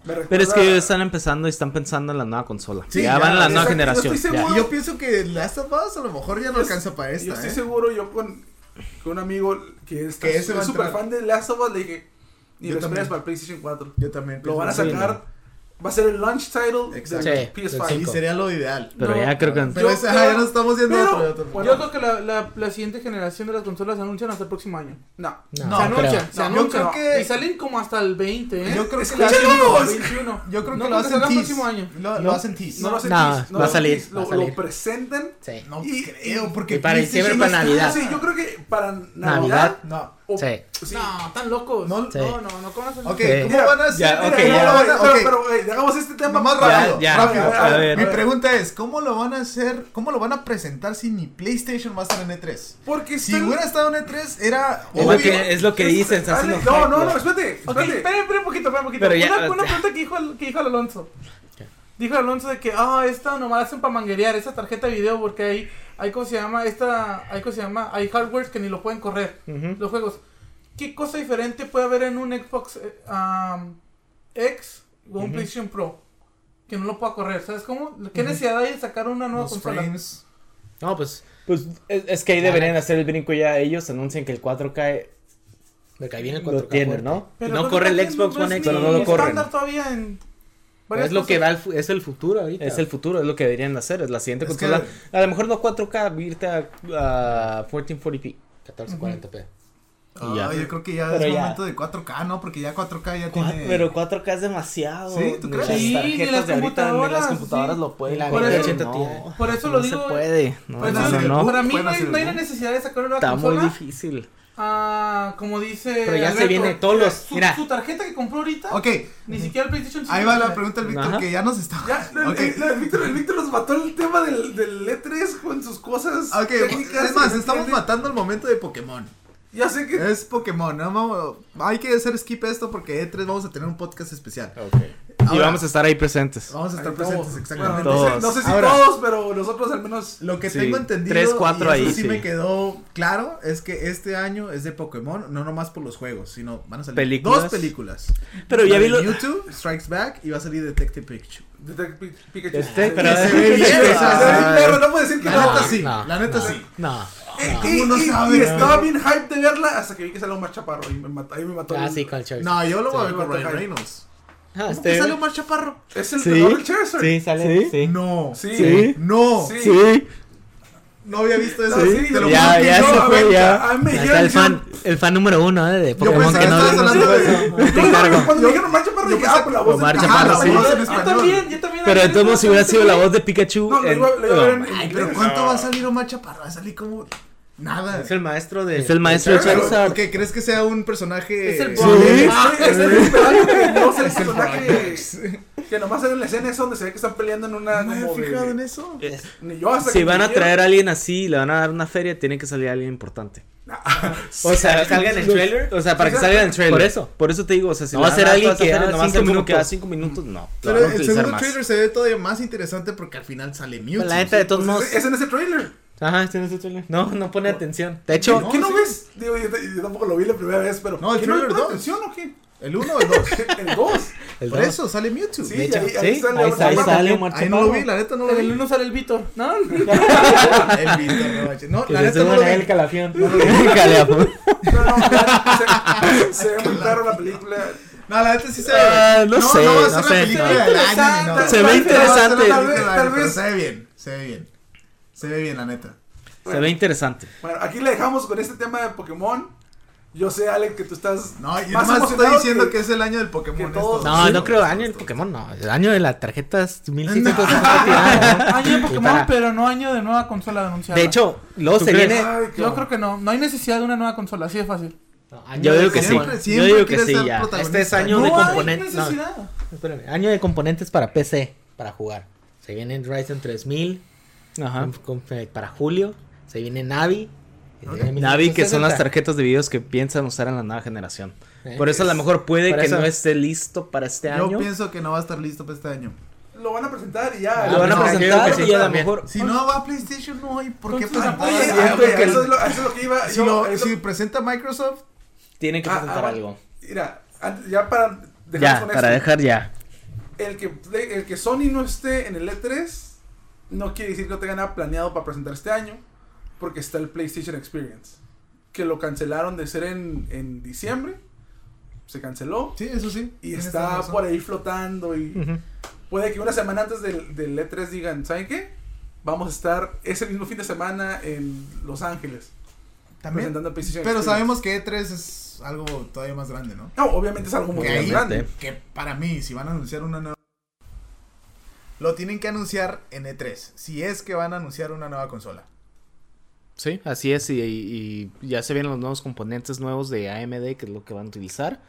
Speaker 5: Me
Speaker 2: Pero es
Speaker 5: recuerda-
Speaker 2: que ellos están empezando y están pensando en la nueva consola.
Speaker 1: Sí,
Speaker 2: ya,
Speaker 1: ya,
Speaker 2: van a la nueva
Speaker 5: exacto, yo
Speaker 2: generación.
Speaker 5: estoy
Speaker 2: ya.
Speaker 5: seguro.
Speaker 1: Y yo pienso que Last of Us a lo mejor ya no
Speaker 5: Yo-
Speaker 1: alcanza para esta.
Speaker 5: Yo estoy
Speaker 1: ¿eh?
Speaker 5: seguro, yo con, con un amigo que es
Speaker 1: Que ese va a
Speaker 5: súper
Speaker 1: entrar.
Speaker 5: fan de Last of Us, le dije: Ni
Speaker 1: Yo
Speaker 5: lo
Speaker 1: también.
Speaker 5: esperes para el PlayStation 4.
Speaker 1: Yo también.
Speaker 5: Lo
Speaker 1: pienso
Speaker 5: van a
Speaker 1: eso.
Speaker 5: sacar. Va a ser el launch title
Speaker 1: Exacto.
Speaker 5: del
Speaker 3: Sí,
Speaker 1: Sí,
Speaker 5: PS5.
Speaker 1: sería lo ideal.
Speaker 2: Pero
Speaker 4: No,
Speaker 2: ya creo que.
Speaker 1: Pero
Speaker 4: Yo
Speaker 1: esa, ajá,
Speaker 4: creo-
Speaker 1: ya nos estamos yendo a
Speaker 5: pero-
Speaker 1: otro. otro-
Speaker 5: bueno,
Speaker 4: Yo creo que la, la, la siguiente generación de las consolas se anuncian hasta el próximo año.
Speaker 5: No.
Speaker 3: No,
Speaker 4: se anuncian,
Speaker 3: creo.
Speaker 4: se
Speaker 5: No, yo
Speaker 4: anuncian.
Speaker 1: creo que-
Speaker 4: Y salen como hasta el 20, ¿eh?
Speaker 1: Yo creo que lo hacen.
Speaker 5: ¡Escúchanos!
Speaker 1: Yo creo
Speaker 4: No,
Speaker 1: que lo
Speaker 4: creo que
Speaker 1: hacen
Speaker 4: salga el
Speaker 1: tease.
Speaker 4: próximo año.
Speaker 1: Lo, lo
Speaker 3: No.
Speaker 1: hacen tease.
Speaker 5: No lo hacen
Speaker 3: No,
Speaker 5: tease,
Speaker 3: va a
Speaker 5: lo
Speaker 3: salir,
Speaker 5: hacen tease,
Speaker 3: va a
Speaker 5: lo-
Speaker 3: salir.
Speaker 5: Lo presentan.
Speaker 3: Sí.
Speaker 1: No
Speaker 5: Y-
Speaker 1: creo, porque.
Speaker 3: y para diciembre,
Speaker 1: PlayStation
Speaker 3: para
Speaker 1: no está-
Speaker 3: Navidad.
Speaker 5: Sí, yo creo que para Navidad.
Speaker 3: Navidad.
Speaker 1: No.
Speaker 5: o-
Speaker 3: Sí.
Speaker 5: sí.
Speaker 4: No, tan locos.
Speaker 1: No,
Speaker 4: No,
Speaker 3: Sí.
Speaker 4: no, no, no conocen.
Speaker 1: Ok,
Speaker 3: Sí.
Speaker 1: ¿cómo
Speaker 5: Mira,
Speaker 1: van a hacer?
Speaker 2: ya,
Speaker 1: Mira,
Speaker 2: ok,
Speaker 1: ¿cómo
Speaker 5: Mira,
Speaker 1: lo
Speaker 5: no,
Speaker 1: van a-
Speaker 5: no,
Speaker 1: ok,
Speaker 5: pero, pero, güey, dejamos este tema
Speaker 1: Más
Speaker 5: para-
Speaker 1: rápido,
Speaker 2: ya,
Speaker 1: rápido.
Speaker 5: a ver.
Speaker 1: Mi pregunta es, ¿cómo lo van a hacer? ¿Cómo lo van a presentar si ni PlayStation va a estar en E3?
Speaker 5: Porque
Speaker 1: Si
Speaker 5: están-
Speaker 1: hubiera estado en E3, era
Speaker 2: Es lo que, es lo que dicen. están
Speaker 5: Dale,
Speaker 2: haciendo
Speaker 5: No,
Speaker 2: hype,
Speaker 5: no, no,
Speaker 2: güey.
Speaker 5: espérate,
Speaker 4: Ok,
Speaker 5: espérate.
Speaker 4: esperen, esperen un poquito, esperen un poquito.
Speaker 2: Pero ya-
Speaker 4: una, una pregunta que dijo, el- que dijo el Alonso.
Speaker 3: ¿Qué?
Speaker 4: Dijo el Alonso de que, ah, esta nomás la hacen para manguerear, esa tarjeta de video, porque hay, hay ¿cómo se llama? Esta, hay, ¿cómo se llama? Hay hardwares que ni lo pueden correr,
Speaker 3: Ujú.
Speaker 4: los juegos. ¿Qué cosa diferente puede haber en un Xbox eh, um, X o un PlayStation Pro? Que no lo pueda correr, ¿sabes cómo? ¿Qué necesidad hay de sacar una nueva
Speaker 1: los
Speaker 4: consola?
Speaker 1: frames.
Speaker 3: No, pues
Speaker 2: Pues es, es que ahí deberían hacer el brinco ya. Ellos anuncian que el 4K
Speaker 3: me caí bien el 4K.
Speaker 2: lo tienen,
Speaker 3: fuerte.
Speaker 2: ¿no?
Speaker 4: Pero
Speaker 3: no
Speaker 4: creo que
Speaker 3: corre el
Speaker 4: también
Speaker 3: Xbox
Speaker 4: no es
Speaker 3: One X,
Speaker 4: ni
Speaker 2: pero no lo corren.
Speaker 4: estándar todavía en varias
Speaker 3: Pues Es lo que da
Speaker 4: cosas.
Speaker 3: el, fu- es el futuro ahorita.
Speaker 2: Es el futuro, es lo que deberían hacer. Es la siguiente
Speaker 1: Es
Speaker 2: consola. A lo mejor no 4K, irte a, a 1440p.
Speaker 5: Ah,
Speaker 3: 1440p.
Speaker 2: Y ya.
Speaker 1: Ah, yo creo que ya
Speaker 2: Pero
Speaker 1: es
Speaker 2: ya.
Speaker 1: momento de 4K, ¿no? Porque ya 4K ya
Speaker 2: Cua-
Speaker 1: tiene...
Speaker 2: Pero 4K es demasiado.
Speaker 1: Sí, ¿tú
Speaker 2: Ni
Speaker 1: crees?
Speaker 2: Las
Speaker 4: Sí, ni
Speaker 2: tarjetas
Speaker 4: las
Speaker 2: de ahorita, ni las
Speaker 4: computadoras,
Speaker 2: computadoras
Speaker 4: sí.
Speaker 2: lo pueden.
Speaker 3: Ni la
Speaker 2: correr.
Speaker 4: 1080
Speaker 2: No,
Speaker 3: tiene.
Speaker 4: Por eso
Speaker 2: no
Speaker 4: lo
Speaker 2: se
Speaker 4: digo.
Speaker 2: puede. No,
Speaker 4: Pues,
Speaker 2: no,
Speaker 4: sí,
Speaker 2: no, no.
Speaker 4: Para mí
Speaker 1: Pueden
Speaker 4: no hay,
Speaker 1: hacer el
Speaker 4: no hay la
Speaker 1: boom.
Speaker 4: necesidad de sacar una
Speaker 2: Está muy
Speaker 4: consola.
Speaker 2: difícil.
Speaker 4: Ah, como dice.
Speaker 3: Pero ya se viene todos
Speaker 4: mira,
Speaker 3: los-
Speaker 4: Su,
Speaker 3: mira.
Speaker 4: su tarjeta que compró ahorita.
Speaker 1: Ok,
Speaker 4: Ni siquiera el PlayStation.
Speaker 1: ahí va la pregunta del Víctor,
Speaker 2: Ajá.
Speaker 1: que ya nos está...
Speaker 5: Ya, no, el-
Speaker 1: Ok.
Speaker 5: el, el Víctor, el Víctor nos mató el tema del, del E3 con sus cosas
Speaker 1: Ok,
Speaker 5: técnicas.
Speaker 1: es más, estamos Eh, matando el momento de Pokémon.
Speaker 5: Ya sé que
Speaker 1: Es Pokémon, ¿no? Vamos- hay que hacer skip esto porque E3 vamos a tener un podcast especial.
Speaker 2: y
Speaker 1: Ahora- Oh,
Speaker 2: vamos a estar ahí presentes.
Speaker 1: Vamos a estar
Speaker 5: Ahí
Speaker 1: presentes,
Speaker 5: todos.
Speaker 1: exactamente.
Speaker 5: Bueno, no, sé,
Speaker 2: Todos.
Speaker 5: no sé si
Speaker 1: Ahora.
Speaker 5: todos, pero nosotros al menos.
Speaker 1: Lo que
Speaker 2: Sí,
Speaker 1: tengo entendido,
Speaker 2: tres, cuatro
Speaker 1: y eso
Speaker 2: ahí,
Speaker 1: sí,
Speaker 2: sí.
Speaker 1: me quedó claro, es que este año es de Pokémon, no nomás por los juegos, sino van a salir
Speaker 2: Películas.
Speaker 1: dos películas.
Speaker 2: Pero ya
Speaker 1: La
Speaker 2: vi
Speaker 1: de
Speaker 2: lo.
Speaker 1: Mewtwo, Strikes Back y va a salir Detective Pikachu.
Speaker 5: Detective Pi- Pikachu.
Speaker 2: Este,
Speaker 5: Sí.
Speaker 2: pero-
Speaker 1: se ve bien,
Speaker 5: Sí,
Speaker 1: o
Speaker 5: o sea,
Speaker 1: sea,
Speaker 5: se ve bien perro, no puedo decir que
Speaker 1: La
Speaker 5: no.
Speaker 1: neta sí,
Speaker 3: no,
Speaker 1: la neta
Speaker 3: no.
Speaker 1: sí.
Speaker 3: No.
Speaker 5: Eh,
Speaker 1: ¿Cómo
Speaker 5: eh,
Speaker 1: no
Speaker 5: y-
Speaker 1: sabe?
Speaker 5: y estaba bien hype de verla hasta que vi que salió Omar Chaparro y me mató. Ahí me mató
Speaker 3: Ah,
Speaker 5: el-
Speaker 3: sí, con el Charizard.
Speaker 1: No, yo lo voy a
Speaker 5: Sí,
Speaker 1: ver con
Speaker 5: me
Speaker 1: Ryan
Speaker 5: toca.
Speaker 1: Reynolds.
Speaker 3: Ah,
Speaker 1: ¿Cómo
Speaker 3: este-
Speaker 1: que sale Omar Chaparro?
Speaker 5: Es el
Speaker 2: Sí.
Speaker 5: creador del Charizard.
Speaker 3: Sí, sale.
Speaker 2: Sí.
Speaker 3: Sí.
Speaker 1: No.
Speaker 5: Sí.
Speaker 2: Sí.
Speaker 1: No.
Speaker 5: Sí.
Speaker 2: Sí.
Speaker 1: No había visto eso.
Speaker 5: No, sí,
Speaker 1: Te lo
Speaker 5: ya,
Speaker 1: juro que
Speaker 5: ya
Speaker 1: yo-
Speaker 5: se
Speaker 1: a
Speaker 5: fue,
Speaker 1: ver,
Speaker 5: ya. Ah, me
Speaker 3: Ahí
Speaker 5: dijeron,
Speaker 3: está el fan, el fan número uno eh, de Pokémon
Speaker 1: pensaba
Speaker 3: que
Speaker 1: que
Speaker 3: no.
Speaker 1: estabas hablando de eso.
Speaker 3: no te encargo.
Speaker 5: Cuando me dijeron Omar Chaparro dije, ah, por la voz de
Speaker 3: Omar
Speaker 5: Ajá,
Speaker 3: Chaparro,
Speaker 5: la
Speaker 3: sí.
Speaker 5: voz de-
Speaker 1: en
Speaker 4: Yo
Speaker 1: español.
Speaker 4: también, yo también.
Speaker 2: Pero de todos modos, si hubiera sido la voz de Pikachu.
Speaker 5: No, lo
Speaker 2: en-
Speaker 5: iba, lo iba a ver en,
Speaker 2: no,
Speaker 5: en
Speaker 1: Ay,
Speaker 5: inglés.
Speaker 1: pero ¿cuánto va a salir Omar Chaparro? Va a salir como nada.
Speaker 3: Es el maestro de.
Speaker 2: Es el maestro de
Speaker 1: Pero,
Speaker 2: Charizard.
Speaker 1: ok, ¿crees que sea un personaje?
Speaker 4: Es el
Speaker 1: Sí.
Speaker 4: Bronx.
Speaker 5: Ah, estoy esperando que no sea el
Speaker 1: Es el
Speaker 5: personaje que nomás sale en la escena esa donde se ve que están peleando en una
Speaker 1: ¿No me
Speaker 5: como
Speaker 1: había
Speaker 5: de-
Speaker 1: fijado en eso?
Speaker 5: Ni yo hasta
Speaker 2: Si
Speaker 5: que
Speaker 2: van
Speaker 5: me
Speaker 2: a
Speaker 5: dijeron.
Speaker 2: traer a alguien así y le van a dar una feria, tiene que salir alguien importante.
Speaker 3: O sea, salga en el trailer.
Speaker 2: O sea, para que
Speaker 5: Exacto.
Speaker 2: salga en el trailer.
Speaker 3: Por eso.
Speaker 2: Por eso te digo, o sea, si
Speaker 3: No
Speaker 2: le
Speaker 3: va a
Speaker 2: van
Speaker 3: ser
Speaker 2: dar
Speaker 3: alguien
Speaker 2: todas esas
Speaker 3: que
Speaker 2: ferias,
Speaker 3: haga
Speaker 2: nomás
Speaker 3: cinco
Speaker 2: el uno que da
Speaker 3: minutos.
Speaker 2: cinco minutos, no. lo
Speaker 1: Pero
Speaker 2: van a
Speaker 1: el
Speaker 2: utilizar
Speaker 1: segundo
Speaker 2: más.
Speaker 1: trailer se ve todavía más interesante porque al final sale Mewtwo.
Speaker 3: La neta, de todos modos.
Speaker 5: Pues es, es en ese trailer.
Speaker 3: Ajá, este no es el trailer. No, no pone atención. De hecho,
Speaker 5: ¿Qué no
Speaker 1: sí.
Speaker 5: ves? Digo, yo, yo tampoco lo vi la primera vez, pero.
Speaker 1: No, el
Speaker 5: ¿qué
Speaker 1: trailer
Speaker 5: le pone
Speaker 1: dos.
Speaker 5: atención o qué?
Speaker 1: ¿El 1 o el 2?
Speaker 5: El 2.
Speaker 3: el
Speaker 1: Por
Speaker 3: dos.
Speaker 1: eso sale Mewtwo.
Speaker 5: Sí,
Speaker 3: De hecho,
Speaker 5: ahí-
Speaker 3: sí,
Speaker 5: ahí
Speaker 3: ahí,
Speaker 5: sale Omar
Speaker 3: sale,
Speaker 5: Chaparro.
Speaker 3: Omar
Speaker 1: Ahí no lo
Speaker 3: Chaparro.
Speaker 1: vi, la neta no lo
Speaker 4: En
Speaker 1: vi.
Speaker 4: el uno sale el Víctor. No,
Speaker 1: El Víctor, no manches. No,
Speaker 3: Que
Speaker 1: la
Speaker 3: se
Speaker 1: neta no
Speaker 3: suban
Speaker 1: lo
Speaker 3: a él,
Speaker 1: vi.
Speaker 3: Calafión. Calafión.
Speaker 5: No, no, ya, se, se ve muy claro la película.
Speaker 1: No, la neta sí se ve.
Speaker 3: Ah, no sé,
Speaker 1: no va a ser
Speaker 3: no sé,
Speaker 1: una película
Speaker 3: no.
Speaker 1: del año.
Speaker 5: Interesante,
Speaker 1: no. No va a ser una película
Speaker 2: ve interesante.
Speaker 5: Se Tal vez-
Speaker 1: del año,
Speaker 5: tal
Speaker 1: pero
Speaker 5: vez-
Speaker 1: Se ve bien, se ve bien. Se ve bien, la neta.
Speaker 2: Se ve interesante.
Speaker 5: Bueno, aquí le dejamos con este tema de Pokémon. Yo sé, Alex, que tú estás.
Speaker 1: No, yo
Speaker 5: más
Speaker 1: nomás estoy
Speaker 5: emocionado
Speaker 1: diciendo que, es el año del Pokémon.
Speaker 5: que
Speaker 1: esto.
Speaker 5: todos-
Speaker 3: No,
Speaker 1: Sí,
Speaker 3: no creo año del
Speaker 1: esto.
Speaker 3: Pokémon, no. El año de las tarjetas
Speaker 4: no.
Speaker 3: 1600.
Speaker 2: ah,
Speaker 4: año de Pokémon,
Speaker 3: para-
Speaker 4: pero no año de nueva consola denunciada.
Speaker 3: De hecho, luego
Speaker 2: ¿Tú
Speaker 3: se
Speaker 2: crees?
Speaker 3: viene.
Speaker 5: Ay,
Speaker 4: yo creo que no. No hay necesidad de una nueva consola, así de fácil.
Speaker 3: Yo digo que sí.
Speaker 1: Siempre,
Speaker 2: Yo
Speaker 1: siempre
Speaker 2: digo que
Speaker 1: quiere
Speaker 2: sí,
Speaker 1: ser
Speaker 2: ya.
Speaker 1: protagonista.
Speaker 3: Este es año de
Speaker 4: no hay
Speaker 3: componentes. no,
Speaker 4: necesidad.
Speaker 3: espérame, año de componentes para PC, para jugar. Se viene Ryzen 3000
Speaker 2: Ajá.
Speaker 3: con- con- eh, para julio. Se viene Navi. y se viene
Speaker 2: Navi, que son las
Speaker 3: 1960.
Speaker 2: tarjetas de videos que piensan usar en la nueva generación.
Speaker 3: Eh,
Speaker 2: Por eso a lo mejor puede
Speaker 3: Por
Speaker 2: que
Speaker 3: eso-
Speaker 2: no esté listo para este
Speaker 1: Yo
Speaker 2: año.
Speaker 1: pienso que no va a estar listo para este año.
Speaker 5: Lo van a presentar y ya.
Speaker 3: Ah,
Speaker 2: Lo van a
Speaker 3: no,
Speaker 2: presentar
Speaker 3: creo que sí,
Speaker 2: y a lo
Speaker 3: también.
Speaker 2: mejor.
Speaker 1: Si no va a PlayStation, no hay por qué
Speaker 4: Entonces,
Speaker 1: presentar.
Speaker 4: apoya.
Speaker 1: Sí,
Speaker 5: Ah,
Speaker 1: güey,
Speaker 5: güey, eso, es lo, eso es lo que iba.
Speaker 1: Si,
Speaker 5: yo-
Speaker 1: lo-
Speaker 5: es lo-
Speaker 1: si presenta Microsoft,
Speaker 2: Tienen que
Speaker 5: Ah,
Speaker 2: presentar
Speaker 5: ah,
Speaker 2: algo.
Speaker 5: Mira, antes- ya para. dejarnos
Speaker 2: Ya,
Speaker 5: con
Speaker 2: para
Speaker 5: esto.
Speaker 2: dejar ya.
Speaker 5: el que, Play- el que Sony no esté en el E3 no quiere decir que no tenga nada planeado para presentar este año, porque está el PlayStation Experience, que lo cancelaron de ser en, en diciembre, se canceló
Speaker 1: sí, eso sí.
Speaker 5: y
Speaker 1: tienes toda la
Speaker 5: está
Speaker 1: razón.
Speaker 5: por ahí flotando y puede que una semana antes del, del E3 digan, ¿saben qué? Vamos a estar ese mismo fin de semana en Los Ángeles
Speaker 1: También.
Speaker 5: presentando el PlayStation
Speaker 1: Pero
Speaker 5: Experience.
Speaker 1: sabemos que E3 es algo todavía más grande, ¿no?
Speaker 5: No, obviamente es algo muy
Speaker 1: Que ahí,
Speaker 5: grande.
Speaker 2: Este.
Speaker 1: que para mí, si van a anunciar una nueva. Lo tienen que anunciar en E3. Si es que van a anunciar una nueva consola.
Speaker 2: Sí, así es. Y, y- y ya se vienen los nuevos componentes nuevos de AMD, que es lo que van a utilizar.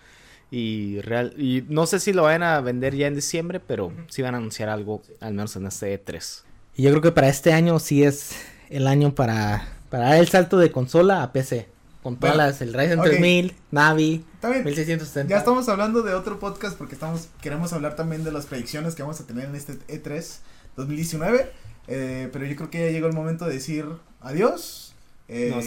Speaker 2: Y, real, y no sé si lo van a vender ya en diciembre, pero sí van a anunciar algo, al menos en este E3.
Speaker 3: Y yo creo que para este año sí es el año para, para dar el salto de consola a PC. Con todas
Speaker 1: Bueno,
Speaker 3: las, el Ryzen
Speaker 1: ok.
Speaker 3: 3000, Navi,
Speaker 1: Está bien.
Speaker 3: 1660.
Speaker 1: Ya estamos hablando de otro podcast porque estamos queremos hablar también de las predicciones que vamos a tener en este E3 2019. eh, pero yo creo que ya llegó el momento de decir adiós. eh,
Speaker 2: Nos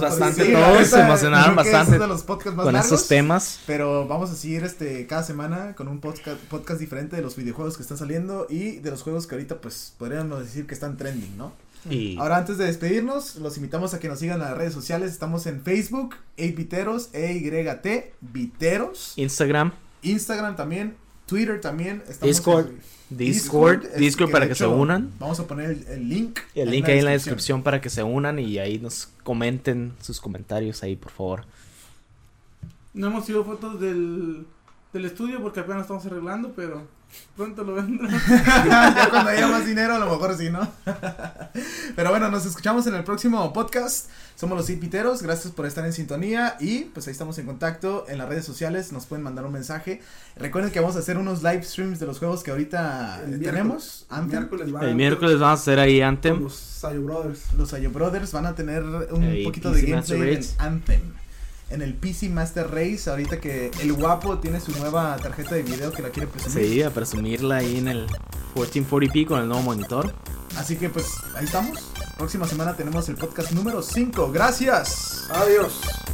Speaker 1: gracias por
Speaker 2: bastante
Speaker 1: decir,
Speaker 2: todos,
Speaker 1: la neta,
Speaker 2: se emocionaron
Speaker 1: creo que
Speaker 2: bastante
Speaker 1: es de los podcasts más
Speaker 2: Con
Speaker 1: largos,
Speaker 2: esos temas.
Speaker 1: Pero vamos a seguir este cada semana con un podcast, podcast diferente de los videojuegos que están saliendo y de los juegos que ahorita pues podríamos decir que están trending, ¿no?
Speaker 2: Y
Speaker 1: Ahora antes de despedirnos, los invitamos a que nos sigan en las redes sociales. Estamos en Facebook, Viteros, EYT, Viteros.
Speaker 2: Instagram,
Speaker 1: Instagram también, Twitter también. estamos
Speaker 3: Discord.
Speaker 1: en-
Speaker 2: Discord,
Speaker 1: es-
Speaker 2: Discord, para
Speaker 1: de
Speaker 2: que se
Speaker 1: hecho,
Speaker 2: unan.
Speaker 1: Vamos a poner el, el link.
Speaker 2: El link ahí en la descripción para que se unan y ahí nos comenten sus comentarios ahí, por favor.
Speaker 4: No hemos sido fotos del, del estudio porque apenas estamos arreglando, pero pronto lo vendrán.
Speaker 1: ya cuando haya más dinero, a lo mejor sí, ¿no? Pero bueno, nos escuchamos en el próximo podcast. Somos los Hipiteros, gracias por estar en sintonía y pues ahí estamos en contacto en las redes sociales, nos pueden mandar un mensaje. Recuerden que vamos a hacer unos live streams de los juegos que ahorita
Speaker 5: El
Speaker 1: tenemos.
Speaker 5: El
Speaker 1: Anthem.
Speaker 5: miércoles van
Speaker 2: El miércoles vamos a hacer ahí
Speaker 5: con
Speaker 2: Anthem.
Speaker 5: los Sayo Brothers.
Speaker 1: los Ayo Brothers van a tener un
Speaker 2: Ey,
Speaker 1: poquito
Speaker 2: PC
Speaker 1: de
Speaker 2: Master
Speaker 1: gameplay en
Speaker 2: Race.
Speaker 1: Anthem. En el PC Master Race, ahorita que el guapo tiene su nueva tarjeta de video que la quiere presumir.
Speaker 2: Sí, a presumirla ahí en el 1440p con el nuevo monitor.
Speaker 1: Así que pues ahí estamos. Próxima semana tenemos el podcast número 5. Gracias.
Speaker 5: Adiós.